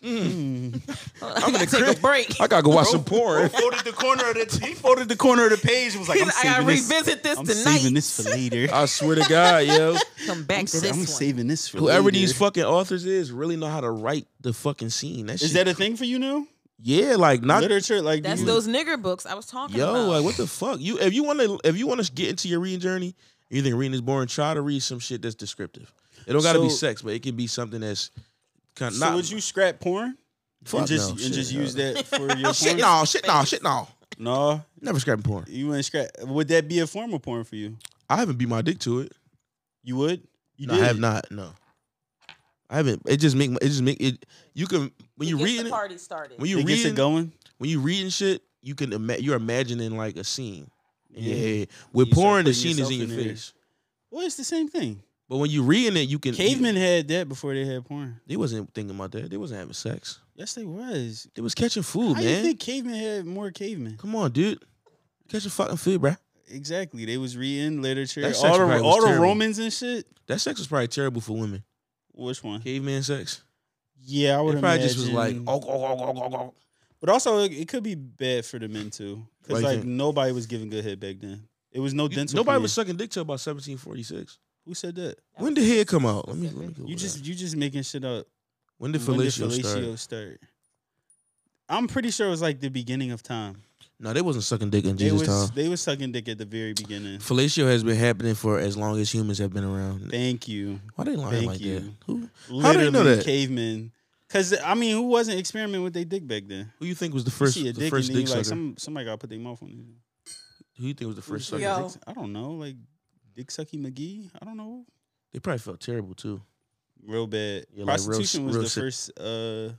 S3: I'm
S1: in the
S3: gonna take
S1: crib.
S3: a break.
S1: I gotta go watch some
S2: Bro
S1: porn.
S2: folded the corner of the he folded the corner of the page and was like, I'm
S3: I gotta
S2: saving this.
S3: revisit this
S2: I'm
S3: tonight.
S2: saving this for later.
S1: I swear to God, yo,
S3: Come back
S2: I'm,
S3: to
S2: sa-
S3: this
S2: I'm
S3: one.
S2: saving this for
S1: whoever
S2: later.
S1: these fucking authors is really know how to write the fucking scene. That shit,
S2: Is that a thing for you now?
S1: yeah, like not
S2: Literature, like do
S3: That's
S2: you,
S3: those nigger books I was talking
S1: yo,
S3: about.
S1: like what the fuck? You if you want to if you want to get into your reading journey, you think reading is boring? Try to read some shit that's descriptive. It don't gotta be
S2: So-
S1: sex, but it can be something that's kind of
S2: So
S1: not.
S2: would you scrap porn
S1: fuck
S2: and just
S1: no,
S2: and
S1: shit,
S2: just
S1: no.
S2: use that for your porn?
S1: Shit, no, shit, no, shit, no.
S2: No,
S1: Never scrapping porn.
S2: you wouldn't scrap. Would that be a form of porn for you?
S1: I haven't beat my dick to it.
S2: You would. You
S1: No, I have not. No, I haven't. It just make. my- It just make it. You can when
S3: It
S1: you
S3: gets
S1: reading
S3: the
S1: it.
S3: party started.
S1: When
S2: You
S1: you
S2: it gets it
S1: reading
S2: going.
S1: when you reading shit, you can ima- you're imagining like a scene. Yeah,
S2: Yeah.
S1: with
S2: You start
S1: porn, the
S2: putting
S1: scene is
S2: yourself
S1: in your
S2: in there.
S1: face.
S2: Well, it's the same thing.
S1: But when you reading it, you can. you-
S2: Cavemen had that before they had porn.
S1: they wasn't thinking about that. They wasn't having sex.
S2: Yes, they was.
S1: They was catching food,
S2: How
S1: man.
S2: you think cavemen had more cavemen?
S1: Come on, dude. Catching fucking food, bruh.
S2: Exactly. They was reading literature.
S1: That
S2: all
S1: section
S2: the,
S1: probably was
S2: all the
S1: terrible.
S2: Romans and shit.
S1: That sex was probably terrible for women.
S2: Which one?
S1: Caveman sex.
S2: Yeah, I
S1: It
S2: would
S1: probably
S2: imagine.
S1: just was like, oh, oh, oh, oh, oh, oh.
S2: But also, it, it could be bad for the men too,
S1: Why
S2: because
S1: you
S2: like
S1: think?
S2: nobody was giving good head back then. It was no
S1: You-
S2: dental.
S1: Nobody
S2: care.
S1: was sucking dick till about 1746.
S2: Who said that?
S3: That
S1: When
S3: was
S1: did hair come out? Let me. Let me
S3: specific.
S1: Google
S2: You
S1: that.
S2: just you just making shit up.
S1: When did
S2: When did
S1: fellatio
S2: fellatio
S1: start?
S2: start? I'm pretty sure it was like the beginning of time.
S1: No, they wasn't sucking dick in
S2: They
S1: Jesus'
S2: was
S1: time.
S2: they was sucking dick at the very beginning.
S1: Fellatio has been happening for as long as humans have been around.
S2: Thank you.
S1: Why they lying
S2: Thank
S1: like that?
S2: you.
S1: Who How do
S2: Literally
S1: you know that?
S2: cavemen. Cause I mean, who wasn't experimenting with their dick back then?
S1: who you think was the
S2: You
S1: first
S2: see a
S1: the
S2: dick
S1: first
S2: and then
S1: dick
S2: you like
S1: sucker?
S2: some, somebody got to put their mouth on it.
S1: who you think was the first
S2: Who
S1: sucker?
S2: sucked
S3: Yo.
S2: dicks? I don't know, like Dick Sucky McGee. I don't know.
S1: They probably felt terrible too.
S2: Real bad.
S1: Yeah, like real s-
S2: Prostitution was
S1: real
S2: the
S1: sick.
S2: first uh one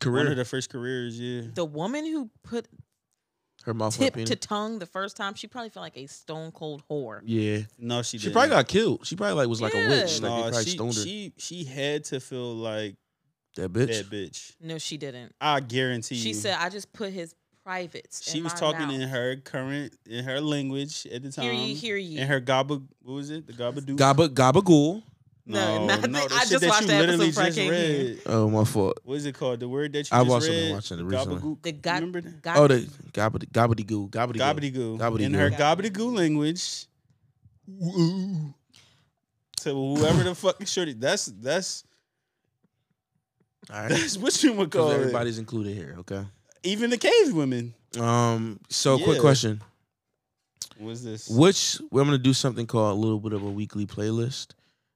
S1: Career,
S2: of the first careers. Yeah.
S3: The woman who put
S1: her mouth
S3: tip
S1: went
S3: to
S1: penis.
S3: tongue the first time, she probably felt like a stone cold whore.
S1: yeah,
S2: No, she.
S1: she
S2: didn't.
S1: probably got killed. She probably like was like a
S3: Yeah.
S1: witch. Like
S2: No,
S1: they probably
S2: she,
S1: stoned her.
S2: she she had to feel like
S1: that bitch.
S2: that bitch.
S3: No, she didn't.
S2: I guarantee you.
S3: She said, "I just put his privates."
S2: she
S3: in
S2: was
S3: my
S2: talking
S3: mouth.
S2: in her current in her language at the time.
S3: Hear ye, hear ye.
S2: In her gobba, what was it? The gobba
S1: Gabba Gabba Ghoul.
S3: No,
S2: No,
S3: not
S2: no,
S3: the-
S2: the
S3: I
S2: shit
S3: just
S2: that
S3: watched
S2: you
S3: the episode
S2: literally
S3: before I
S2: just
S3: came
S2: read.
S3: here.
S1: Oh my fault.
S2: What is it called? The word that you
S1: I've
S2: just
S1: also been
S2: read?
S1: watching it recently.
S2: Gabagook.
S3: The god,
S2: Remember that?
S3: god
S1: Oh, the Gabba Gabba Ghoul Gabba
S2: Gobbledygoo.
S1: Gobbledygoo.
S2: In her
S3: Gobbledygoo.
S2: gobbledygoo language. Ooh. To whoever the fuck shorty. That's that's
S1: All right,
S2: that's what you would call
S1: because
S2: everybody.
S1: everybody's included here. Okay.
S2: Even the cave women.
S1: Um. So, quick
S2: Yeah.
S1: question.
S2: What's this?
S1: Which we're gonna do something called a little bit of a weekly playlist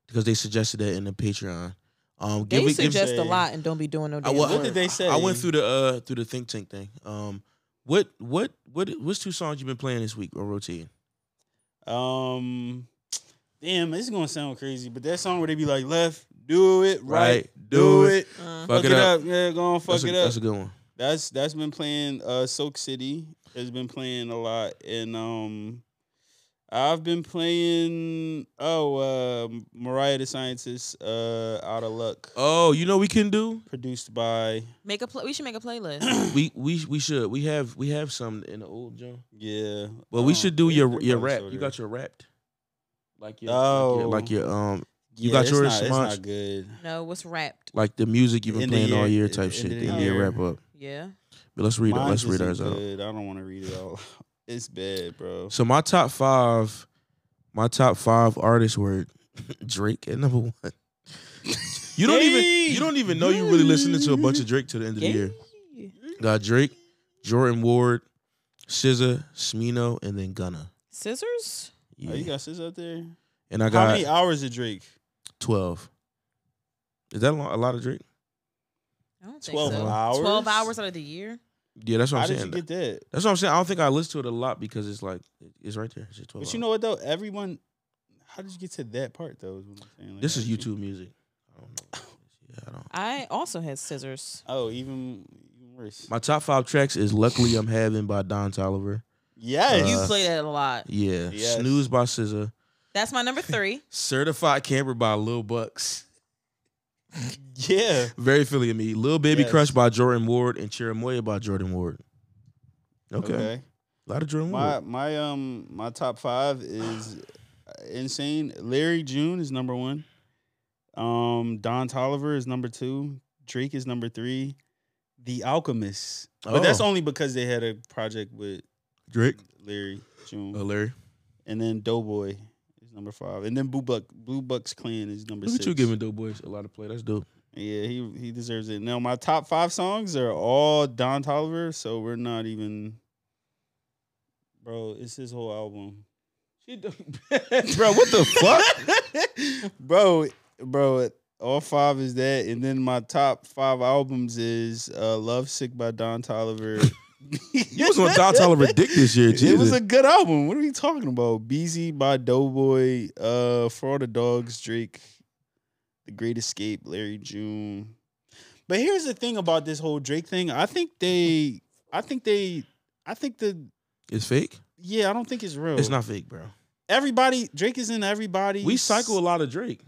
S1: because they suggested that in the Patreon. Um,
S3: They
S1: give me- give-
S3: suggest
S2: say-
S3: a lot and don't be doing no
S1: I went,
S3: damn
S2: Uh, What
S3: work.
S2: did they say?
S1: I went through the uh through the think tank thing. Um, what what what what's two songs you've been playing this week or rotating?
S2: Um, damn, this is gonna sound crazy, but that song where they be like, "Left, do it, right, do it,
S3: Uh,
S2: fuck it up, yeah, go on, fuck
S1: that's
S2: it
S1: a,
S2: up."
S1: That's a good one.
S2: That's that's been playing. Uh, Soak City has been playing a lot, and um, I've been playing. Oh, uh, Mariah the Scientist, uh, Out of Luck,
S1: Oh, you know we can do.
S2: produced by
S3: make a pl- we should make a playlist.
S1: we we we should we have we have some in the old Joe.
S2: yeah.
S1: Well, we
S2: um,
S1: should do
S2: they-
S1: your
S2: they're
S1: your
S2: probably
S1: rap.
S2: still
S1: You
S2: there.
S1: got your rapped. Like your, like
S2: Oh.
S1: your like your um you
S2: Yeah,
S1: got
S2: it's
S1: yours,
S2: Not, it's
S1: Samaj?
S2: not good.
S3: no, what's wrapped?
S1: like the music you've been
S2: End of
S1: playing all
S2: year-
S1: year type
S2: end of
S1: shit.
S2: the
S1: The end of year
S2: year.
S1: wrap up.
S3: Yeah,
S1: But let's read it.
S2: Mine
S1: Let's
S2: just
S1: read
S2: ain't
S1: ours out.
S2: good. I don't want to read it out. It's bad, bro.
S1: So my top five, my top five artists were Drake at number one. You don't even you don't even know you really listening to a bunch of Drake till the end of the year.
S3: Yeah.
S1: Got Drake, Jordan Ward, SZA, Smino, and then Gunna.
S3: Scissors.
S2: Oh, you
S1: Yeah.
S2: got sis out there?
S1: And I
S2: How
S1: got
S2: many hours of Drake?
S1: Twelve. Is that lo- a lot of drink?
S3: I don't think
S2: 12
S3: so.
S2: hours?
S3: 12 hours out of the year?
S1: Yeah, that's what
S2: How
S1: I'm
S2: did
S1: saying.
S2: you get that?
S1: that's what I'm saying. I don't think I listen to it a lot because it's like it's right there. It's just twelve.
S2: But you know
S1: hours.
S2: what though? Everyone, how did you get to that part though? is what I'm saying. Like,
S1: this is
S2: I-
S1: YouTube music. I don't know. Yeah, I don't.
S3: I also had scissors.
S2: Oh, even even worse.
S1: My top five tracks is "Luckily I'm Having" by Don Tolliver. Uh,
S2: yes.
S3: you play that a lot.
S1: Yeah,
S2: Yes.
S1: "Snooze" by SZA.
S3: That's my number three.
S1: "Certified Camper" by Lil Bucks.
S2: yeah.
S1: Very Philly of me. "Lil Baby
S2: Yes.
S1: Crush" by Jordan Ward and "Cherimoya" by Jordan Ward. Okay. a lot of Jordan
S2: My
S1: Ward.
S2: my um my top five is uh, insane. Larry June is number one. Um, Don Tolliver is number two. Drake is number three. The Alchemist, but that's
S1: Oh.
S2: only because they had a project with
S1: Drake,
S2: Larry June,
S1: uh, Larry.
S2: and then Doughboy is number five, and then Blue Buck Blue Bucks Clan is number
S1: Look
S2: six.
S1: at you giving Dope Boys a lot of play. That's dope.
S2: Yeah, he he deserves it. Now my top five songs are all Don Tolliver, so we're not even. Bro, it's his whole album.
S1: Bro, what the fuck?
S2: bro, bro, all five is that, and then my top five albums is uh, "Love Sick" by Don Tolliver.
S1: You was on Don Tolliver dick this year, Jesus.
S2: It was a good album. What are we talking about? BZ by Doughboy, uh, For All the Dogs, Drake, The Great Escape, Larry June. But here's the thing about this whole Drake thing. I think they, I think they, I think the,
S1: it's fake.
S2: yeah, I don't think it's real.
S1: It's not fake, bro.
S2: Everybody, Drake is in everybody.
S1: We cycle a lot of Drake.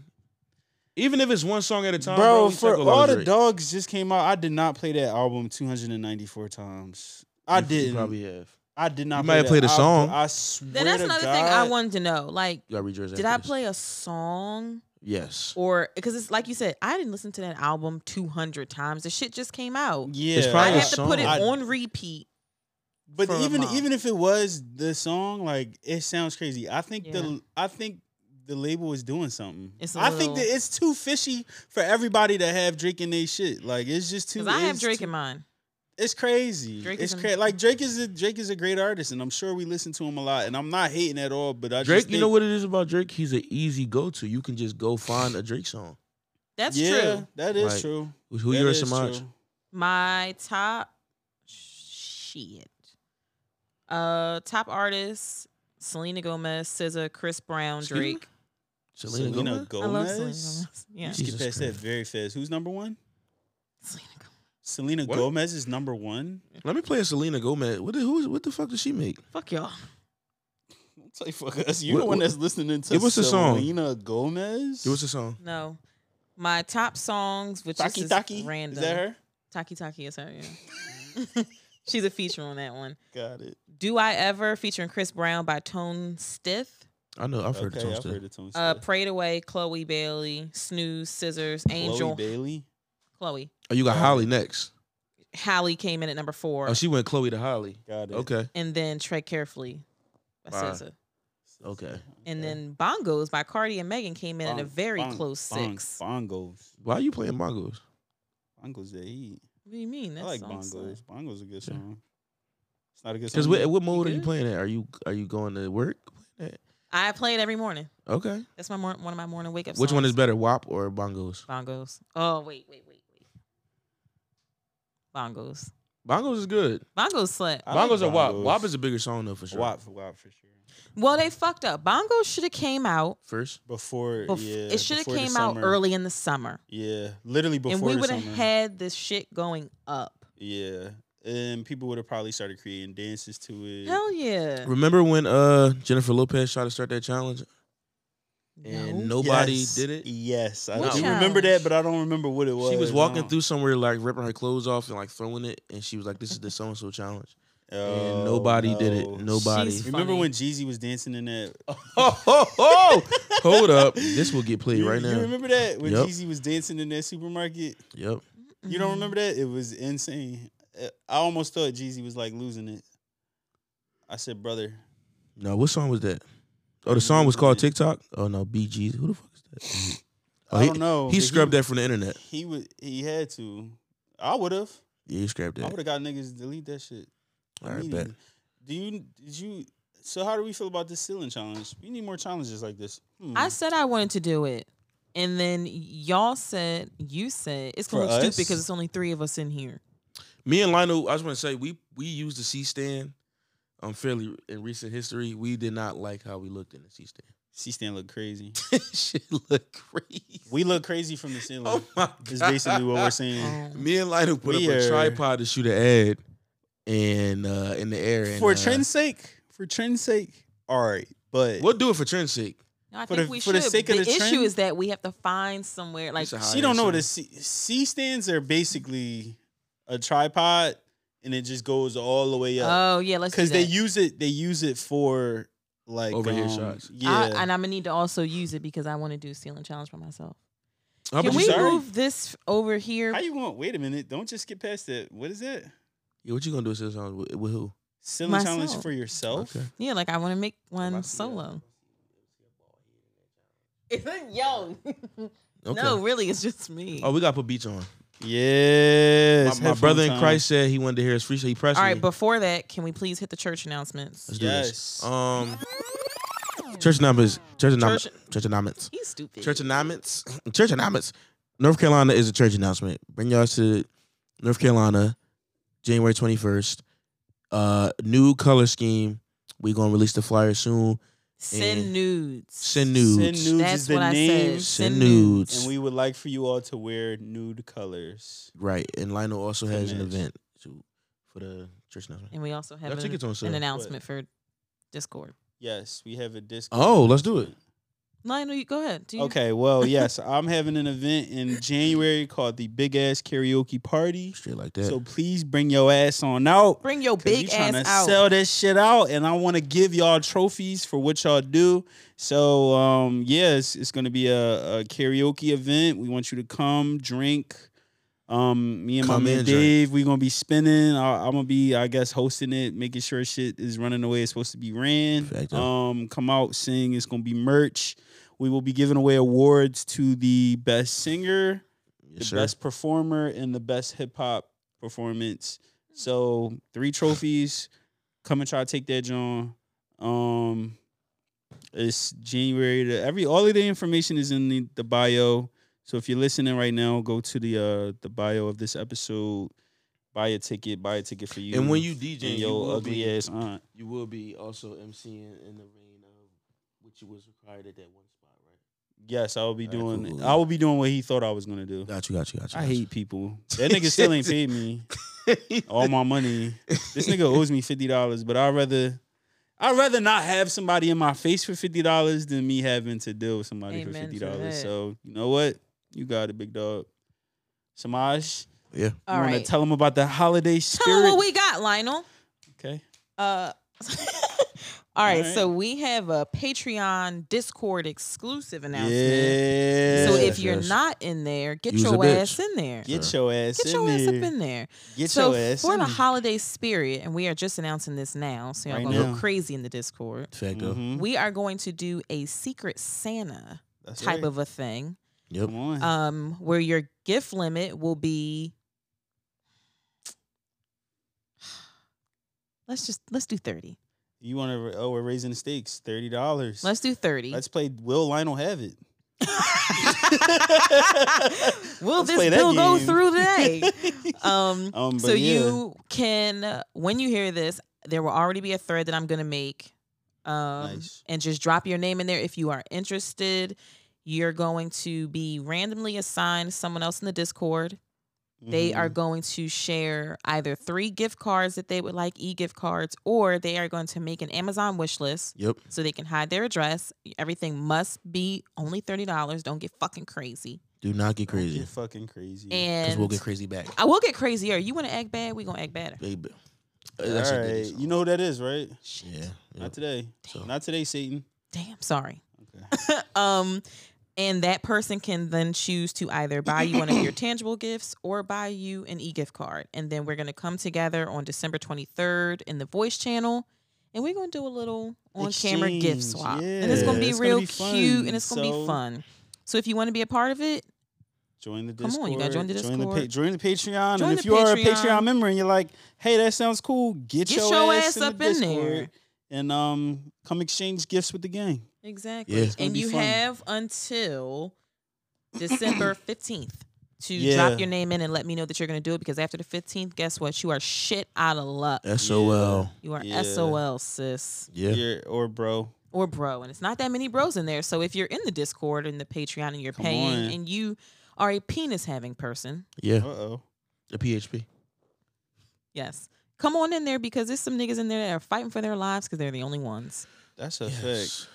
S1: Even if it's one song at a time,
S2: Bro,
S1: bro, we
S2: for
S1: cycle a lot
S2: all
S1: of
S2: the
S1: Drake.
S2: dogs just came out. I did not play that album 294 times. I
S1: You- you
S2: didn't.
S1: probably have.
S2: I did not.
S1: You might have played
S2: that.
S1: a
S2: I-
S1: song.
S2: I, swear.
S3: Then that's
S2: to
S3: another
S2: God,
S3: thing I wanted to know. Like,
S1: You gotta read yours
S3: did
S1: after
S3: I
S1: this.
S3: play a song
S1: Yes.
S3: or because it's like you said, I didn't listen to that album 200 times. The shit just came out.
S2: Yeah,
S1: It's
S3: I
S1: probably a
S3: had to put it
S1: song.
S3: on repeat.
S2: But
S3: for a
S2: even
S3: month.
S2: even if it was the song, like it sounds crazy. I think
S3: Yeah.
S2: the I think the label is doing something.
S3: It's a
S2: I think that
S3: little-
S2: it's too fishy for everybody to have Drake in their shit. Like it's just too.
S3: Because I have
S2: it's
S3: Drake
S2: too-
S3: in mine.
S2: It's crazy.
S3: Drake
S2: it's
S3: is a-
S2: crazy. Like Drake is a, Drake is a great artist, and I'm sure we listen to him a lot. And I'm not hating at all, but I
S1: Drake,
S2: Just
S1: you know
S2: think-
S1: what it is about Drake? He's an easy go to. You can just go find a Drake song.
S3: That's
S2: yeah,
S3: true.
S2: That is
S1: Like,
S2: true.
S1: Who- Who
S2: That
S1: you're
S2: is
S1: Samaj?
S2: true.
S3: My top shit. Uh, top artists: Selena Gomez, SZA, Chris Brown,
S1: Excuse me?
S3: Drake.
S1: Selena
S2: Selena
S1: Gomez?
S2: Gomez.
S3: I love Selena Gomez. Yeah,
S2: You skip
S1: Jesus
S2: past that
S1: Christ.
S2: very fast. Who's number one?
S3: Selena Gomez.
S2: Selena
S1: What?
S2: Gomez is number one.
S1: Let me play a Selena Gomez. What the, who is, what the fuck did she make?
S3: Fuck y'all.
S2: Don't say fuck us. You
S1: What-
S2: the one
S1: what-
S2: that's listening to
S1: Give us a song.
S2: Selena Gomez.
S1: It was a song.
S3: No, my top songs, which
S2: Taki
S3: is
S2: Taki.
S3: random.
S2: Is that her?
S3: Taki Taki is her. Yeah, she's a feature on that one.
S2: Got it.
S3: Do I ever featuring Chris Brown by Tone Stiff?
S1: I know. I've heard
S2: Okay,
S1: the song
S2: I've
S1: still.
S2: heard the tone.
S3: Uh, Prayed Away, Chloe Bailey, Snooze, Scissors,
S2: Chloe
S3: Angel,
S2: Bailey.
S3: Chloe.
S1: Oh, you got
S2: Yeah.
S1: Holly next.
S3: Hallie came in at number four,
S1: Oh, she went Chloe to Holly.
S2: Got it.
S1: Okay.
S3: and then Tread Carefully by
S1: Wow.
S3: SZA.
S1: Okay.
S3: And then Bongos by Cardi and Megan came in at a
S2: Bong-
S3: very
S2: bong-
S3: close
S2: bong-
S3: six.
S2: Bongos.
S1: Why are you playing Mongos?
S2: Bongos they eat.
S3: What do you mean?
S2: I
S3: That
S2: like
S3: song's
S2: bongos. Bongos is a good
S1: Yeah.
S2: song. It's not a good song.
S1: Because what, what mode are you
S3: good?
S1: playing at? Are you are you going to work?
S3: I play it every morning.
S1: Okay.
S3: That's my mor- one of my morning wake up.
S1: Which one is
S3: songs.
S1: better, WAP or Bongos?
S3: Bongos? Oh wait, wait, wait, wait. Bongos.
S1: Bongos is good.
S3: Bongos slept.
S2: I like
S1: Bongos are WAP.
S2: bongos.
S1: WAP is a bigger song though for sure.
S2: WAP, WAP for sure.
S3: Well, they fucked up. Bongos should have came out.
S1: First.
S2: Before,
S3: Bef-
S2: yeah,
S3: it should have
S2: before the
S3: came out
S2: summer.
S3: early in the summer,
S2: Yeah, literally before
S3: and we
S2: the
S3: would have
S2: summer.
S3: had this shit going up.
S2: Yeah, and people would have probably started creating dances to it.
S3: Hell yeah.
S1: Remember when uh Jennifer Lopez tried to start that challenge and
S3: No.
S1: nobody
S2: Oh, Yes,
S1: did it?
S2: Yes, I
S1: What
S2: do remember
S3: challenge?
S2: that, but I don't remember what it was.
S1: She was
S2: I
S1: walking
S2: don't-
S1: through somewhere like ripping her clothes off and like throwing it, and she was like, "This is the so and so challenge,"
S2: Oh,
S1: and nobody did it.
S2: no.
S1: Nobody.
S3: She's-
S2: Remember
S3: Funny.
S2: when Jeezy was dancing in that?
S1: oh, oh, oh! Hold up, this will get played
S2: you,
S1: right
S2: You
S1: now.
S2: remember that when
S1: Yep.
S2: Jeezy was dancing in that supermarket?
S1: Yep.
S2: You
S3: Mm-hmm.
S2: don't remember that? It was insane. Uh, I almost thought Jeezy was like losing it. I said, brother,
S1: No, what song was that? Oh, the song was called TikTok. Oh no, BG. Who the fuck is that? Oh,
S2: I
S1: he,
S2: don't know.
S1: He
S2: but
S1: scrubbed that from the internet.
S2: He would. He had to. I would have.
S1: Yeah, he scrapped
S2: I
S1: that.
S2: would have got niggas to delete that shit.
S1: All right, bet.
S2: immediately. Do you? Did you? So how do we feel about this ceiling challenge? We need more challenges like this. Hmm.
S3: I said I wanted to do it. And then y'all said, you said it's gonna
S2: For
S3: look stupid
S2: us?
S3: because it's only three of us in here.
S1: Me and Lionel, I just want to say we we used the C stand. Um, fairly in recent history, we did not like how we looked in the C stand.
S2: C stand look crazy.
S1: Shit looked crazy.
S2: We look crazy from the ceiling.
S1: oh my god!
S2: is basically what we're saying.
S3: Um,
S1: Me and Lionel put
S2: We
S1: up a
S2: are-
S1: tripod to shoot an ad, and uh, in the air. And,
S2: For
S1: uh,
S2: trend's sake, for trend's sake, all right. But
S1: we'll do it for trend's sake.
S3: no, I
S2: for
S3: think
S2: the-
S3: we
S2: for
S3: should.
S2: the sake of the
S3: issue
S2: trend?
S3: is that we have to find somewhere like
S1: It's a
S2: she don't know what
S1: higher
S2: a C, C stands are. Basically, a tripod, and it just goes all the way up
S3: Oh yeah, let's do
S2: because they
S3: that.
S2: use it. They use it for like
S1: Over
S2: um,
S1: here shots.
S2: Yeah,
S3: I- and I'm gonna need to also use it because I want to do ceiling challenge by myself.
S1: How
S3: Can
S1: about
S3: we
S1: you?
S2: Sorry?
S3: move this f- over here?
S2: How you want? Wait a minute! Don't just get past that. What is that?
S1: Yeah, what you gonna do with this song? With, with who?
S2: Silly challenge
S3: Myself.
S2: for yourself.
S1: Okay.
S3: yeah, like I want to make one solo. Yo,
S1: Okay.
S3: no, really, it's just me.
S1: Oh, we gotta put beats on.
S2: Yes,
S1: my my
S2: headphone
S1: brother in
S2: time.
S1: Christ said he wanted to hear his free. So he pressed
S3: All
S1: me.
S3: right, before that, can we please hit the church announcements?
S1: Let's
S2: Yes.
S1: do this. Um, church numbers. Church numbers.
S3: Church-
S1: Church announcements.
S3: He's stupid.
S1: Church announcements. Church announcements. North Carolina is a church announcement. Bring y'all to North Carolina, January twenty first. Uh, new color scheme. We gonna release the flyer soon.
S3: Send
S1: and-
S3: nudes.
S1: Send nudes.
S2: Send nudes is
S3: That's
S2: the
S3: what I
S2: name,
S3: said.
S1: Send nudes.
S2: and we would like for you all to wear nude colors.
S1: Right, and Lionel also has an
S2: Image.
S1: event to, for the church announcement.
S3: And we also have
S1: Y'all
S3: an,
S1: tickets on
S3: an
S1: sale.
S3: announcement for Discord.
S2: Yes, we have a Discord.
S1: Oh, let's do it.
S3: Lionel, you go ahead. Do you,
S2: Okay, well, yes, I'm having an event in January called the Big Ass Karaoke Party.
S1: Straight like that.
S2: So please bring your ass on out.
S3: Bring your
S2: 'cause we
S3: big ass
S2: tryna
S3: out.
S2: sell this shit out, and I want to give y'all trophies for what y'all do. So, um, yes, it's gonna be a, a karaoke event. We want you to come, drink. Um, me and
S1: Come
S2: my
S1: and
S2: man
S1: drink.
S2: Dave, we gonna be spinning. I, I'm gonna be, I guess, hosting it, making sure shit is running the way it's supposed to be ran.
S1: Facto.
S2: Um, come out, sing. It's gonna be merch. We will be giving away awards to the best singer the
S1: Yes, sir.
S2: best performer and the best hip hop performance. So three trophies. Come and try to take that, John. Um, it's January. The, every all of the information is in the, the bio. So if you're listening right now, go to the uh the bio of this episode. Buy a ticket. Buy a ticket for you.
S1: and when you
S2: and
S1: DJ, you
S2: your
S1: will,
S2: ugly
S1: be,
S2: ass aunt.
S1: you will be also MCing in the vein of which you was required at that one spot, right?
S2: Yes, I will be
S1: All right,
S2: doing.
S1: cool, cool,
S2: I will be doing what he thought I was gonna do.
S1: Got you, got you, got you.
S2: I hate people. That nigga still ain't paid me. all my money. This nigga owes me fifty dollars, but I'd rather I'd rather not have somebody in my face for fifty dollars than me having to deal with somebody for
S3: Amen
S2: fifty
S3: to
S2: dollars.
S3: that.
S2: So you know what? You got it, big dog. Samaj,
S1: Yeah.
S2: you
S3: All
S2: wanna
S3: right.
S2: tell them about the holiday
S3: Tell 'em
S2: spirit?
S3: what we got, Lionel.
S2: okay.
S3: Uh, all right,
S2: All right.
S3: so we have a Patreon Discord exclusive announcement.
S2: Yeah.
S3: So
S1: Yes,
S3: if you're
S1: yes.
S3: not in there, get
S1: You's a
S3: your
S1: bitch.
S3: ass in there.
S2: get your ass
S3: Get
S2: in
S3: your ass
S2: there.
S3: up in there.
S2: Get
S3: so
S2: your ass
S3: for
S2: in
S3: the
S2: there.
S3: holiday spirit, and we are just announcing this now, so y'all
S2: Right
S3: gonna
S2: now.
S3: go crazy in the Discord.
S1: Facto.
S2: Mhm.
S3: We are going to do a secret Santa
S2: That's
S3: type
S2: right. Mm-hmm.
S3: of a thing,
S1: Yep.
S2: Come on.
S3: um, where your gift limit will be. Let's just let's do thirty.
S2: you want to? Oh, we're raising the stakes. Thirty dollars.
S3: Let's do 30
S2: Let's play. Will Lionel have it?
S3: Will
S2: Let's
S3: this
S2: play that
S3: bill go
S2: game.
S3: through today? um,
S2: Um,
S3: so
S2: but yeah.
S3: you can uh, when you hear this, there will already be a thread that I'm gonna make. Um,
S2: Nice.
S3: and just drop your name in there if you are interested. You're going to be randomly assigned someone else in the Discord.
S1: Mm-hmm.
S3: They
S2: Mm-hmm.
S3: are going to share either three gift cards that they would like, e gift cards, or they are going to make an Amazon wish list
S1: Yep.
S3: so they can hide their address. Everything must be only thirty dollars. Don't get fucking crazy.
S1: Do not get crazy.
S2: You're fucking crazy.
S1: Because
S3: And
S1: we'll get crazy back.
S3: I will get crazier. You want to act bad? We gonna act better.
S1: Baby.
S2: All
S1: That's a
S2: right.
S1: Diddy song.
S2: You know who that is, right?
S3: Shit.
S1: Yeah.
S2: Not
S1: Yep.
S2: today.
S1: So-
S2: Not today, Satan.
S3: Damn. Sorry.
S2: Okay.
S3: um, and that person can then choose to either buy you one of your tangible gifts or buy you an e gift card. And then we're gonna come together on December twenty third in the Voice channel, and we're gonna do a little on camera gift
S2: Exchange,
S3: swap. And it's gonna
S2: yeah.
S3: be
S2: It's gonna
S3: real
S2: be fun.
S3: cute and it's gonna
S2: So-
S3: be fun. So if you want to be a part of it,
S2: Join the Discord.
S3: Come on, you gotta join the
S2: Join the, pa-
S3: Discord.
S2: join the Patreon.
S3: Join
S2: and
S3: the
S2: if you are a
S3: Patreon.
S2: Patreon member and you're like, hey, that sounds cool, get,
S3: Get your ass
S2: in the
S3: up in there.
S2: Discord And um, come exchange gifts with the gang.
S3: Exactly.
S1: Yeah. It's
S2: gonna
S3: And
S2: be
S3: you
S2: fun.
S3: have until December 15th to
S4: Yeah.
S3: drop your name in and let me know that you're going to do it because after the 15th, guess what? You are shit out of luck.
S1: SOL.
S3: You are
S2: Yeah.
S3: SOL, sis.
S1: Yeah.
S2: You're- or bro.
S3: Or bro. And it's not that many bros in there. So if you're in the Discord and the Patreon and you're
S2: Come
S3: paying
S2: on.
S3: and you are a penis having person,
S1: Yeah.
S2: Uh oh.
S1: The PHP.
S3: yes, come on in there because there's some niggas in there that are fighting for their lives because they're the only ones.
S2: That's a
S1: Yes.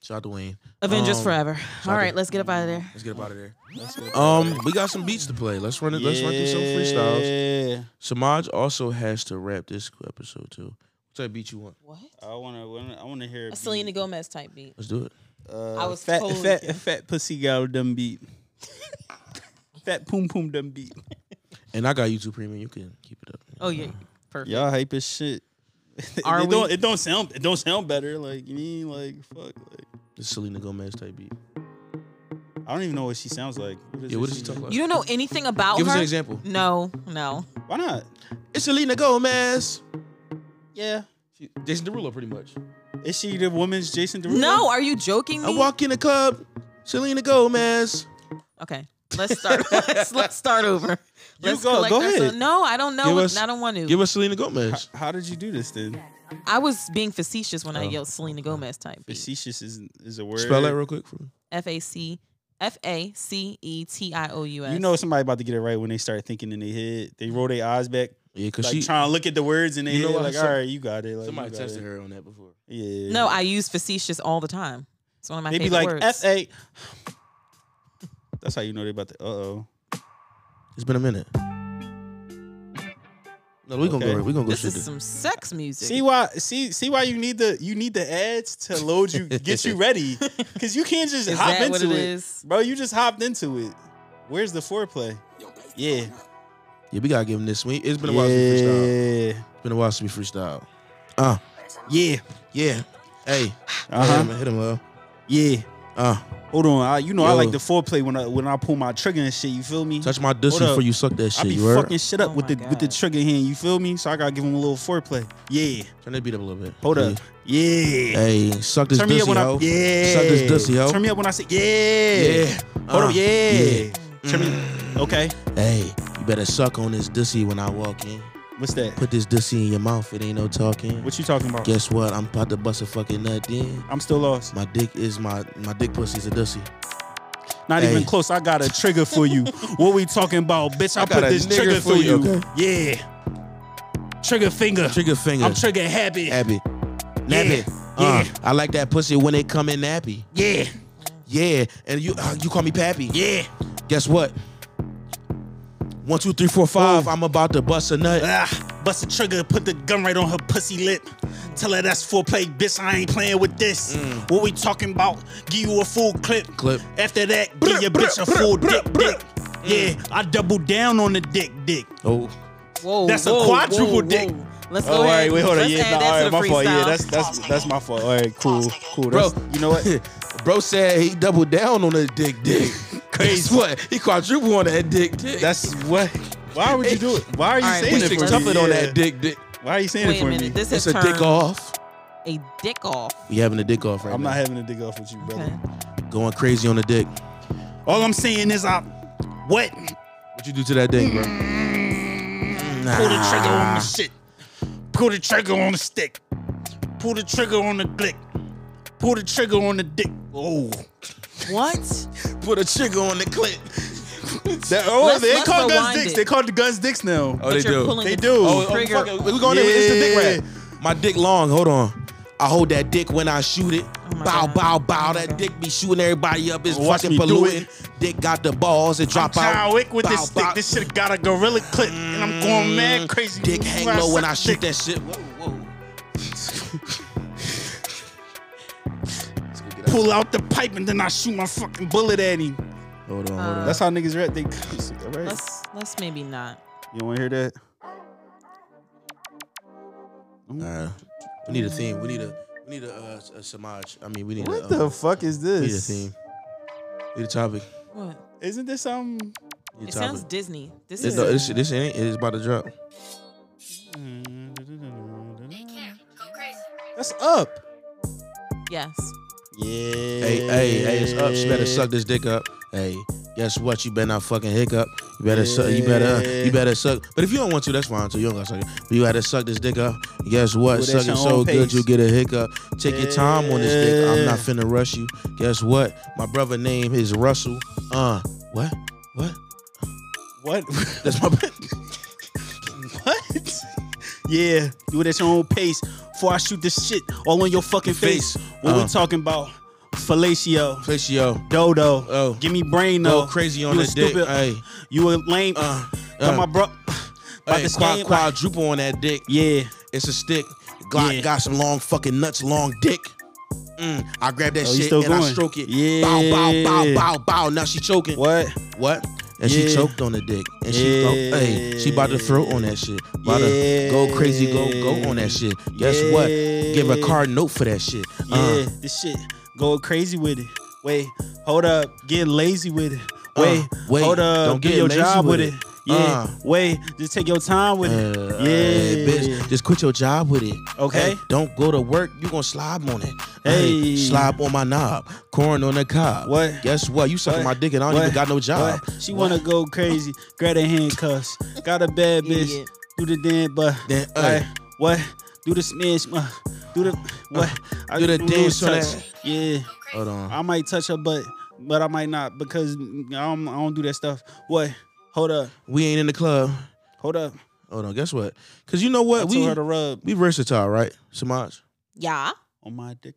S1: Shout out to Wayne.
S3: Avengers
S1: Um,
S3: forever.
S1: to-
S3: All right, let's get up out of there.
S1: Let's get up out of there.
S2: fact. That's a
S1: Um, we got some beats to play. Let's run it. Let's run through some freestyles.
S2: Yeah.
S1: Samaj also has to wrap this episode too. What type of beat you want?
S3: What?
S2: I wanna, I wanna hear.
S3: A
S2: beat.
S3: Selena Gomez type beat.
S1: Let's do it.
S2: Uh,
S3: I was
S2: fat,
S3: totally
S2: fat,
S3: kidding.
S2: fat pussy gal dumb beat. fat poom poom dumb beat.
S1: And I got YouTube Premium. You can keep it up.
S3: Oh, yeah. Perfect.
S2: Y'all hype as shit. It-
S3: Are
S2: it,
S3: we?
S2: don't, it don't sound it don't sound better. Like you mean like fuck. Like
S1: This Selena Gomez type beat.
S2: I don't even know what she sounds like. is
S1: Yeah,
S2: it
S1: what is she talking about?
S3: You don't know anything about
S1: Give
S3: her?
S1: us an example.
S3: No, no.
S2: Why not?
S1: It's Selena Gomez.
S2: Yeah.
S1: She- Jason Derulo, pretty much.
S2: Is she the woman's Jason Derulo?
S3: No, are you joking
S1: I
S3: me?
S1: walk in the club. Selena Gomez.
S3: okay. Let's start. let's, let's start over. Let's
S2: go-
S3: collect
S2: go
S3: ourselves.
S2: ahead.
S3: No, I don't know.
S1: Give
S3: what-
S1: us-
S3: I don't want to.
S1: Give us Selena Gomez.
S2: How did you do this then?
S3: I was being facetious when I
S1: Oh.
S3: yelled Selena Gomez type.
S2: Facetious is is a word.
S1: Spell that real quick for me.
S3: F A C F A C E T I O U S.
S2: You know somebody about to get it right when they start thinking in their head. They roll their eyes back,
S1: Yeah, because
S2: like
S1: she
S2: trying to look at the words in their
S1: You know
S2: head.
S1: what?
S2: Like,
S1: Some-
S2: all right, you got it. Like,
S1: somebody
S2: you got
S1: tested
S2: it.
S1: her on that before.
S2: Yeah.
S3: No, I use facetious all the time. It's one of my
S2: They be
S3: favorite
S2: like F
S3: words.
S2: A. That's how you know they about to. Uh oh.
S1: It's been a minute. No, we gonna
S2: Okay.
S1: go. We gonna go.
S3: This
S1: straight to-
S3: is some sex music.
S2: See why? See see why you need the you need the ads to load you, get you ready, because you can't just
S3: is
S2: hop
S3: that
S2: into
S3: what it is?
S2: bro. You just hopped into it. Where's the foreplay? Yeah,
S1: yeah, we gotta give him this. We, it's been a while since we freestyle.
S2: yeah,
S1: It's been a while since we freestyle. Uh,
S2: yeah,
S1: yeah. Hey, hit
S2: uh huh,
S1: him, hit him, love.
S2: yeah.
S1: Uh,
S2: Hold on, I, you know I
S1: Yo.
S2: like the foreplay when I when I pull my trigger and shit. You feel me?
S1: touch my pussy
S2: up.
S1: before you suck that
S2: I
S1: shit.
S2: be
S1: You heard?
S2: fucking shit up
S3: Oh
S2: with
S3: my
S2: the with the
S3: God.
S2: trigger hand. You feel me? So I gotta give him a little foreplay. Yeah,
S1: Turn that beat up a little bit.
S2: hold
S1: yeah.
S2: up. Yeah.
S1: Hey, suck this
S2: Turn me up
S1: pussy,
S2: when I
S1: ho.
S2: yeah.
S1: Suck this pussy, ho.
S2: Turn me up when I say yeah.
S1: Yeah.
S2: Hold
S1: Uh,
S2: up, yeah.
S1: yeah.
S2: Turn me. Okay,
S1: Hey, you better suck on this dussy when I walk in.
S2: what's that?
S1: Put this dussy in your mouth. It ain't no talking.
S2: What you talking about?
S1: Guess what? I'm about to bust a fucking nut in.
S2: I'm still lost.
S1: My dick is my my dick pussy's a dussy.
S2: Not
S1: Hey.
S2: even close. I got a trigger for you. what we talking about, bitch? I,
S1: I got
S2: put
S1: a
S2: this
S1: nigger
S2: trigger
S1: for
S2: through
S1: you,
S2: you. Yeah. Trigger finger.
S1: Trigger finger.
S2: I'm trigger happy.
S1: Abby.
S2: Yeah.
S1: Nappy. Uh,
S2: Yeah.
S1: I like that pussy when it come in nappy.
S2: Yeah.
S1: Yeah, and you uh, you call me Pappy.
S2: Yeah.
S1: Guess what? One, two, three, four, five.
S2: Oh.
S1: I'm about to bust a nut.
S2: Ah, bust a trigger, put the gun right on her pussy lip. Tell her that's foreplay, bitch. I ain't playing with this. What we talking about? Give you a full clip.
S1: Mm. Clip.
S2: After that, give your bitch a full dick, dick. Yeah, I double down on the dick, dick.
S1: Oh,
S3: Whoa,
S2: That's a
S3: whoa,
S2: quadruple
S3: whoa,
S2: dick.
S3: whoa. Let's go ahead. Let's add that to the freestyle.
S2: that's that's my fault. All right, cool, cool.
S1: bro.
S2: That's- you know what?
S1: bro said he doubled down on his dick, dick. Guess
S2: Crazy.
S1: what? He quadrupled on that dick, dick.
S2: That's what. Why would you do it? Why are you
S3: All right,
S2: saying
S1: we
S2: it
S3: wait,
S2: for
S3: wait,
S2: me?
S1: sextupled on
S2: Yeah.
S1: that dick, dick.
S2: Why are you saying it
S3: Wait
S2: for
S3: a
S2: me?
S3: minute. This
S1: It's
S3: has
S1: a dick
S3: turned
S1: off.
S3: a dick off.
S1: We having a dick off right
S2: I'm
S1: now.
S2: not having a dig off with you, brother.
S3: Okay.
S1: Going crazy on the dick.
S2: All I'm saying is I what
S1: What you do to that dick, bro?
S2: pull the trigger
S1: Ah.
S2: on the shit. Pull the trigger on the stick. Pull the trigger on the glick. Pull the trigger on the dick. Oh.
S3: What?
S1: Put a trigger on the clip.
S2: Oh, That, oh,
S3: Let's-
S2: they ain't
S3: let's
S2: called guns
S3: rewind
S2: dicks.
S3: it.
S2: They called the guns dicks now.
S1: Oh, they
S3: But you're
S1: do.
S3: pulling
S2: They
S3: the
S2: do. Oh,
S1: Oh,
S3: Trigger.
S1: fuck it. we going in. It's the
S2: Yeah.
S1: dick rap. My dick long. Hold on. I hold that dick when I shoot it.
S3: Oh my
S1: bow,
S3: God.
S1: bow,
S3: Oh
S1: bow.
S3: my
S1: that
S3: God.
S1: dick be shooting everybody up. It's
S2: Watch
S1: fucking
S2: me do
S1: polluting.
S2: it.
S1: Dick got the balls. It drop out.
S2: John Wick with
S1: Bow,
S2: this stick.
S1: bow.
S2: This shit got a gorilla clip, and I'm going mad crazy.
S1: Dick hang low when I shoot
S2: Dick.
S1: that shit. Whoa, whoa. Let's go get out.
S2: Pull out the pipe and then I shoot my fucking bullet at him.
S1: Hold on, hold
S3: Uh,
S1: on.
S2: That's how niggas rap. They all right.
S3: Let's let's maybe not.
S2: You want to hear that?
S1: All right. We need a theme. We need a we need a, uh, a samaj. I mean, we need
S2: What
S1: a,
S2: the
S1: uh,
S2: fuck is
S1: we need a
S2: this?
S1: theme. We need a topic.
S3: What?
S2: Isn't this
S1: We
S2: um?
S1: need a
S3: It
S1: topic.
S3: sounds Disney. This
S1: This,
S3: is
S1: no, this, this ain't it's about to drop.
S2: That's up.
S3: yes.
S2: Yeah.
S1: Hey, hey, hey, it's up. She better suck this dick up. Hey, guess what? You better not fucking hiccup. You better suck. You better. uh, You better suck. But if you don't want to, that's fine. So you don't gotta suck it. But you gotta suck this dick up. Guess what?
S2: that's
S1: Suck it
S2: your
S1: so
S2: own
S1: good
S2: pace.
S1: you get a hiccup. Take your time on this dick. I'm
S2: Yeah.
S1: not finna rush you. Guess what? My brother name is Russell. Uh, what? What?
S2: What?
S1: That's my.
S2: what? Yeah, do it at your own pace. Before I shoot this shit all on your fucking face. What
S1: Uh.
S2: we talking about? Fellatio,
S1: Felicio.
S2: dodo.
S1: Oh.
S2: Give me brain though.
S1: Go crazy on
S2: you a
S1: that dick.
S2: stupid-
S1: Hey,
S2: You a lame.
S1: Uh,
S2: Got
S1: uh.
S2: my bro. About
S1: hey
S2: this
S1: quad,
S2: game, like-
S1: quadruple on that dick.
S2: Yeah.
S1: It's a stick. Glock
S2: Yeah.
S1: got some long fucking nuts, long dick. Mm, I grab that
S2: Oh, you
S1: shit
S2: still
S1: and I
S2: going.
S1: stroke it.
S2: Yeah.
S1: Bow, bow, bow, bow, bow. Now she choking.
S2: What?
S1: What? And she
S2: Yeah.
S1: choked on the dick. And she throw, hey, she about to throw on that shit. About to go crazy, go, go on that shit. Guess what? Give a
S2: Yeah.
S1: card note for that shit. Uh,
S2: Yeah, this shit go crazy with it. Wait, hold up, get lazy with it. Wait,
S1: Uh, wait,
S2: hold up,
S1: don't
S2: do
S1: get
S2: your
S1: lazy
S2: job
S1: with
S2: with
S1: it.
S2: it. Yeah,
S1: Uh.
S2: wait, just take your time with it.
S1: uh,
S2: Yeah.
S1: hey, bitch, just quit your job with it.
S2: Okay.
S1: Hey, don't go to work. You gonna slob on it.
S2: Hey.
S1: slob on my knob, corn on the cob.
S2: What?
S1: Guess what? You sucking
S2: What?
S1: my dick and I don't
S2: What?
S1: even got no job.
S2: What? She wanna go crazy, grab the handcuffs, got a bad bitch,
S3: Idiot.
S2: do the damn but
S1: Then, uh.
S2: like,
S1: hey.
S2: what? Do the smash, uh, do the what? I
S1: Uh. do the
S2: don't really
S1: dance on
S2: touch.
S1: that.
S2: Yeah,
S1: Hold on.
S2: I might touch her butt, but I might not because I don't, I don't do that stuff. What? Hold up,
S1: we ain't in the club.
S2: hold up.
S1: Hold on. Guess what? Cause you know what?
S2: I
S1: we
S2: told her to rub
S1: we versatile, right? Samaj.
S3: Yeah.
S2: on my dick.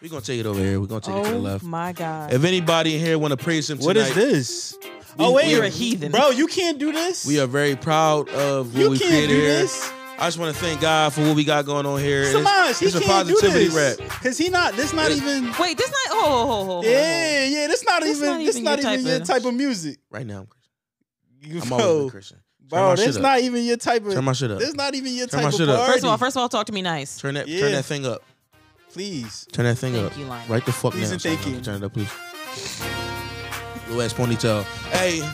S1: We gonna take it over here. We are gonna take it to the
S3: Oh
S1: left.
S3: my God.
S1: If anybody in here wanna praise him tonight,
S2: What is this?
S1: we-
S2: oh wait,
S1: we are-
S3: a heathen.
S2: bro. You can't do this.
S1: We are very proud of what
S2: You
S1: we
S2: can't
S1: created
S2: do
S1: here.
S2: this.
S1: I just want to thank God for what we got going on here.
S2: Samaj,
S1: it's,
S2: he
S1: it's
S2: can't
S1: a positivity
S2: do this.
S1: rap.
S2: Cause he not. This not
S1: It-
S2: even.
S3: Wait, this not. Oh, ho, ho, ho, ho, ho.
S2: Yeah, yeah. This not
S3: This
S2: even.
S3: not
S2: This
S3: even
S2: not
S3: your
S2: even
S3: type
S2: your
S3: of-
S2: type of music.
S1: Right now, I'm Christian.
S2: You
S1: I'm always
S2: bro,
S1: a Christian. Turn
S2: bro.
S1: my shit
S2: This
S1: up.
S2: not even your type of.
S1: Turn my shit up.
S2: This not even your
S1: Turn my
S2: type of
S1: shit up.
S2: party.
S3: First of all, first of all, talk to me nice.
S1: Turn that,
S2: Yeah.
S1: turn that thing up.
S2: please.
S1: Turn that thing
S3: Thank
S1: up.
S3: you, Lionel.
S1: Right the fuck
S2: Please
S1: now.
S2: and
S1: son.
S2: thank you.
S1: Turn it up, please. Little ass ponytail. Hey,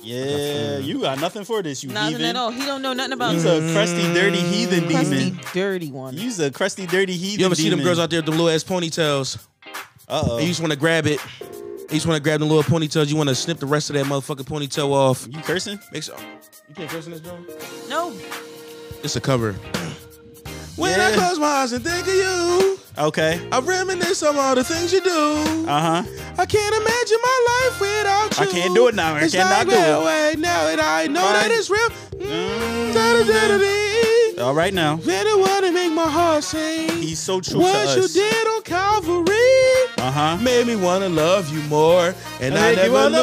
S2: Yeah, you got nothing for this. You
S3: Nothing
S2: heathen.
S3: at all. He don't know nothing about
S2: You's
S3: me.
S2: a crusty, dirty heathen
S3: crusty,
S2: demon.
S3: dirty one.
S2: You's a crusty, dirty heathen.
S1: you ever see them girls out there with the little ass ponytails?
S2: Uh oh.
S1: And you just want to grab it. You just want to grab the little ponytails. You want to snip the rest of that motherfucking ponytail off.
S2: You cursing?
S1: Make sure. You can't curse in this joint?
S3: no,
S1: It's a cover. When I
S2: Yeah.
S1: close my eyes and think of you,
S2: Okay.
S1: I reminisce on all the things you do.
S2: Uh huh.
S1: I can't imagine my life without you.
S2: I can't do it now. I
S1: It's
S2: cannot
S1: like
S2: do it.
S1: that way now that I know
S2: Right.
S1: that it's real. Mm, da-da-da-da-dee.
S2: All right now.
S1: Then it wouldn't make my heart sing.
S2: He's so true to
S1: what
S2: us.
S1: you did on Calvary
S2: Uh huh.
S1: made me wanna love you more, and I, never knew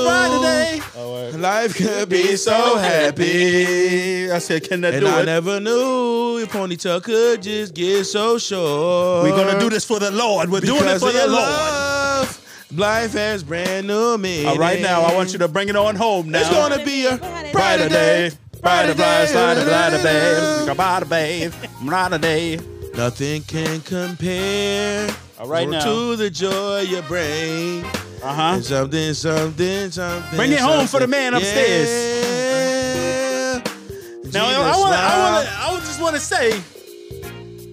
S1: life could be so happy.
S2: I said, can I
S1: And
S2: do
S1: I
S2: it?
S1: never knew your ponytail could just get so short.
S2: We're gonna do this for the Lord. We're doing it
S1: Because
S2: for the
S1: your
S2: Lord.
S1: love, life has brand new meaning.
S2: All right now, I want you to bring it on home now.
S1: It's gonna be a brighter
S2: brighter day,
S1: day.
S2: brighter, brighter, slider, slider, babe,
S1: day.
S2: brighter, babe, brighter day.
S1: Nothing can compare.
S2: All right now.
S1: To the joy you bring.
S2: Uh huh.
S1: And something, something, something.
S2: Bring it home for the man upstairs.
S1: Yeah.
S2: Now I want, I want, I just want to say,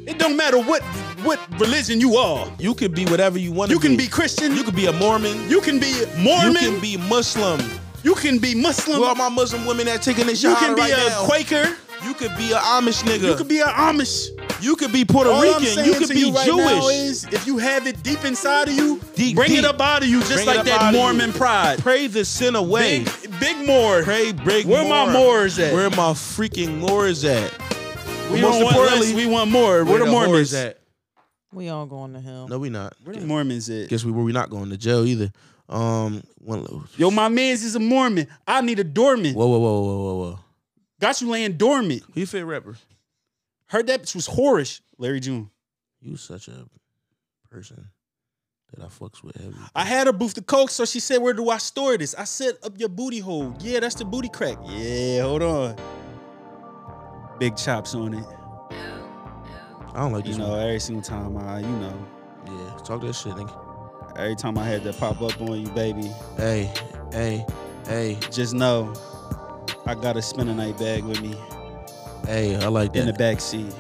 S2: it don't matter what what religion you are.
S1: You can be whatever you want to
S2: You
S1: be.
S2: can be Christian.
S1: You can be a Mormon.
S2: You can be Mormon.
S1: You can be Muslim.
S2: Muslim.
S1: To all my Muslim women that taking this
S2: you
S1: shot
S2: can be
S1: right
S2: a
S1: now.
S2: Quaker.
S1: You could be an Amish nigga.
S2: You could be an Amish.
S1: You could be Puerto
S2: All I'm
S1: Rican.
S2: saying
S1: You could
S2: to
S1: be
S2: you right
S1: Jewish.
S2: now is, if you have it deep inside of you,
S1: Deep,
S2: bring
S1: deep.
S2: it up out of you, just
S1: Bring it
S2: like
S1: up
S2: that
S1: out of you.
S2: Mormon pride.
S1: Pray the sin away.
S2: Big, big more.
S1: Pray, break.
S2: Where my Moors at?
S1: Where my freaking Moors at?
S2: we
S1: most
S2: don't want
S1: importantly,
S2: less. We want more. Where, the, Mormons
S1: whores at?
S3: we all going to hell.
S1: No, we not.
S2: Where the Mormons at?
S1: Guess we were we not going to jail either. Um, one, whoa,
S2: Yo, my man's is a Mormon. I need a dormant.
S1: whoa, whoa, whoa, whoa, whoa.
S2: Got you laying dormant.
S1: Who you fit rapper?
S2: Heard that bitch was whorish. Larry June.
S1: You such a person that I fucks with heavy.
S2: I had her booth the coke, so she said, "Where do I store this?" I said, "Up your booty hole." Yeah, that's the booty crack. Yeah, hold on. Big chops on it.
S1: I don't like
S2: You
S1: this
S2: know,
S1: one.
S2: every single time I, you know,
S1: Yeah, talk that shit, nigga.
S2: every time I had that pop up on you, baby,
S1: Hey, hey, hey,
S2: just know I got a spinner night bag with me
S1: hey. I like
S2: in the
S1: that.
S2: back seat.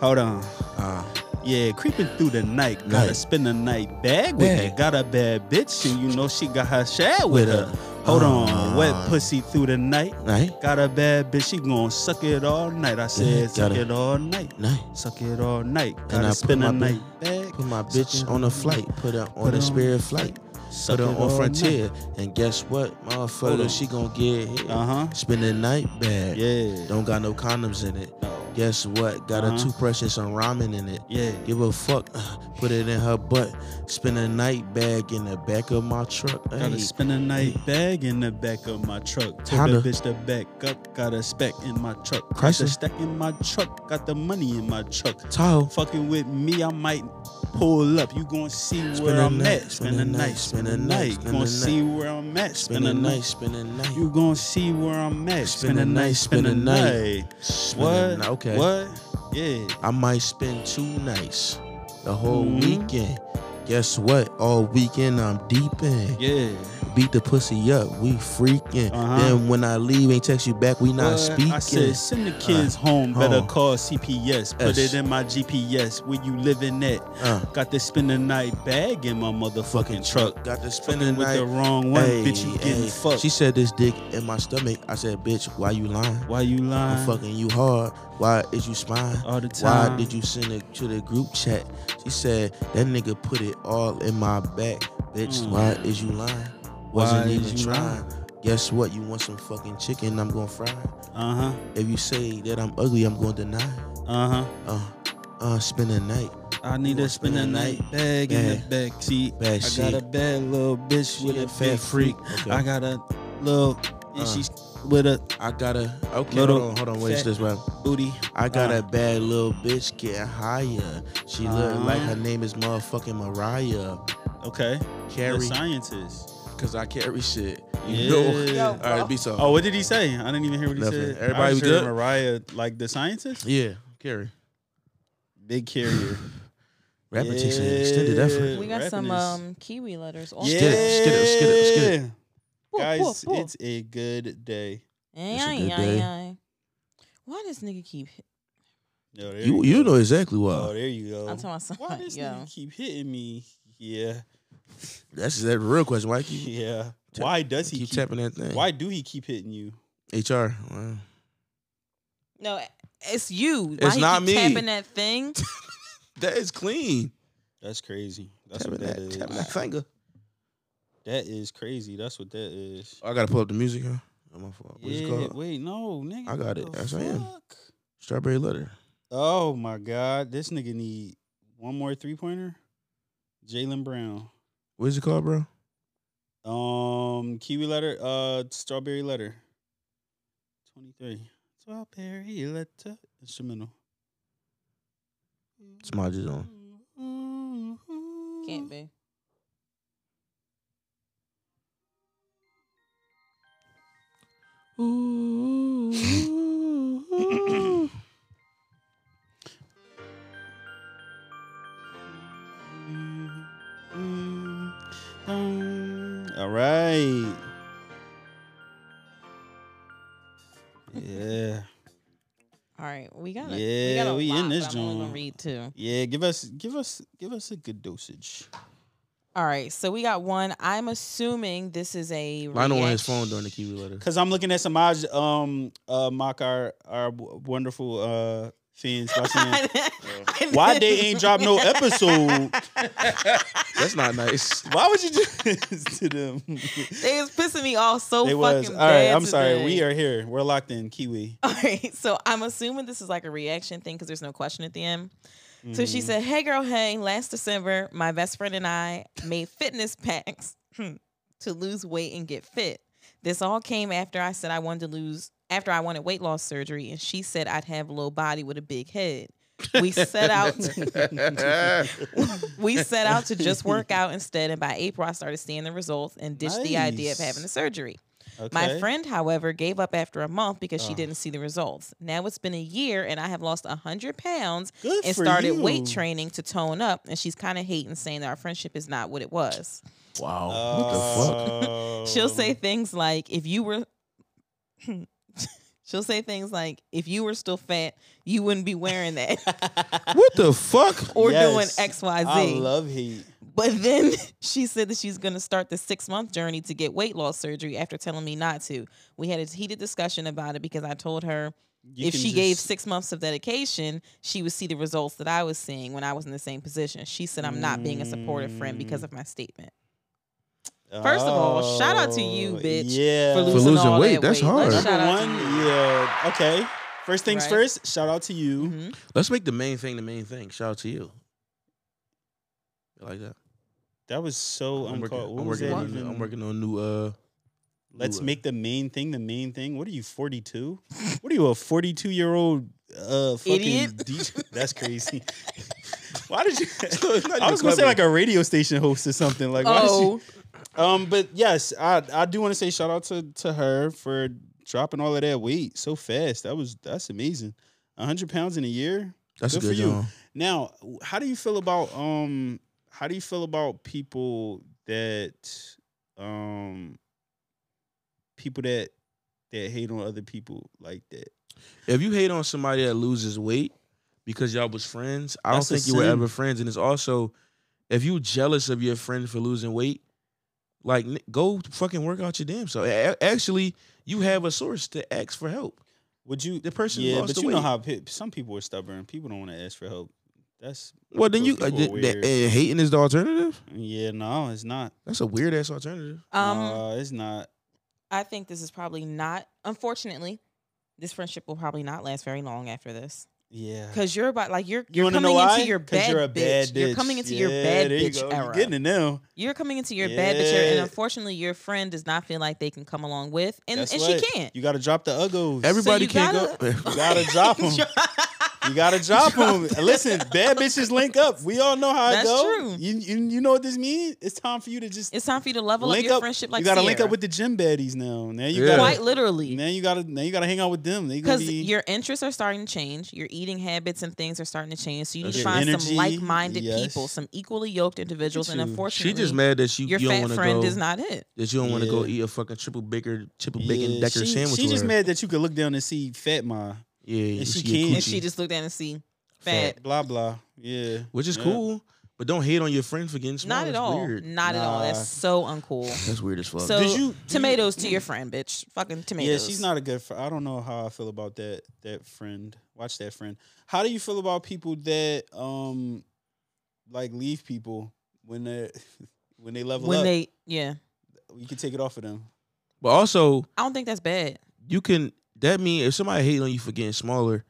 S2: Hold on.
S1: Uh,
S2: Yeah, creeping through the night. Gotta
S1: Night.
S2: spend the night. Bag with
S1: Bag.
S2: it. Got a bad bitch, and you know she got her shad with her. Oh. Hold on, wet
S1: uh,
S2: pussy through the night.
S1: Right?
S2: Got a bad bitch, she gon' suck it all night. I
S1: Yeah,
S2: said, suck
S1: gotta-
S2: it all night.
S1: Night.
S2: Suck it all night.
S1: I
S2: Gotta
S1: put
S2: spend
S1: my
S2: the
S1: big-
S2: night. Bag.
S1: Put my bitch on a flight. Put her on
S2: Put
S1: a
S2: her
S1: spirit flight.
S2: Suck
S1: Put
S2: it
S1: her on
S2: all night.
S1: Frontier. And guess what, motherfucker?
S2: on.
S1: She gonna get hit.
S2: Uh huh.
S1: Spend the night bag.
S2: Yeah.
S1: Don't got no condoms in it.
S2: No.
S1: Guess what? Got
S2: Uh-huh.
S1: a toothbrush and some ramen in it.
S2: Yeah.
S1: Give a fuck. uh, Put it in her butt. Spend a night bag in the back of my truck.
S2: Gotta
S1: Ay.
S2: spend a night bag in the back of my truck. Tell
S1: Honda.
S2: that bitch to back up. Got a spec in my truck. Got
S1: Chrysler.
S2: the stack in my truck. Got the money in my truck.
S1: Tahoe.
S2: Fucking with me, I might pull up. You gon' see
S1: Spend
S2: where
S1: a
S2: I'm
S1: night,
S2: at. Spend the night. Spend the night. You
S1: spend
S2: gon'
S1: a
S2: see where I'm at.
S1: Spend a night. Spend a night.
S2: You gon' see where I'm at.
S1: Spend
S2: Spend
S1: the
S2: the
S1: night,
S2: night. Spend the
S1: spend the
S2: night.
S1: Spend a
S2: What?
S1: night. Okay.
S2: What? Yeah.
S1: I might spend two nights, the whole
S2: Mhm.
S1: weekend. Guess what? All weekend I'm deep in.
S2: Yeah.
S1: Beat the pussy up, we freaking.
S2: Uh-huh.
S1: Then when I leave, ain't text you back, we not
S2: What?
S1: speaking.
S2: I said, send the kids home. Better
S1: uh, home.
S2: call CPS. Put
S1: Yes.
S2: it in my GPS. Where you living at?
S1: Uh,
S2: Got to spend the night bag in my motherfucking truck.
S1: got to spend the
S2: Fucking with
S1: night.
S2: the wrong one,
S1: Ayy,
S2: bitch. You getting
S1: ayy.
S2: fucked.
S1: She said this dick in my stomach. I said, bitch, why you lying?
S2: Why you lying?
S1: I'm fucking you hard. Why is you spying?
S2: All the
S1: Why
S2: time.
S1: did you send it to the group chat? She said that nigga put it all in my back, bitch.
S2: Mm.
S1: Why is you lying? Wasn't
S2: Why is
S1: even
S2: you
S1: trying. Guess what? You want some fucking chicken? I'm gonna fry. it.
S2: Uh huh.
S1: If you say that I'm ugly, I'm gonna deny. it.
S2: Uh huh.
S1: Uh, uh, spend the night.
S2: I
S1: You
S2: need
S1: wanna
S2: to spend the night bag in the back seat.
S1: Bad
S2: I
S1: shit.
S2: got a bad little bitch
S1: She
S2: with
S1: a
S2: a
S1: fat
S2: fat freak.
S1: freak. Okay.
S2: I got a little, and
S1: Uh.
S2: she's with a
S1: I gotta. Okay,
S2: Little
S1: hold on, hold on. Wait, it's
S2: fat-
S1: this way.
S2: booty.
S1: I got
S2: Uh.
S1: a bad little bitch getting higher. She look
S2: Uh-huh.
S1: like her name is motherfucking Mariah.
S2: Okay. The
S1: Carrie,
S2: scientist.
S1: cause I carry shit. You
S2: Yeah.
S1: know.
S3: Yo,
S1: All
S3: bro.
S1: right, be so.
S2: Oh, what did he say? I didn't even hear what he
S1: Nothing.
S2: said. I
S1: Everybody
S2: just
S1: was
S2: heard
S1: good?
S2: Mariah, like the scientist?
S1: yeah, carry.
S2: Big carrier.
S1: Rapper takes an extended effort.
S3: We got
S2: Rapping
S3: some
S2: is-
S3: um kiwi letters. Also.
S1: Skid it, skid it, skid it, skid it.
S2: Yeah.
S3: Woo, woo,
S2: Guys,
S3: woo.
S2: it's a good day.
S3: Ay,
S1: It's a good
S3: ay,
S1: day.
S3: ay. Why does nigga keep? hit-
S2: Yo, there
S1: You you
S2: go.
S1: know exactly why.
S2: Oh, there you go.
S3: I'm telling my son,
S2: Why does
S3: yo.
S2: nigga keep hitting me? Yeah.
S1: That's that real question. Why keep
S2: Yeah.
S1: Tap-
S2: Why does he
S1: keep
S2: keep,
S1: tapping that thing?
S2: Why do he keep hitting you?
S1: HR? Wow.
S3: No, it's you.
S1: It's
S3: he
S1: not
S3: keep
S1: me.
S3: Tapping that thing.
S1: That is clean.
S2: That's crazy. That's
S1: Tapping
S2: what
S1: that,
S2: that is.
S1: tapping that finger.
S2: That is crazy. That's what that is.
S1: Oh, I gotta pull up the music. Huh? Oh, my fault. What's it
S2: yeah,
S1: called?
S2: wait, no, nigga.
S1: I got
S2: what
S1: it.
S2: the
S1: That's what I am.
S2: fuck?
S1: Strawberry letter.
S2: Oh my god, this nigga need one more three pointer. Jalen Brown.
S1: What is it called, bro?
S2: Um, kiwi letter. Uh, strawberry letter. Twenty three. Strawberry letter. Instrumental.
S1: Smudge is on.
S3: Can't be.
S2: Mm-hmm. All right. Yeah.
S3: All right, we got. a-
S2: Yeah,
S3: we, got a
S2: we in
S3: lot,
S2: this
S3: but I'm only gonna
S2: joint.
S3: read two.
S2: Yeah, give us give us give us a good dosage.
S3: All right, so we got one. I'm assuming this is a.
S1: Lionel on his
S3: react-
S1: phone during the Kiwi letter.
S2: Cause I'm looking at Samaj um uh mock our our w- wonderful uh fans by saying
S3: I
S2: why they
S3: didn't-
S2: ain't drop no episode.
S1: That's not nice.
S2: Why would you do this to them?
S3: They was pissing me off so
S2: They
S3: fucking
S2: was. All
S3: bad.
S2: right, I'm sorry.
S3: today.
S2: We are here. We're locked in. Kiwi.
S3: All right, so I'm assuming this is like a reaction thing because there's no question at the end. So she
S2: Mhm.
S3: said, Hey girl, hey, last December, my best friend and I made fitness packs to lose weight and get fit. This all came after I said I wanted to lose, after I wanted weight loss surgery, and she said I'd have a little body with a big head. We set out. we set out to just work out instead, and by April, I started seeing the results and ditched the idea of
S2: Nice.
S3: having the surgery.
S2: Mm-hmm. Okay.
S3: My friend, however, gave up after a month because she
S2: Ah.
S3: didn't see the results. Now it's been a year and I have lost 100 pounds
S2: Good
S3: and
S2: for
S3: started
S2: you.
S3: weight training to tone up. And she's kind of hating saying that our friendship is not what it was.
S1: wow. what the fuck?
S2: Oh.
S3: She'll say things like, if you were. She'll say things like, "If you were still fat, you wouldn't be wearing that
S1: What the fuck?
S3: or
S2: Yes.
S3: doing X, Y, Z."
S2: I love heat.
S3: But then she said that she's going to start the six month journey to get weight loss surgery after telling me not to. We had a heated discussion about it because I told her
S2: You
S3: if
S2: can
S3: she gave
S2: just-
S3: six months of dedication, she would see the results that I was seeing when I was in the same position. She said, I'm not being a supportive friend because of my statement. First of all, shout out to you,
S2: Oh,
S3: bitch,
S2: Yeah.
S3: For losing,
S1: losing
S3: all
S1: weight,
S3: that
S1: that's
S3: weight.
S1: hard.
S3: Let's
S2: Number
S3: shout out
S2: one,
S3: to you.
S2: yeah. Okay. First things
S3: Right.
S2: first, shout out to you.
S3: Mhm.
S1: Let's make the main thing the main thing. Shout out to you. You like that?
S2: That was so
S1: I'm working,
S2: uncalled. What
S1: I'm,
S2: was
S1: working
S2: that
S1: on,
S2: even?
S1: I'm working on new. Uh,
S2: Let's
S1: new, uh,
S2: make the main thing the main thing. What are you, 42? What are you, a 42 year old uh, fucking
S3: Idiot.
S2: DJ? That's crazy. why did you?
S1: not
S2: I
S1: even
S2: was going to say
S1: clever.
S2: like a radio station host or something. Like, why did you?
S3: Oh,
S2: Um, but yes, I I do want to say shout out to to her for dropping all of that weight so fast. That was that's amazing. hundred pounds in a year.
S1: That's
S2: Good
S1: good,
S2: for you.
S1: y'all.
S2: Now, how do you feel about um? How do you feel about people that um? People that that hate on other people like that.
S1: If you hate on somebody that loses weight because y'all was friends, I
S2: That's a
S1: don't think you were
S2: sin.
S1: ever friends. And it's also if you jealous of your friend for losing weight, like n- go fucking work out your damn self. A- a- Actually, you have a source to ask for help.
S2: Would you?
S1: The person
S2: yeah,
S1: lost
S2: but
S1: the
S2: you know
S1: weight.
S2: how pe- some people are stubborn. People don't want to ask for help. That's
S1: Well, then
S2: Those
S1: you uh,
S2: people are
S1: th- eh, that-
S2: weird.
S1: and hating is the alternative.
S2: yeah. No, it's not.
S1: That's a weird ass alternative.
S3: um,
S2: no, it's not.
S3: I think this is probably not, unfortunately, this friendship will probably not last very long after this.
S2: Yeah.
S3: Because you're about like you're
S2: You
S3: you're
S2: wanna
S3: coming
S2: know why?
S3: into your
S2: 'Cause
S3: bad,
S2: you're a
S3: bitch.
S2: bad
S3: You're
S2: bitch.
S3: coming into your
S2: Yeah,
S3: bad
S2: there you
S3: bitch
S2: go.
S3: era.
S2: You're getting it now.
S3: You're coming into your bad bitch era, and
S2: Yeah.
S3: unfortunately, your friend does not feel like they can come along with, and,
S2: That's
S3: and
S2: right.
S3: she can't.
S2: You gotta drop the uggos.
S1: Everybody
S3: you
S1: can't go.
S3: gotta-
S2: you gotta drop them. You gotta drop them.
S3: Drop
S2: Listen, bad bitches link up. We all know how
S3: That's
S2: it go.
S3: true.
S2: You, you you know what this means? It's time for you to just
S3: it's time for you to level up
S2: link
S3: your
S2: up.
S3: friendship. Like
S2: you gotta link
S3: Sierra.
S2: up with the gym baddies now. Now you
S1: Yeah.
S2: gotta
S3: quite literally.
S2: now you gotta now you gotta hang out with them. They gonna
S3: Because
S2: be
S3: your interests are starting to change, your eating habits and things are starting to change. So you need
S1: That's
S3: to
S1: true.
S3: find
S2: Energy,
S3: some like-minded people,
S2: yes.
S3: some equally yoked individuals, and
S2: you. She
S1: She
S3: unfortunately,
S1: just mad that she,
S3: your
S1: you don't
S3: fat
S1: want to
S3: friend
S1: go.
S3: is not it.
S1: that you don't want to go
S2: Yeah.
S1: eat a fucking triple bigger, triple
S2: yeah,
S1: bacon decker
S2: she,
S1: sandwich.
S2: She
S1: with
S2: just
S1: her.
S2: mad that you could look down and see Fat Ma.
S1: Yeah,
S2: and she
S1: get
S2: can't.
S3: And she
S1: coochie.
S3: just looked down and see fat.
S2: Blah blah. Yeah.
S1: which is
S2: Yeah.
S1: cool. But don't hate on your friend for getting small.
S3: Not at
S1: That's
S3: all.
S1: Weird.
S3: Not at all.
S2: Nah.
S3: That's so uncool.
S1: That's weird as fuck.
S3: So
S2: Did you-
S3: tomatoes to your friend, bitch. Fucking tomatoes.
S2: Yeah, she's not a good friend. I don't know how I feel about that that friend. Watch that friend. How do you feel about people that um like leave people when they when they level
S3: when
S2: up?
S3: they yeah.
S2: you can take it off of them.
S1: but also,
S3: I don't think that's bad.
S1: you can. That mean if somebody hate on you for getting smaller,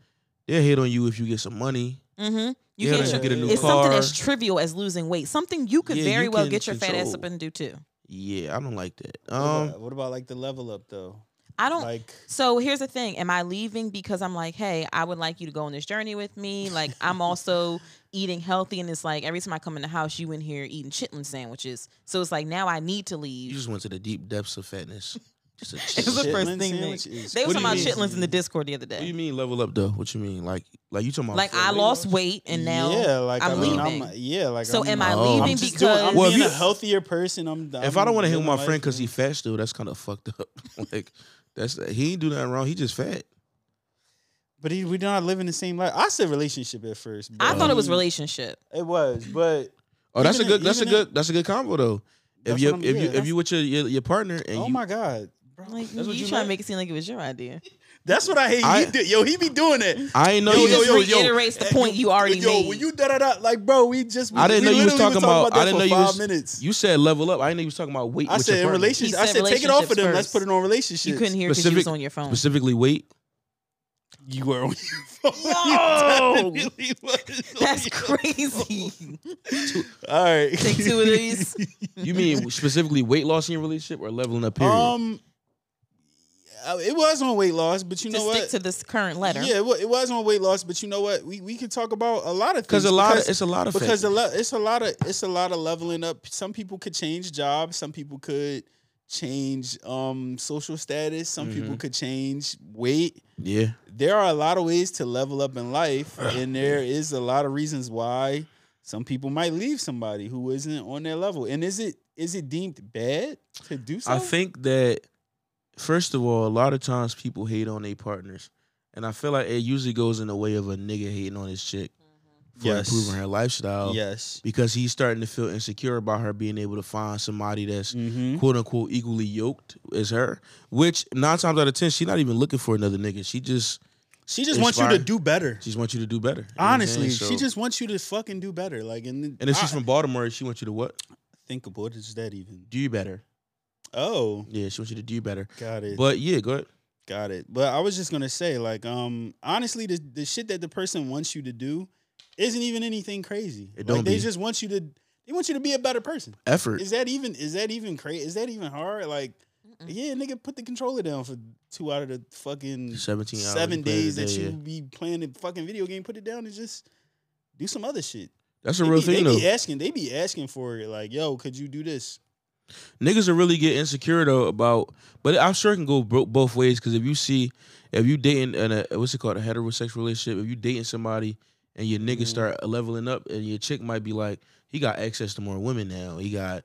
S1: they'll hate on you if you get some money.
S3: Mm-hmm. You
S1: They'll
S3: can't.
S1: hate you
S2: tr-
S1: get a new
S3: it's
S1: car.
S3: something that's trivial as losing weight. Something you could
S1: Yeah,
S3: very
S1: you
S3: well
S1: can
S3: get your fat ass
S1: control.
S3: up and do too.
S1: yeah, I don't like that.
S2: What,
S1: Um,
S2: about, what about like the level up though?
S3: I don't.
S2: Like
S3: so here's the thing: Am I leaving because I'm like, hey, I would like you to go on this journey with me? Like I'm also eating healthy, and it's like every time I come in the house, you in here eating chitlin sandwiches. So it's like now I need to
S1: you
S3: leave.
S1: just went to the deep depths of fatness. Just a
S3: was the
S1: chitlin.
S3: first
S2: chitlin
S3: thing they-
S2: sandwich is
S3: They were
S1: What do
S3: talking about
S1: you mean?
S3: chitlins in the Discord the other
S1: what do you
S3: day.
S1: mean level up though? What you mean like like you talking about?
S3: Like I
S1: food?
S3: lost weight, and now
S2: yeah, like
S3: I'm
S2: I mean, I'm,
S3: leaving.
S2: yeah, like
S3: So
S2: I'm,
S3: am I
S1: Oh.
S2: I'm
S3: leaving
S2: just
S3: because?
S2: doing- I'm
S1: Well, if
S2: being
S1: you-
S2: a healthier person. I'm.
S1: If I don't want to hang
S2: hang
S1: with my friend because he fat still, that's kind of fucked up. like that's he ain't do nothing wrong. He just fat.
S2: but he, we're not living the same life. I said relationship at first.
S3: I
S2: but-
S3: thought it was relationship.
S2: It was, but
S1: Oh, that's a
S2: Even
S1: good.
S2: it-
S1: That's a
S2: even
S1: good. That's a good combo though. If
S2: That's
S1: you
S2: what I'm-
S1: if you
S2: yeah.
S1: if you with your your, your partner and
S2: oh
S1: you
S2: my god, bro,
S3: Like
S2: that's
S3: you,
S2: what you
S3: trying
S2: like?
S3: to make it seem like it was your idea.
S2: That's what I hate.
S1: I-
S2: he do. Yo, he be doing that.
S1: I ain't know
S2: Yo,
S3: he
S1: you.
S2: yo,
S3: just
S2: yo, yo.
S3: reiterates the point you already
S2: yo,
S3: made.
S2: when you da da da, like, bro, we just.
S1: I didn't
S2: we
S1: know you was
S2: literally
S1: talking about.
S2: that
S1: I didn't
S2: for
S1: know you
S2: five
S1: was.
S2: minutes.
S1: You said level up. I didn't know you was talking about weight.
S2: I
S1: with
S2: said
S1: your
S2: in
S1: partner.
S2: relationships.
S3: He
S2: I
S3: said
S2: said take it off of
S3: relationships
S2: them. Let's
S3: first.
S2: put it on relationships.
S3: you couldn't hear because you
S1: specific-
S3: was on your phone.
S1: specifically weight.
S2: You were on your phone.
S3: Yo!
S2: You definitely was on
S3: That's
S2: your-
S3: crazy.
S2: All right.
S3: Take two of these.
S1: You mean specifically weight loss in your relationship or leveling up? Period.
S2: Um, uh, it was on weight loss, but you
S3: to
S2: know
S3: stick
S2: what?
S3: to this current letter.
S2: Yeah, it wa- it was on weight loss, but you know what? We we could talk about a lot of things
S1: because a lot. Of,
S2: because-
S1: it's a lot of
S2: because a
S1: factors.
S2: lot it's a lot of it's a lot of leveling up. Some people could change jobs. Some people could change um social status. Some people could change weight.
S1: Yeah.
S2: There are a lot of ways to level up in life, and there is a lot of reasons why some people might leave somebody who isn't on their level. And is it is it deemed bad to do so?
S1: I think that first of all, a lot of times people hate on their partners, and I feel like it usually goes in the way of a nigga hating on his chick for
S2: Yes.
S1: improving her lifestyle
S2: Yes.
S1: because he's starting to feel insecure about her being able to find somebody that's
S2: Mm-hmm.
S1: quote unquote equally yoked as her. Which nine times out of ten, she's not even looking for another nigga. She just
S2: She just wants you to
S1: Inspired.
S2: do better.
S1: she just wants you to do better. You know what I'm
S2: Honestly,
S1: saying?
S2: she
S1: So-
S2: just wants you to fucking do better. Like, and,
S1: And if she's
S2: I-
S1: from Baltimore, she wants you to what?
S2: think about what is that even?
S1: Do better.
S2: Oh,
S1: Yeah, she wants you to do better.
S2: got it.
S1: But yeah, go ahead.
S2: Got it. But I was just gonna say, like, um, honestly, the the shit that the person wants you to do isn't even anything crazy.
S1: It
S2: like,
S1: don't
S2: they
S1: be.
S2: just want you to they want you to be a better person.
S1: Effort.
S2: Is that even is that even crazy? Is that even hard? Like,
S3: Mm-mm.
S2: yeah, nigga, put the controller down for two out of the fucking
S1: 17 hours
S2: seven
S1: you play in a
S2: days that
S1: day,
S2: you
S1: yeah.
S2: be playing the fucking video game. Put it down and just do some other shit.
S1: That's a
S2: They
S1: real
S2: be-
S1: thing
S2: They
S1: though.
S2: be asking. They be asking for it. Like, yo, could you do this?
S1: Niggas will really get insecure though about, but I'm sure it can go bro- both ways. Because if you see, if you dating in a what's it called a heterosexual relationship, if you dating somebody and your
S2: Mm-hmm.
S1: niggas start leveling up, and your chick might be like, he got access to more women now. He got,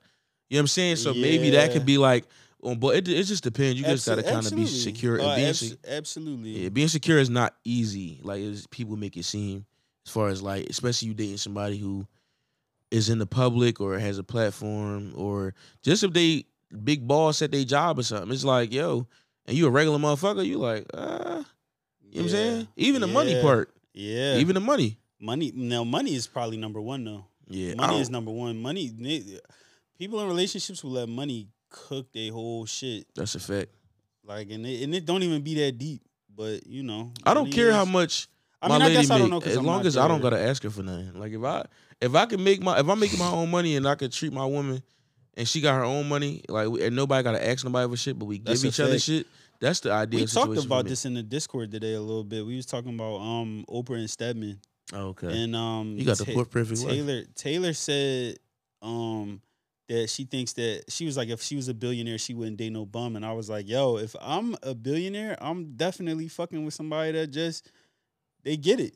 S1: you know what I'm saying. So maybe that
S2: Yeah.
S1: could be like, on but it, it just depends. You just
S2: Abso-
S1: gotta kind of be
S2: absolutely.
S1: secure.
S2: Oh,
S1: and being
S2: abs-
S1: se-
S2: absolutely.
S1: Yeah, being secure is not easy. Like it's, people make it seem, as far as like, especially you dating somebody who is in the public or has a platform or just if they big boss at their job or something. It's like, yo, and you a regular motherfucker, you like, uh, you know what I'm saying? Even the money
S2: Yeah.
S1: part,
S2: Yeah.
S1: even the money.
S2: Money now, money is probably number one though.
S1: Yeah,
S2: Money is number one. Money, ni- people in relationships will let money cook their whole shit.
S1: that's a fact.
S2: Like, and it, and it don't even be that deep. But you know,
S1: I don't
S2: money
S1: care how
S2: is-
S1: much
S2: I
S1: my
S2: mean, I
S1: lady
S2: guess I don't
S1: make,
S2: know 'cause
S1: as
S2: I'm
S1: long
S2: not
S1: as I don't
S2: there.
S1: gotta ask her for nothing. Like if I if I can make my if I make my own money and I can treat my woman and she got her own money, like we- and nobody gotta ask nobody for shit, but we give
S2: That's a
S1: each other
S2: fact.
S1: shit. That's the idea.
S2: We talked
S1: situation for
S2: about
S1: me.
S2: this in the Discord today a little bit. We was talking about um Oprah and Stedman,
S1: Oh, okay,
S2: and um
S1: you got the
S2: Ta-
S1: poor perfect wife.
S2: Taylor Taylor said um that she thinks that she was like if she was a billionaire she wouldn't date no bum and I was like yo if I'm a billionaire I'm definitely fucking with somebody that just they get it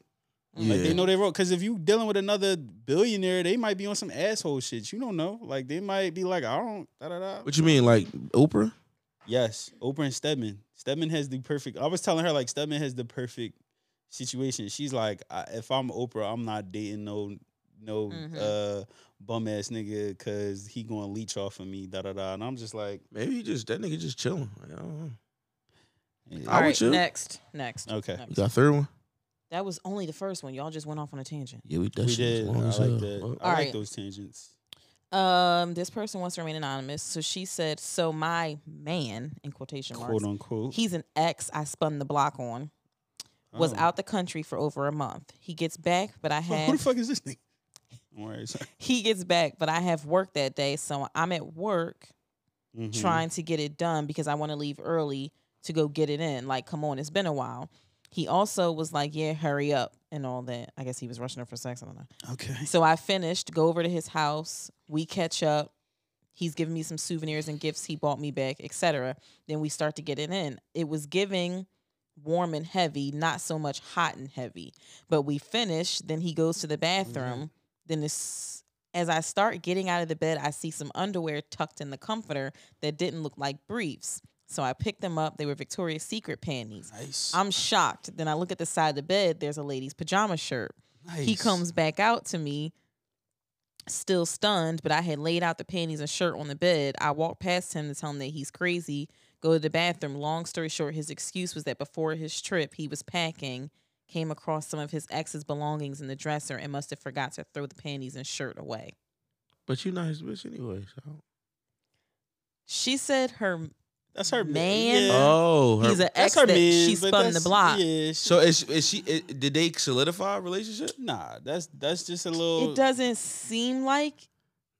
S3: Mm.
S1: Yeah,
S2: like they know they wrote because if you dealing with another billionaire they might be on some asshole shit you don't know like they might be like I don't da da da
S1: what you mean, like Oprah?
S2: yes Oprah and Stedman Stedman has the perfect I was telling her like Stedman has the perfect situation she's like I, if I'm Oprah I'm not dating no no
S3: Mhm.
S2: uh bum ass nigga because he gonna leech off of me, da da da. And I'm just like,
S1: Maybe he just that nigga just chilling. Like, I don't know.
S2: yeah.
S1: I
S3: All
S1: would
S3: right,
S1: too.
S3: next, next.
S2: eh, Okay.
S1: You
S3: next.
S1: got a third one?
S3: That was only the first one. Y'all just went off on a tangent.
S1: Yeah, we that
S2: we
S1: shit was
S2: did. I
S1: long
S2: like
S1: as hell.
S2: that.
S1: Well,
S2: I like
S3: right.
S2: those tangents.
S3: Um, this person wants to remain anonymous, so she said, "So my man, in quotation
S2: Quote
S3: marks,
S2: unquote.
S3: he's an ex I spun the block on, was
S2: Oh.
S3: out the country for over a month. He gets back, but I
S2: Who- Who
S3: had
S2: the fuck is this thing? All right. sorry.
S3: he gets back, but I have work that day, so I'm at work
S2: Mhm.
S3: trying to get it done because I want to leave early to go get it in. Like, come on, it's been a while." He also was like, "Yeah, hurry up." And all that. I guess he was rushing her for sex. I don't know.
S2: Okay.
S3: So I finished, go over to his house, we catch up. He's giving me some souvenirs and gifts he bought me back, etc. Then we start to get it in. It was giving warm and heavy, not so much hot and heavy. But we finish, then he goes to the bathroom. Then this as I start getting out of the bed, I see some underwear tucked in the comforter that didn't look like briefs. So I picked them up. They were Victoria's Secret panties.
S2: Nice.
S3: I'm shocked. Then I look at the side of the bed, there's a lady's pajama shirt.
S2: nice.
S3: He comes back out to me, still stunned, but I had laid out the panties and shirt on the bed. I walked past him to tell him that he's crazy, go to the bathroom. Long story short, his excuse was that before his trip, he was packing, came across some of his ex's belongings in the dresser, and must have forgot to throw the panties and shirt away.
S1: but you not his bitch anyway. So.
S3: She said her
S2: That's her
S3: Man.
S2: Yeah.
S1: Oh, her-
S3: he's an ex
S2: That's her
S3: that
S2: man.
S3: she
S2: but
S3: spun the
S2: that's-
S3: block.
S2: Yeah.
S1: so
S2: So
S1: is is she? i did they solidify a relationship?
S2: nah, that's that's just a little.
S3: It doesn't seem like,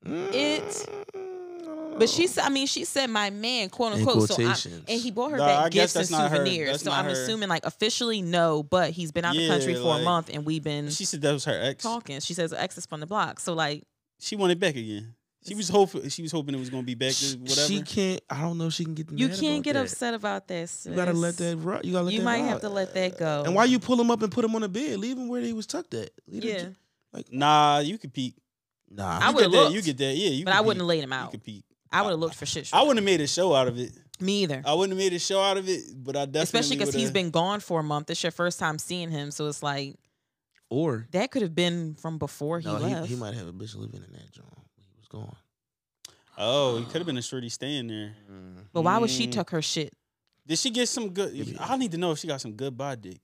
S3: It-
S1: Mm,
S3: but
S2: Oh.
S3: she said. I mean, she said my man, quote
S1: In
S3: unquote. So I,
S1: quotations.
S3: and he bought her
S2: Nah,
S3: back
S2: I guess
S3: gifts and
S2: that's not her-
S3: souvenirs.
S2: that's
S3: so
S2: not
S3: I'm
S2: her.
S3: assuming like officially no, but he's been out the
S2: Yeah,
S3: country for
S2: like-
S3: a month and we've been
S2: She said that was her ex.
S3: talking. She says ex is from the block. So like
S2: She wanted back again. She was hoping. She was hoping it was gonna be back. to Whatever.
S1: She can't. I don't know. if She can get.
S3: you
S1: mad
S3: can't
S1: about
S3: get
S1: that.
S3: upset about this.
S1: You gotta let that. Ru- you gotta let
S3: You
S1: that.
S3: might
S1: ride.
S3: have to let that go.
S1: And why you pull him up and put him on the bed? Leave him where they was tucked at. Leave the-
S3: Yeah,
S2: Nah, you could peek.
S1: Nah.
S3: I
S2: You
S3: would've
S2: get that-
S3: looked,
S2: You get that. Yeah. You
S3: but
S2: could
S3: I wouldn't have
S2: peek.
S3: laid him
S2: You
S3: out.
S2: could peek.
S3: I would have looked for shit.
S2: I wouldn't have made a show out of it.
S3: Me either.
S2: I wouldn't have made a show out of it, but I definitely
S3: Especially because he's
S2: would've-
S3: been gone for a month. It's your first time seeing him, so it's like
S1: Or
S3: that could have been from before he
S1: no, he,
S3: left.
S1: he might have a bitch living in that joint. when He was gone.
S2: Oh, he could have been a shorty staying there.
S3: But why would she
S2: Mm.
S3: tuck her shit?
S2: Did she get some good?
S1: Maybe.
S2: I need to know if she got some good body dick.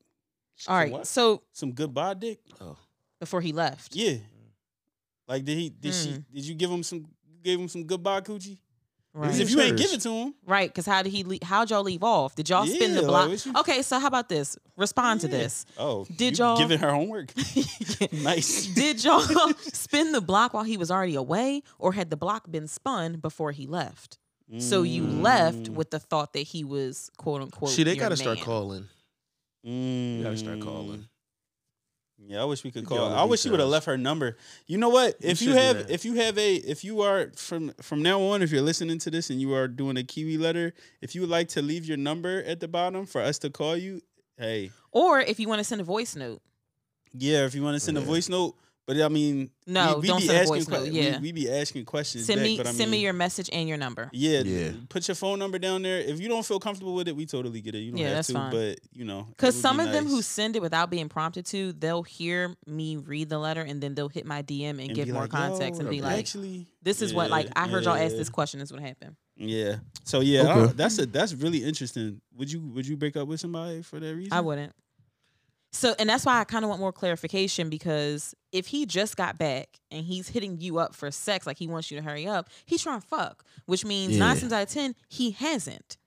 S3: All right.
S2: what?
S3: So
S2: Some good body dick.
S1: Oh,
S3: before he left,
S2: Yeah. Like did he? Did she?
S3: Mm.
S2: Did you give him some? Gave him some good bye coochie. 'Cause
S3: right?
S2: If you ain't
S1: Serious.
S2: give it to him,
S3: Right, because how did he? Le- how'd y'all leave off? Did y'all spin the
S2: Yeah,
S3: block?
S2: like, what you-
S3: okay, so how about this? Respond to
S2: Yeah.
S3: this.
S2: oh,
S3: Did
S2: you
S3: y'all-
S2: giving her homework? nice.
S3: Did y'all spin the block while he was already away, or had the block been spun before he left? So you
S2: Mm.
S3: left with the thought that he was quote unquote.
S1: see, they
S3: got to
S1: start calling. Mm.
S2: Mm.
S1: They gotta start calling.
S2: Yeah, I wish we could
S1: Get
S2: call.
S1: all the
S2: I wish she would have
S1: details.
S2: left her number. You know what?
S1: You
S2: if
S1: should
S2: you
S1: do
S2: have,
S1: that.
S2: if you have a, if you are from from now on, if you're listening to this and you are doing a Kiwi letter, if you would like to leave your number at the bottom for us to call you, hey,
S3: Or if you want to send a voice note,
S2: yeah, if you want to send a
S1: Yeah.
S2: voice note, but I mean,
S3: No, don't send a
S2: asking
S3: voice note,
S2: que-
S3: yeah.
S2: we, we be asking questions.
S3: send
S2: back,
S3: me
S2: but I
S3: send me
S2: mean,
S3: your message and your number.
S2: Yeah,
S1: Yeah.
S2: Put your phone number down there. If you don't feel comfortable with it, we totally get it. You don't
S3: Yeah,
S2: have
S3: that's
S2: to,
S3: fine.
S2: but you know, it
S3: Because
S2: would be
S3: some of them who
S2: nice.
S3: send it without being prompted to, they'll hear me read the letter and then they'll hit my DM and,
S2: And
S3: give
S2: be
S3: more
S2: like, "Yo,
S3: context and be like,
S2: actually,
S3: "This is what like
S2: yeah,
S3: I heard y'all ask
S2: yeah."
S3: this question. This is what happened."
S2: Yeah. So yeah, I-
S1: Okay.
S2: that's a that's really interesting. Would you would you break up with somebody for that reason?
S3: I wouldn't. So, and that's why I kind of want more clarification because if he just got back and he's hitting you up for sex, like he wants you to hurry up, he's trying to fuck, which means nine
S1: Yeah.
S3: times out of ten he hasn't.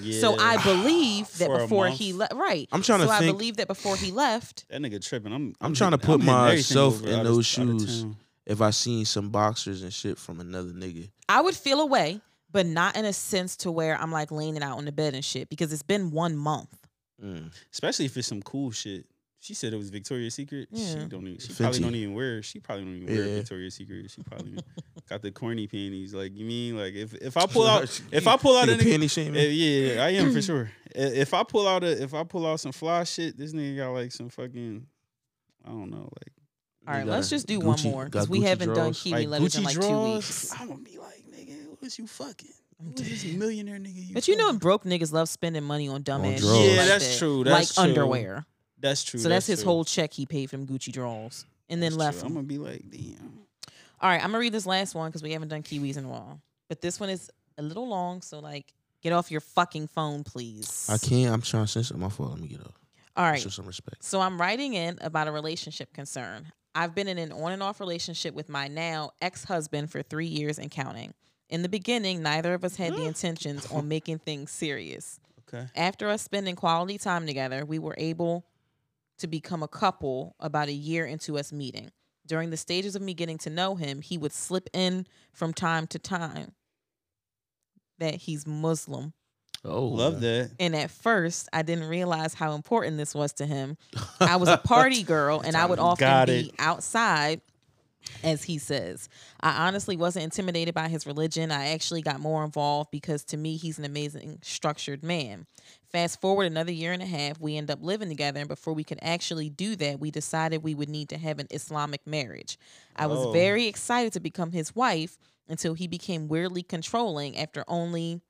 S2: Yeah.
S3: So I believe that
S2: For a
S3: before
S2: month.
S3: he left, right?
S1: I'm trying to
S3: So I
S1: think-
S3: believe that before he left,
S2: that nigga tripping. I'm
S1: I'm tryna
S2: hitting-
S1: put
S2: hitting everything
S1: myself
S2: over
S1: in
S2: out of-
S1: those
S2: out of
S1: shoes.
S2: town.
S1: if I seen some boxers and shit from another nigga,
S3: I would feel away, but not in a sense to where I'm like leaning out on the bed and shit because it's been one month.
S1: mm.
S2: Especially if it's some cool shit. She said it was Victoria's Secret. She
S3: Yeah.
S2: don't even. She probably
S1: Fenty.
S2: don't even wear. She probably don't even wear
S1: Yeah.
S2: Victoria's Secret. She probably got the corny panties. Like you mean like if if I pull out if I pull out a
S1: Nigga
S2: nigga,
S1: panty shaming,
S2: Yeah, yeah, yeah, I am for sure. I- If I pull out a, if I pull out some fly shit, this nigga got like some fucking, I don't know, like
S3: All right,
S1: got
S3: let's
S1: a
S3: just do
S1: Gucci-
S3: one more
S1: got
S3: because we
S1: Gucci
S3: haven't done
S1: drawers.
S3: Kiwi letters in like two weeks.
S2: I'm gonna be like, nigga, what's you fucking?
S3: I'm
S2: Who's this
S3: dead.
S2: millionaire nigga? You
S3: But you know,
S2: fucking?
S3: broke niggas love spending money on dumb ass
S1: drawers.
S3: shit.
S1: Yeah,
S3: like
S2: that's
S3: that.
S2: true, that's
S3: like
S2: true.
S3: underwear.
S2: that's true.
S3: so that's, his
S2: true.
S3: whole check he paid from Gucci draws and then
S2: That's
S3: left
S2: true. I'm
S3: them.
S2: gonna be like, damn.
S3: All right, I'm gonna read this last one because we haven't done Kiwis in a while. But this one is a little long, so like get off your fucking phone, please.
S1: I can't. I'm trying to censor my fault. Let me get up.
S3: All
S1: Right.
S3: right.
S1: Show some respect.
S3: So I'm writing in about a relationship concern. I've been in an on and off relationship with my now ex husband for three years and counting. In the beginning, neither of us had the intentions on making things serious.
S2: Okay.
S3: After us spending quality time together, we were able to become a couple about a year into us meeting. During the stages of me getting to know him, he would slip in from time to time that he's Muslim.
S1: Oh,
S2: Love that.
S3: And at first, I didn't realize how important this was to him. I was a party girl and I would often
S2: Got
S3: be
S2: it.
S3: outside, as he says. I honestly wasn't intimidated by his religion. I actually got more involved because to me, he's an amazing, structured man. Fast forward another year and a half, we end up living together. And before we could actually do that, we decided we would need to have an Islamic marriage. I was
S2: Oh.
S3: very excited to become his wife until he became weirdly controlling after only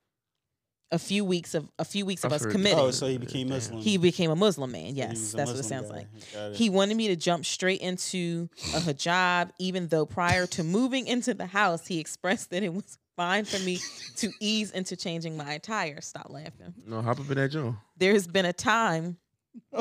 S3: a few weeks of a few weeks of
S1: I've
S3: us
S1: heard-
S3: committing.
S2: Oh, so he became
S1: Damn.
S2: Muslim.
S3: He became a Muslim man.
S2: He
S3: Yes,
S2: was a
S3: that's what it
S2: Muslim
S3: sounds
S2: guy.
S3: like.
S2: Got it.
S3: He wanted me to jump straight into a hijab, even though prior to moving into the house, he expressed that it was fine for me to ease into changing my attire. Stop laughing.
S1: No, hop up in that joint.
S3: There has been a time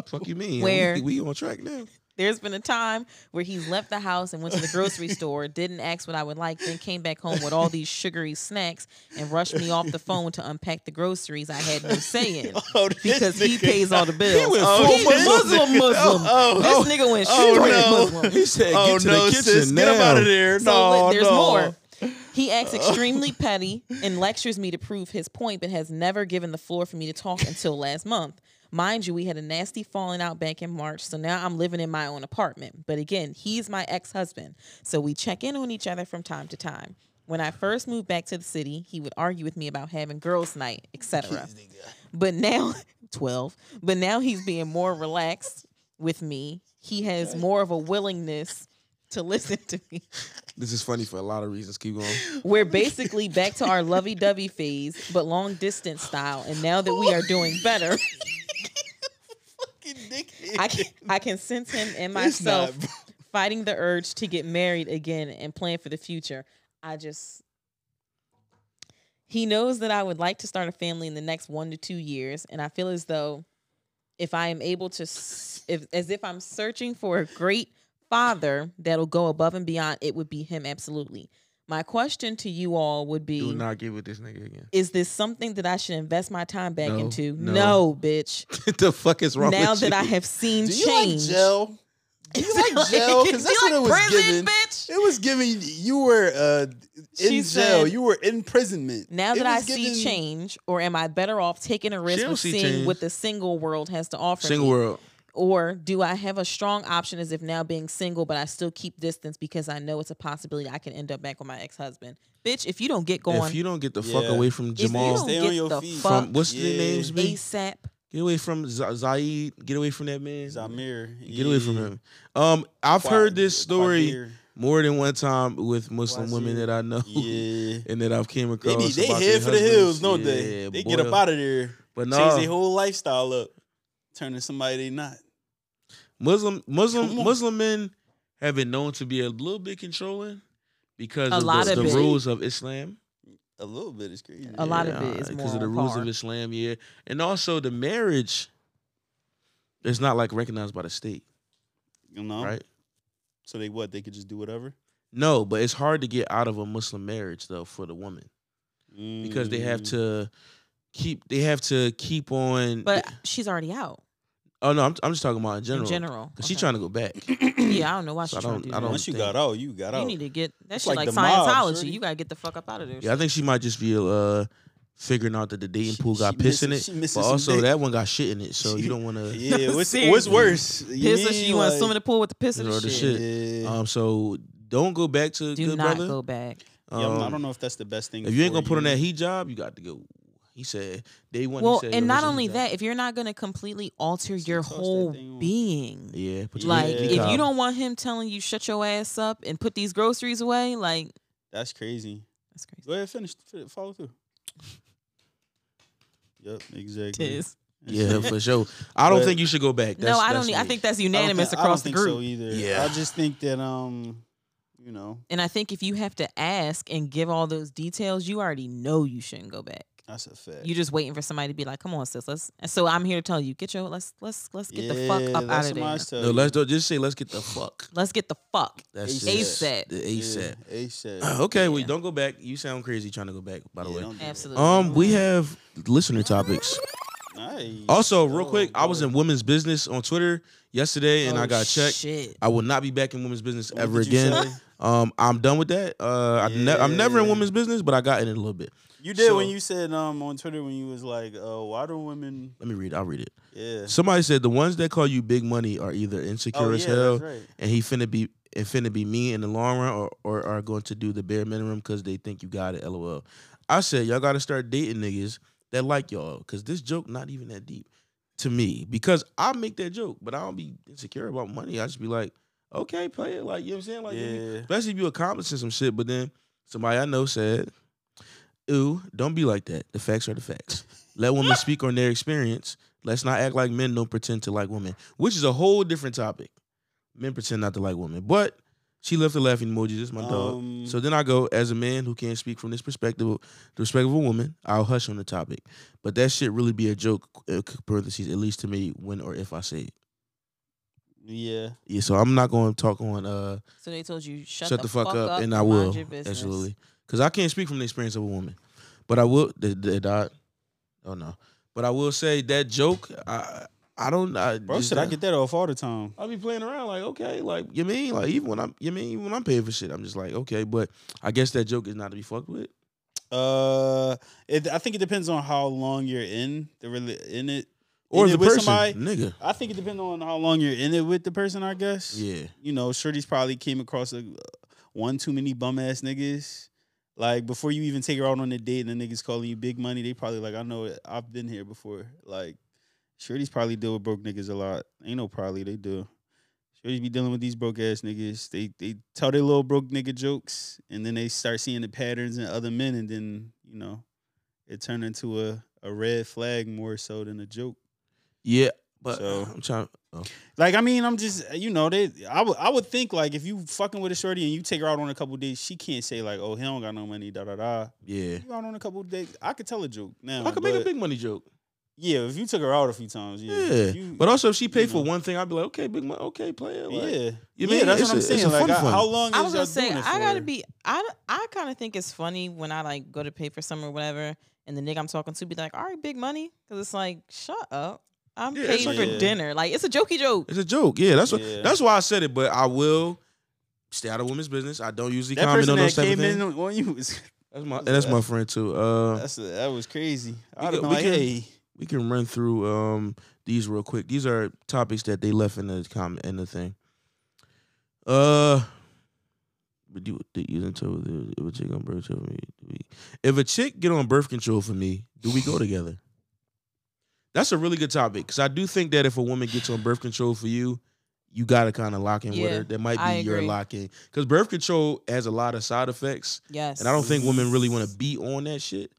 S1: Fuck you mean?
S3: Where-
S1: we, we on track now?
S3: There's been a time where he's left the house and went to the grocery store, didn't ask what I would like, then came back home with all these sugary snacks and rushed me off the phone to unpack the groceries I had no say in
S2: Oh, this
S3: because he
S2: nigga-
S3: pays all the bills.
S1: went
S3: oh,
S1: full
S3: he's a Muslim,
S2: Muslim.
S3: Muslim.
S2: Oh, oh,
S3: this nigga went straight
S2: oh, no.
S3: Muslim.
S1: He said, "Get
S2: Oh
S1: to
S2: no,
S1: the kitchen
S2: sis, get him
S1: now."
S2: out of there.
S3: So
S2: no,
S3: li- there's
S2: no.
S3: more. He acts extremely petty and lectures me to prove his point, but has never given the floor for me to talk until last month. Mind you, we had a nasty falling out back in March, so now I'm living in my own apartment. But again, he's my ex husband, so we check in on each other from time to time. When I first moved back to the city, he would argue with me about having girls' night, etc. But now, 12, but now he's being more relaxed with me. He has more of a willingness to listen to me.
S1: This is funny for a lot of reasons. Keep going.
S3: We're basically back to our lovey dovey phase, but long distance style. And now that we are doing better, I can, I can sense him and
S2: It's
S3: myself fighting the urge to get married again and plan for the future. I just. He knows that I would like to start a family in the next one to two years. And I feel as though if I am able to, s- if, as if I'm searching for a great father that'll go above and beyond, it would be him, absolutely. My question to you all would be
S1: Do not get with this nigga again.
S3: Is this something that I should invest my time back
S1: No,
S3: into?
S1: no.
S3: No, bitch.
S1: What the fuck is wrong
S3: now
S1: with
S3: that
S1: you?
S3: I have seen
S2: Do you
S3: change.
S2: like jail? Do you like jail? Because that's
S3: Do
S2: what
S3: you
S2: it was
S3: like prison,
S2: given.
S3: bitch.
S2: It was giving you were uh, in
S3: She
S2: jail.
S3: said-
S2: you were imprisonment.
S3: Now
S2: It
S3: that I
S2: was given-
S3: see change, or am I better off taking a
S1: She
S3: risk
S1: don't
S3: with
S1: see
S3: seeing
S1: change.
S3: what the single world has to offer?
S1: Single
S3: me?
S1: world.
S3: Or do I have a strong option as if now being single, but I still keep distance because I know it's a possibility I can end up back with my ex husband? Bitch, if you don't get
S1: If
S3: going
S1: you don't get the fuck
S2: Yeah.
S1: away from
S3: you
S1: Jamal,
S3: don't-
S2: Stay
S3: Get
S2: on your
S3: the
S2: feet.
S3: fuck-
S1: From- what's the name's been?
S3: ASAP,
S1: get away from Z- Zaid. Get away from that man.
S2: Zamir.
S1: Get away from
S2: Yeah.
S1: him. Um, I've
S2: Qua-
S1: heard this story
S2: Quadir.
S1: more than one time with Muslim women
S2: Wazir.
S1: that I know.
S2: Yeah.
S1: And that I've came
S2: They
S1: across.
S2: be they
S1: about
S2: head
S1: their
S2: for the
S1: husbands.
S2: hills, don't they?
S1: Yeah,
S2: They
S1: boy.
S2: get up out of there,
S1: But
S2: change their
S1: no,
S2: whole lifestyle up, turning somebody they not.
S1: Muslim Muslim
S2: Come on.
S1: Muslim men have been known to be a little bit controlling because
S3: A
S1: of
S3: lot
S1: the,
S3: of
S1: the
S3: it.
S1: rules of Islam.
S2: A little bit is crazy.
S3: A lot of it is
S1: because of
S3: moral
S1: the rules
S3: par.
S1: of Islam, yeah, and also the marriage is not like recognized by the state,
S2: you know.
S1: right?
S2: So they what? They could just do whatever
S1: No, but it's hard to get out of a Muslim marriage though for the woman because they have
S2: Mm.
S1: to keep they have to keep on.
S3: but she's already out
S1: oh no, I'm, I'm just talking about in general.
S3: in general.
S1: Cause she's
S3: Okay.
S1: trying to go back.
S3: Yeah, I don't know why
S1: So I
S3: she's trying to
S1: don't-
S3: do
S1: I
S3: that.
S1: don't-
S2: Once you
S1: think-
S2: got out, you got
S3: You
S2: out.
S3: need to get that
S2: It's
S3: shit
S2: like
S3: like,
S2: the mob,
S3: Scientology.
S2: shorty.
S3: you gotta get the fuck up out of there.
S1: Yeah, I think she might just be uh figuring out that the dating
S2: She-
S1: pool got
S2: she
S1: piss in
S2: misses- she
S1: it,
S2: misses
S1: but
S2: some
S1: also
S2: dick.
S1: that one got shit in it, so you don't want to.
S2: Yeah, what's, what's
S3: Seriously.
S2: worse? You
S3: Piss or
S2: mean,
S3: she want to
S2: like-
S3: swim in the pool with the piss or
S1: Or the
S3: the
S1: shit.
S3: shit.
S2: Yeah.
S1: Um, so don't go back to
S3: Do
S1: good
S3: not
S1: brother.
S3: go back.
S2: Yeah, I'm not- I
S1: Um,
S2: don't know if that's the best thing.
S1: If you ain't
S2: for
S1: gonna put on
S2: you.
S1: that heat job, you got to go. He said day one. he
S3: Well,
S1: said, yo,
S3: and not
S1: listen,
S3: only
S1: heat
S3: that, if you're not going to completely alter
S2: So
S3: your
S2: toss that
S3: whole
S2: thing on.
S3: being,
S1: job. yeah, put your
S3: like
S1: heat
S2: Yeah.
S3: if
S1: job.
S3: you don't want him telling you shut your ass up and put these groceries away, like
S2: that's crazy.
S3: that's crazy.
S2: Go ahead, finish, fi- follow through. Yep, exactly.
S3: Tis.
S1: yeah, for sure. I don't
S2: But-
S1: think you should go back. That's,
S3: No,
S1: that's
S3: I don't. Need, I
S1: me.
S3: think that's
S2: I don't
S3: unanimous
S2: thi- I don't
S3: across the
S2: think
S3: group.
S2: So either.
S1: Yeah.
S2: I just think that um, you know,
S3: And I think if you have to ask and give all those details, you already know you shouldn't go back.
S2: that's a fact.
S3: You're just waiting for somebody to be like, "Come on, sis, let's." And so I'm here to tell you, get your let's let's let's get the fuck
S2: Yeah,
S3: up out
S2: that's
S3: of
S2: what
S3: there.
S2: mine tell
S1: No,
S2: you.
S1: let's do- just say let's get the fuck.
S3: Let's get the fuck.
S1: That's just
S3: ASAP.
S1: the
S2: Yeah,
S1: ASAP.
S2: ASAP.
S1: Okay, well,
S3: Yeah.
S1: don't go back. You sound crazy trying to go back. Oh, By the
S2: Yeah,
S1: way,
S2: don't do that.
S3: Absolutely.
S1: um, we have listener topics.
S2: Nice.
S1: Also, real
S2: Oh,
S1: quick, I was
S2: boy.
S1: in women's business on Twitter yesterday, and
S3: Oh,
S1: I got checked.
S3: Shit.
S1: I will not be back in women's business
S2: What
S1: ever
S2: did you
S1: again.
S2: say?
S1: Um, I'm done with that. Uh, I've ne- I'm never in
S2: Yeah.
S1: women's business, but I got in it a little bit.
S2: You did when
S1: So-
S2: you said um on Twitter when you was like, uh, why do women?
S1: Let me read. it. I'll read it.
S2: Yeah.
S1: Somebody said the ones that call you big money are either insecure
S2: oh,
S1: as
S2: yeah,
S1: hell,
S2: that's right.
S1: and he finna be and finna be mean in the long run, or, or are going to do the bare minimum because they think you got it. LOL. I said y'all got to start dating niggas that like y'all because this joke not even that deep to me because I make that joke, but I don't be insecure about money. I just be like, okay, play it like you know what I'm saying, like if you-
S2: yeah.
S1: especially if you accomplishing some shit. But then somebody I know said, "Ooh, don't be like that. The facts are the facts. Let women speak on their experience. Let's not act like men don't pretend to like women, which is a whole different topic. Men pretend not to like women, but." She left a laughing emoji. This is my dog.
S2: Um,
S1: So then I go, as a man who can't speak from this perspective, the perspective of a woman, I'll hush on the topic. But that shit really be a joke, uh, parentheses, at least to me, when or if I say it.
S2: Yeah.
S1: Yeah, so I'm not going to talk on uh,
S3: So they told you shut,
S1: shut, the, fuck, up, and I
S3: mind
S1: will
S3: your business.
S1: absolutely because I can't speak from the experience of a woman, but I will. Did, did I? Oh no, but I will say that joke. I I don't. I,
S2: Bro,
S1: is
S2: should I
S1: that-
S2: get that off all the time?
S1: I'll be playing around like okay, like you mean like even when I'm you mean even when I'm paying for shit, I'm just like okay, but I guess that joke is not to be fucked with.
S2: Uh, it, I think it depends on how long you're in the really in it.
S1: Or
S2: in
S1: the
S2: it with
S1: person,
S2: somebody.
S1: nigga.
S2: I think it depends on how long you're in it with the person. I guess.
S1: Yeah,
S2: You know, Shorty's probably came across a uh, one too many bum ass niggas. Like before you even take her out on a date and the niggas calling you big money, they probably like, I know it. I've been here before. Like, Shorty's probably deal with broke niggas a lot. Ain't no probably they do. Shorties be dealing with these broke ass niggas. They they tell their little broke nigga jokes, and then they start seeing the patterns in other men, and then you know, it turned into a, a red flag more so than a joke.
S1: Yeah, but
S2: So-
S1: I'm trying. Oh.
S2: Like I mean, I'm just you know they I would I would think like if you fucking with a shorty and you take her out on a couple dates, she can't say like oh he don't got no money da da da.
S1: Yeah,
S2: You out on a couple dates, I could tell a joke now.
S1: I could make a
S2: but-
S1: big money joke.
S2: yeah if you took her out a few times. Yeah,
S1: Yeah,
S2: If you-
S1: but also if she paid for
S2: know.
S1: one thing, I'd be like, okay, big money, okay, player. Like,
S2: yeah,
S1: You
S2: yeah,
S1: mean,
S2: that's
S1: it's
S2: what I'm
S1: a- it's a
S2: saying. Like
S1: fun
S2: I-
S1: fun.
S2: how long?
S3: I
S2: is
S3: was gonna
S2: y'all
S3: say
S2: doing it
S3: I gotta
S2: for?
S3: be. I I kind of think it's funny when I like go to pay for something or whatever, and the nigga I'm talking to be like, "All right, big money," because it's like, shut up. I'm
S1: Yeah, it's
S3: paying
S1: like-
S3: for
S2: Yeah.
S3: dinner. Like it's a jokey joke.
S1: It's a joke. Yeah, that's
S2: Yeah.
S1: what. That's why I said it. But I will stay out of women's business. I don't usually
S2: That
S1: comment
S2: person
S1: on
S2: that
S1: those type of
S2: came
S1: things.
S2: in on you was
S1: that's my. And that's my friend too. Uh,
S2: that's that was crazy.
S1: We
S2: I'd have
S1: could-
S2: been
S1: we
S2: like,
S1: could-
S2: hey,
S1: we can run through um these real quick. These are topics that they left in the comment in the thing. Uh. But you, did you didn't tell me if a chick on birth control for me, do we, if a chick get on birth control for me, do we go together? That's a really good topic because I do think that if a woman gets on birth control for you, you gotta kind of lock in with
S3: Yeah,
S1: her. That might be
S3: I
S1: your
S3: agree.
S1: lock in because birth control has a lot of side effects.
S3: Yes.
S1: And I don't think women really want to be on that shit.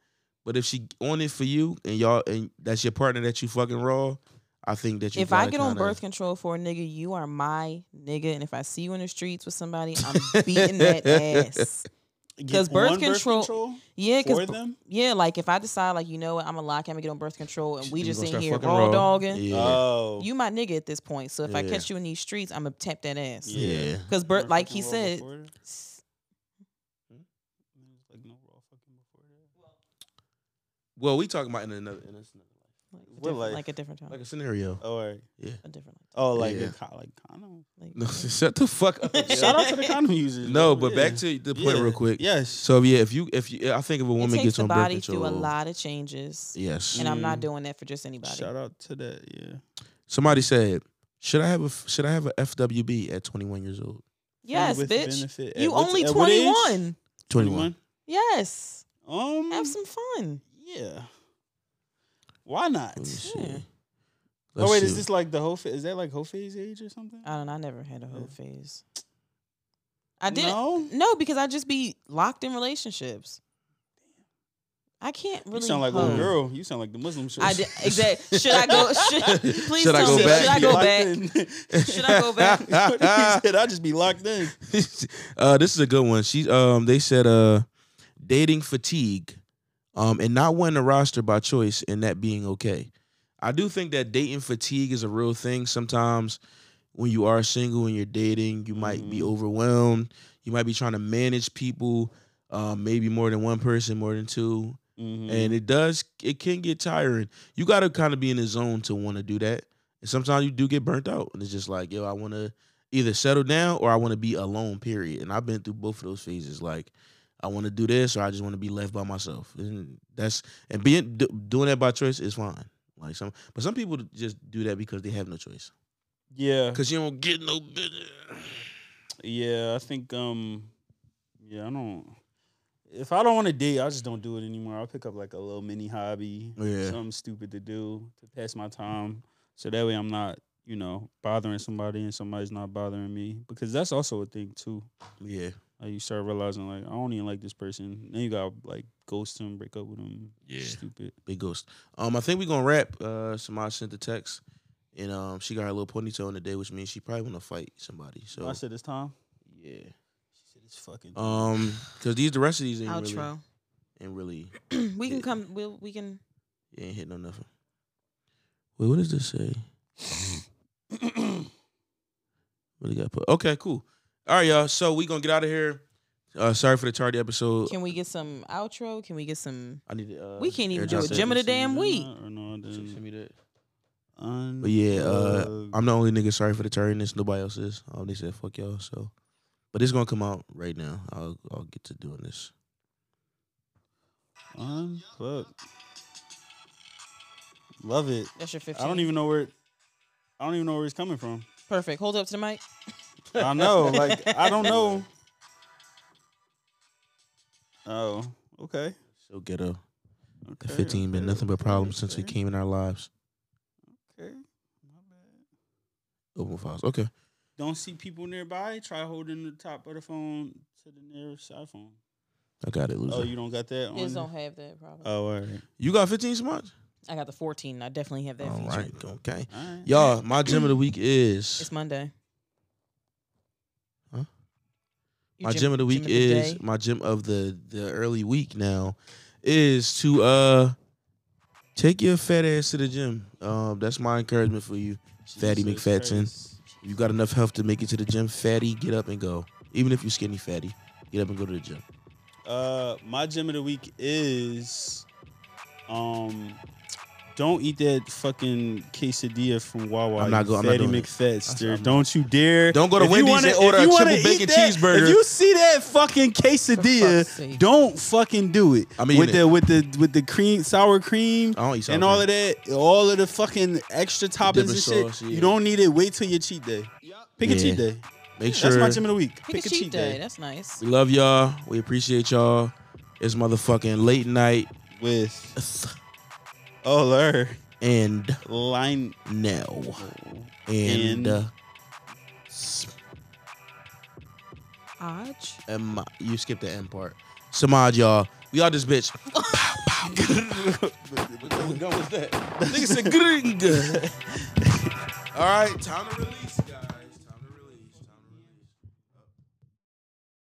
S1: But if she on it for you and y'all and that's your partner that you fucking raw, I think that you.
S3: If I
S1: gotta
S3: get on
S1: kinda-
S3: birth control for a nigga, you are my nigga, and if I see you in the streets with somebody, I'm beating that ass.
S2: get
S3: 'Cause birth
S2: on
S3: control- Yeah,
S2: for
S3: because
S2: them.
S3: yeah, like if I decide like you know what, I'm gonna lock him and get on birth control, and we
S1: You
S3: just
S1: gonna
S3: in
S1: start
S3: here
S1: fucking
S3: raw
S1: raw.
S3: dogging.
S1: Yeah,
S2: Oh,
S3: You my nigga at this point, so if I
S1: Yeah.
S3: catch you in these streets, I'm gonna tap that ass.
S2: Yeah.
S1: yeah.
S3: Because
S2: Birth
S3: like he
S2: control
S3: said,
S2: before that?
S3: s-
S2: Like, no raw fucking before that?
S1: Well, we talking about in another in this
S3: like, a
S2: What
S3: different-
S2: life?
S3: like a different time,
S1: like a scenario.
S2: Oh, all right.
S3: a different life.
S2: Oh, like
S1: Yeah.
S2: a con- like condom.
S3: Like,
S1: No,
S3: like-
S1: shut the fuck up.
S3: Yeah.
S2: Shout out to the condom users.
S1: no,
S2: bro.
S1: but
S2: Yeah.
S1: back to the point
S2: Yeah.
S1: real quick.
S2: Yes.
S1: So yeah, if you if you, I think if a
S3: it
S1: woman
S3: takes
S1: gets
S3: the
S1: on
S3: body
S1: birth control,
S3: through a lot of changes,
S1: Yes.
S3: and I'm not
S2: Mm.
S3: doing that for just anybody.
S2: Shout out to that. Yeah.
S1: Somebody said, should I have a f- should I have a FWB at 21 years old?
S3: Yes,
S2: With
S3: bitch.
S2: benefit. At
S3: You
S2: what-
S3: only
S2: at what age?
S3: 21.
S1: 21.
S3: Yes,
S2: 21? Um,
S3: have some fun.
S2: Yeah. Why not?
S1: Let me see.
S3: Yeah.
S2: oh
S1: Let's
S2: wait,
S1: see.
S2: is this like the whole? Fa- is that like Hofe's age or something?
S3: I don't. know. I never had a whole phase. Uh, I
S2: I
S3: didn't.
S2: No?
S3: No, because I just be locked in relationships. I can't really.
S2: you sound like
S3: hoe.
S2: old girl. You sound like the Muslim. shorts.
S3: I did, exactly. Should I go? Should, please
S1: Should I go
S3: tell me.
S1: back?
S3: Should I go
S2: Locked
S3: back?
S2: in.
S3: Should I go back?
S2: He said, I just be locked in.
S1: uh, this is a good one. She um they said uh dating fatigue, um and not winning the roster by choice and that being okay. I do think that dating fatigue is a real thing. Sometimes when you are single and you're dating, you might be
S3: Mm-hmm.
S1: overwhelmed. You might be trying to manage people, um, maybe more than one person, more than 2 and it does it can get tiring. You got to kind of be in the zone to want to do that. And sometimes you do get burnt out, and it's just like, yo, I want to either settle down or I want to be alone. Period. And I've been through both of those phases. Like, I want to do this or I just want to be left by myself. And that's and being do, doing that by choice is fine. Like some, but some people just do that because they have no choice.
S2: Yeah.
S1: Cause you don't get no business.
S2: Yeah, I think um yeah, I don't if I don't want to date, I just don't do it anymore. I'll pick up like a little mini hobby,
S1: Yeah.
S2: something stupid to do to pass my time. So that way I'm not, you know, bothering somebody and somebody's not bothering me because that's also a thing too.
S1: Yeah,
S2: Like you start realizing like I don't even like this person. Then you got like ghost him, break up with him.
S1: Yeah.
S2: Stupid.
S1: big ghost. Um, I think we're gonna wrap. Uh, Samaj sent the text, and um, she got her little ponytail in the day, which means she probably want to fight somebody. So
S2: I said it's time.
S1: Yeah.
S2: She said it's fucking
S1: Um, because these the rest of these ain't really
S3: Outro.
S1: ain't really
S3: we can come. We'll, we can.
S1: ain't hitting on nothing. Wait, what does this say? What do got put? Okay, cool. All right, y'all. So we gonna get out of here. Uh, sorry for the tardy episode.
S3: Can we get some outro? Can we get some?
S1: I need to. Uh,
S3: We can't even
S1: air
S3: do
S1: drop
S3: a
S1: that.
S3: gym of the damn week.
S2: Or no, I
S1: Send
S2: didn't.
S1: me that.
S2: Unplug.
S1: But yeah, uh, I'm the only nigga sorry for the tardiness. Nobody else is. Um, they said fuck y'all. So, but it's gonna come out right now. I'll I'll get to doing this.
S2: Unplug. Love it.
S3: That's your fifteen.
S2: I don't even know where. I don't even know where it's coming from.
S3: Perfect. Hold up to the mic.
S2: I know, like I don't know. Oh, okay.
S1: So ghetto. The
S2: okay
S1: 15 been
S2: okay,
S1: nothing but
S2: okay,
S1: problems since we
S2: okay,
S1: came in our lives.
S2: Okay.
S1: Open files. Okay.
S2: Don't see people nearby. Try holding the top of the phone to the nearest iPhone.
S1: I got it, loser.
S2: Oh, you don't got that on.
S3: Kids
S2: there?
S3: don't have that problem.
S2: Oh, all right,
S1: you got 15 smarts?
S3: I got the 14. I definitely have that
S1: All
S3: feature.
S1: right, okay.
S2: all right.
S1: Y'all, my gym of the week
S3: It's
S1: is
S3: Monday.
S1: Huh?
S3: Your
S1: my gym of the week is
S3: day.
S1: my gym of the the early week now is to uh take your fat ass to the gym. Um, that's my encouragement for you. Fatty
S2: Jesus
S1: McFatson.
S2: Christ.
S1: If you got enough health to make it to the gym, fatty, get up and go. Even if you're skinny, fatty, get up and go to the gym.
S2: Uh, my gym of the week is, um, don't eat that fucking quesadilla from Wawa.
S1: I'm not
S2: you
S1: go- I'm not
S2: fatty
S1: doing it.
S2: McFetster.
S1: I'm-
S2: don't you dare.
S1: Don't go to
S2: If you
S1: Wendy's
S2: wanna-
S1: and order
S2: if you
S1: a
S2: wanna
S1: triple
S2: eat
S1: bacon
S2: that-
S1: cheeseburger.
S2: If you see that fucking
S3: fuck's
S2: quesadilla,
S3: sake.
S2: don't fucking do it.
S1: I'm eating
S2: with the
S1: it.
S2: with the with the cream sour cream.
S1: I don't eat sour
S2: and all of that, all of the fucking extra toppings and
S1: dipping
S2: shit.
S1: sauce, yeah.
S2: You don't need it. Wait till your cheat day. Pick a
S1: Yeah.
S2: cheat day.
S1: Make
S2: That's my
S1: sure
S2: gym of the week.
S3: Pick, a cheat day. That's nice.
S1: we love y'all. We appreciate y'all. It's motherfucking late night
S2: with Oler
S1: and
S2: line.
S1: now and
S2: And-
S1: uh,
S3: Aj.
S1: and my, you skipped the end part. Samad, y'all. We out this bitch. Nigga said, "Gring." All right, time to release.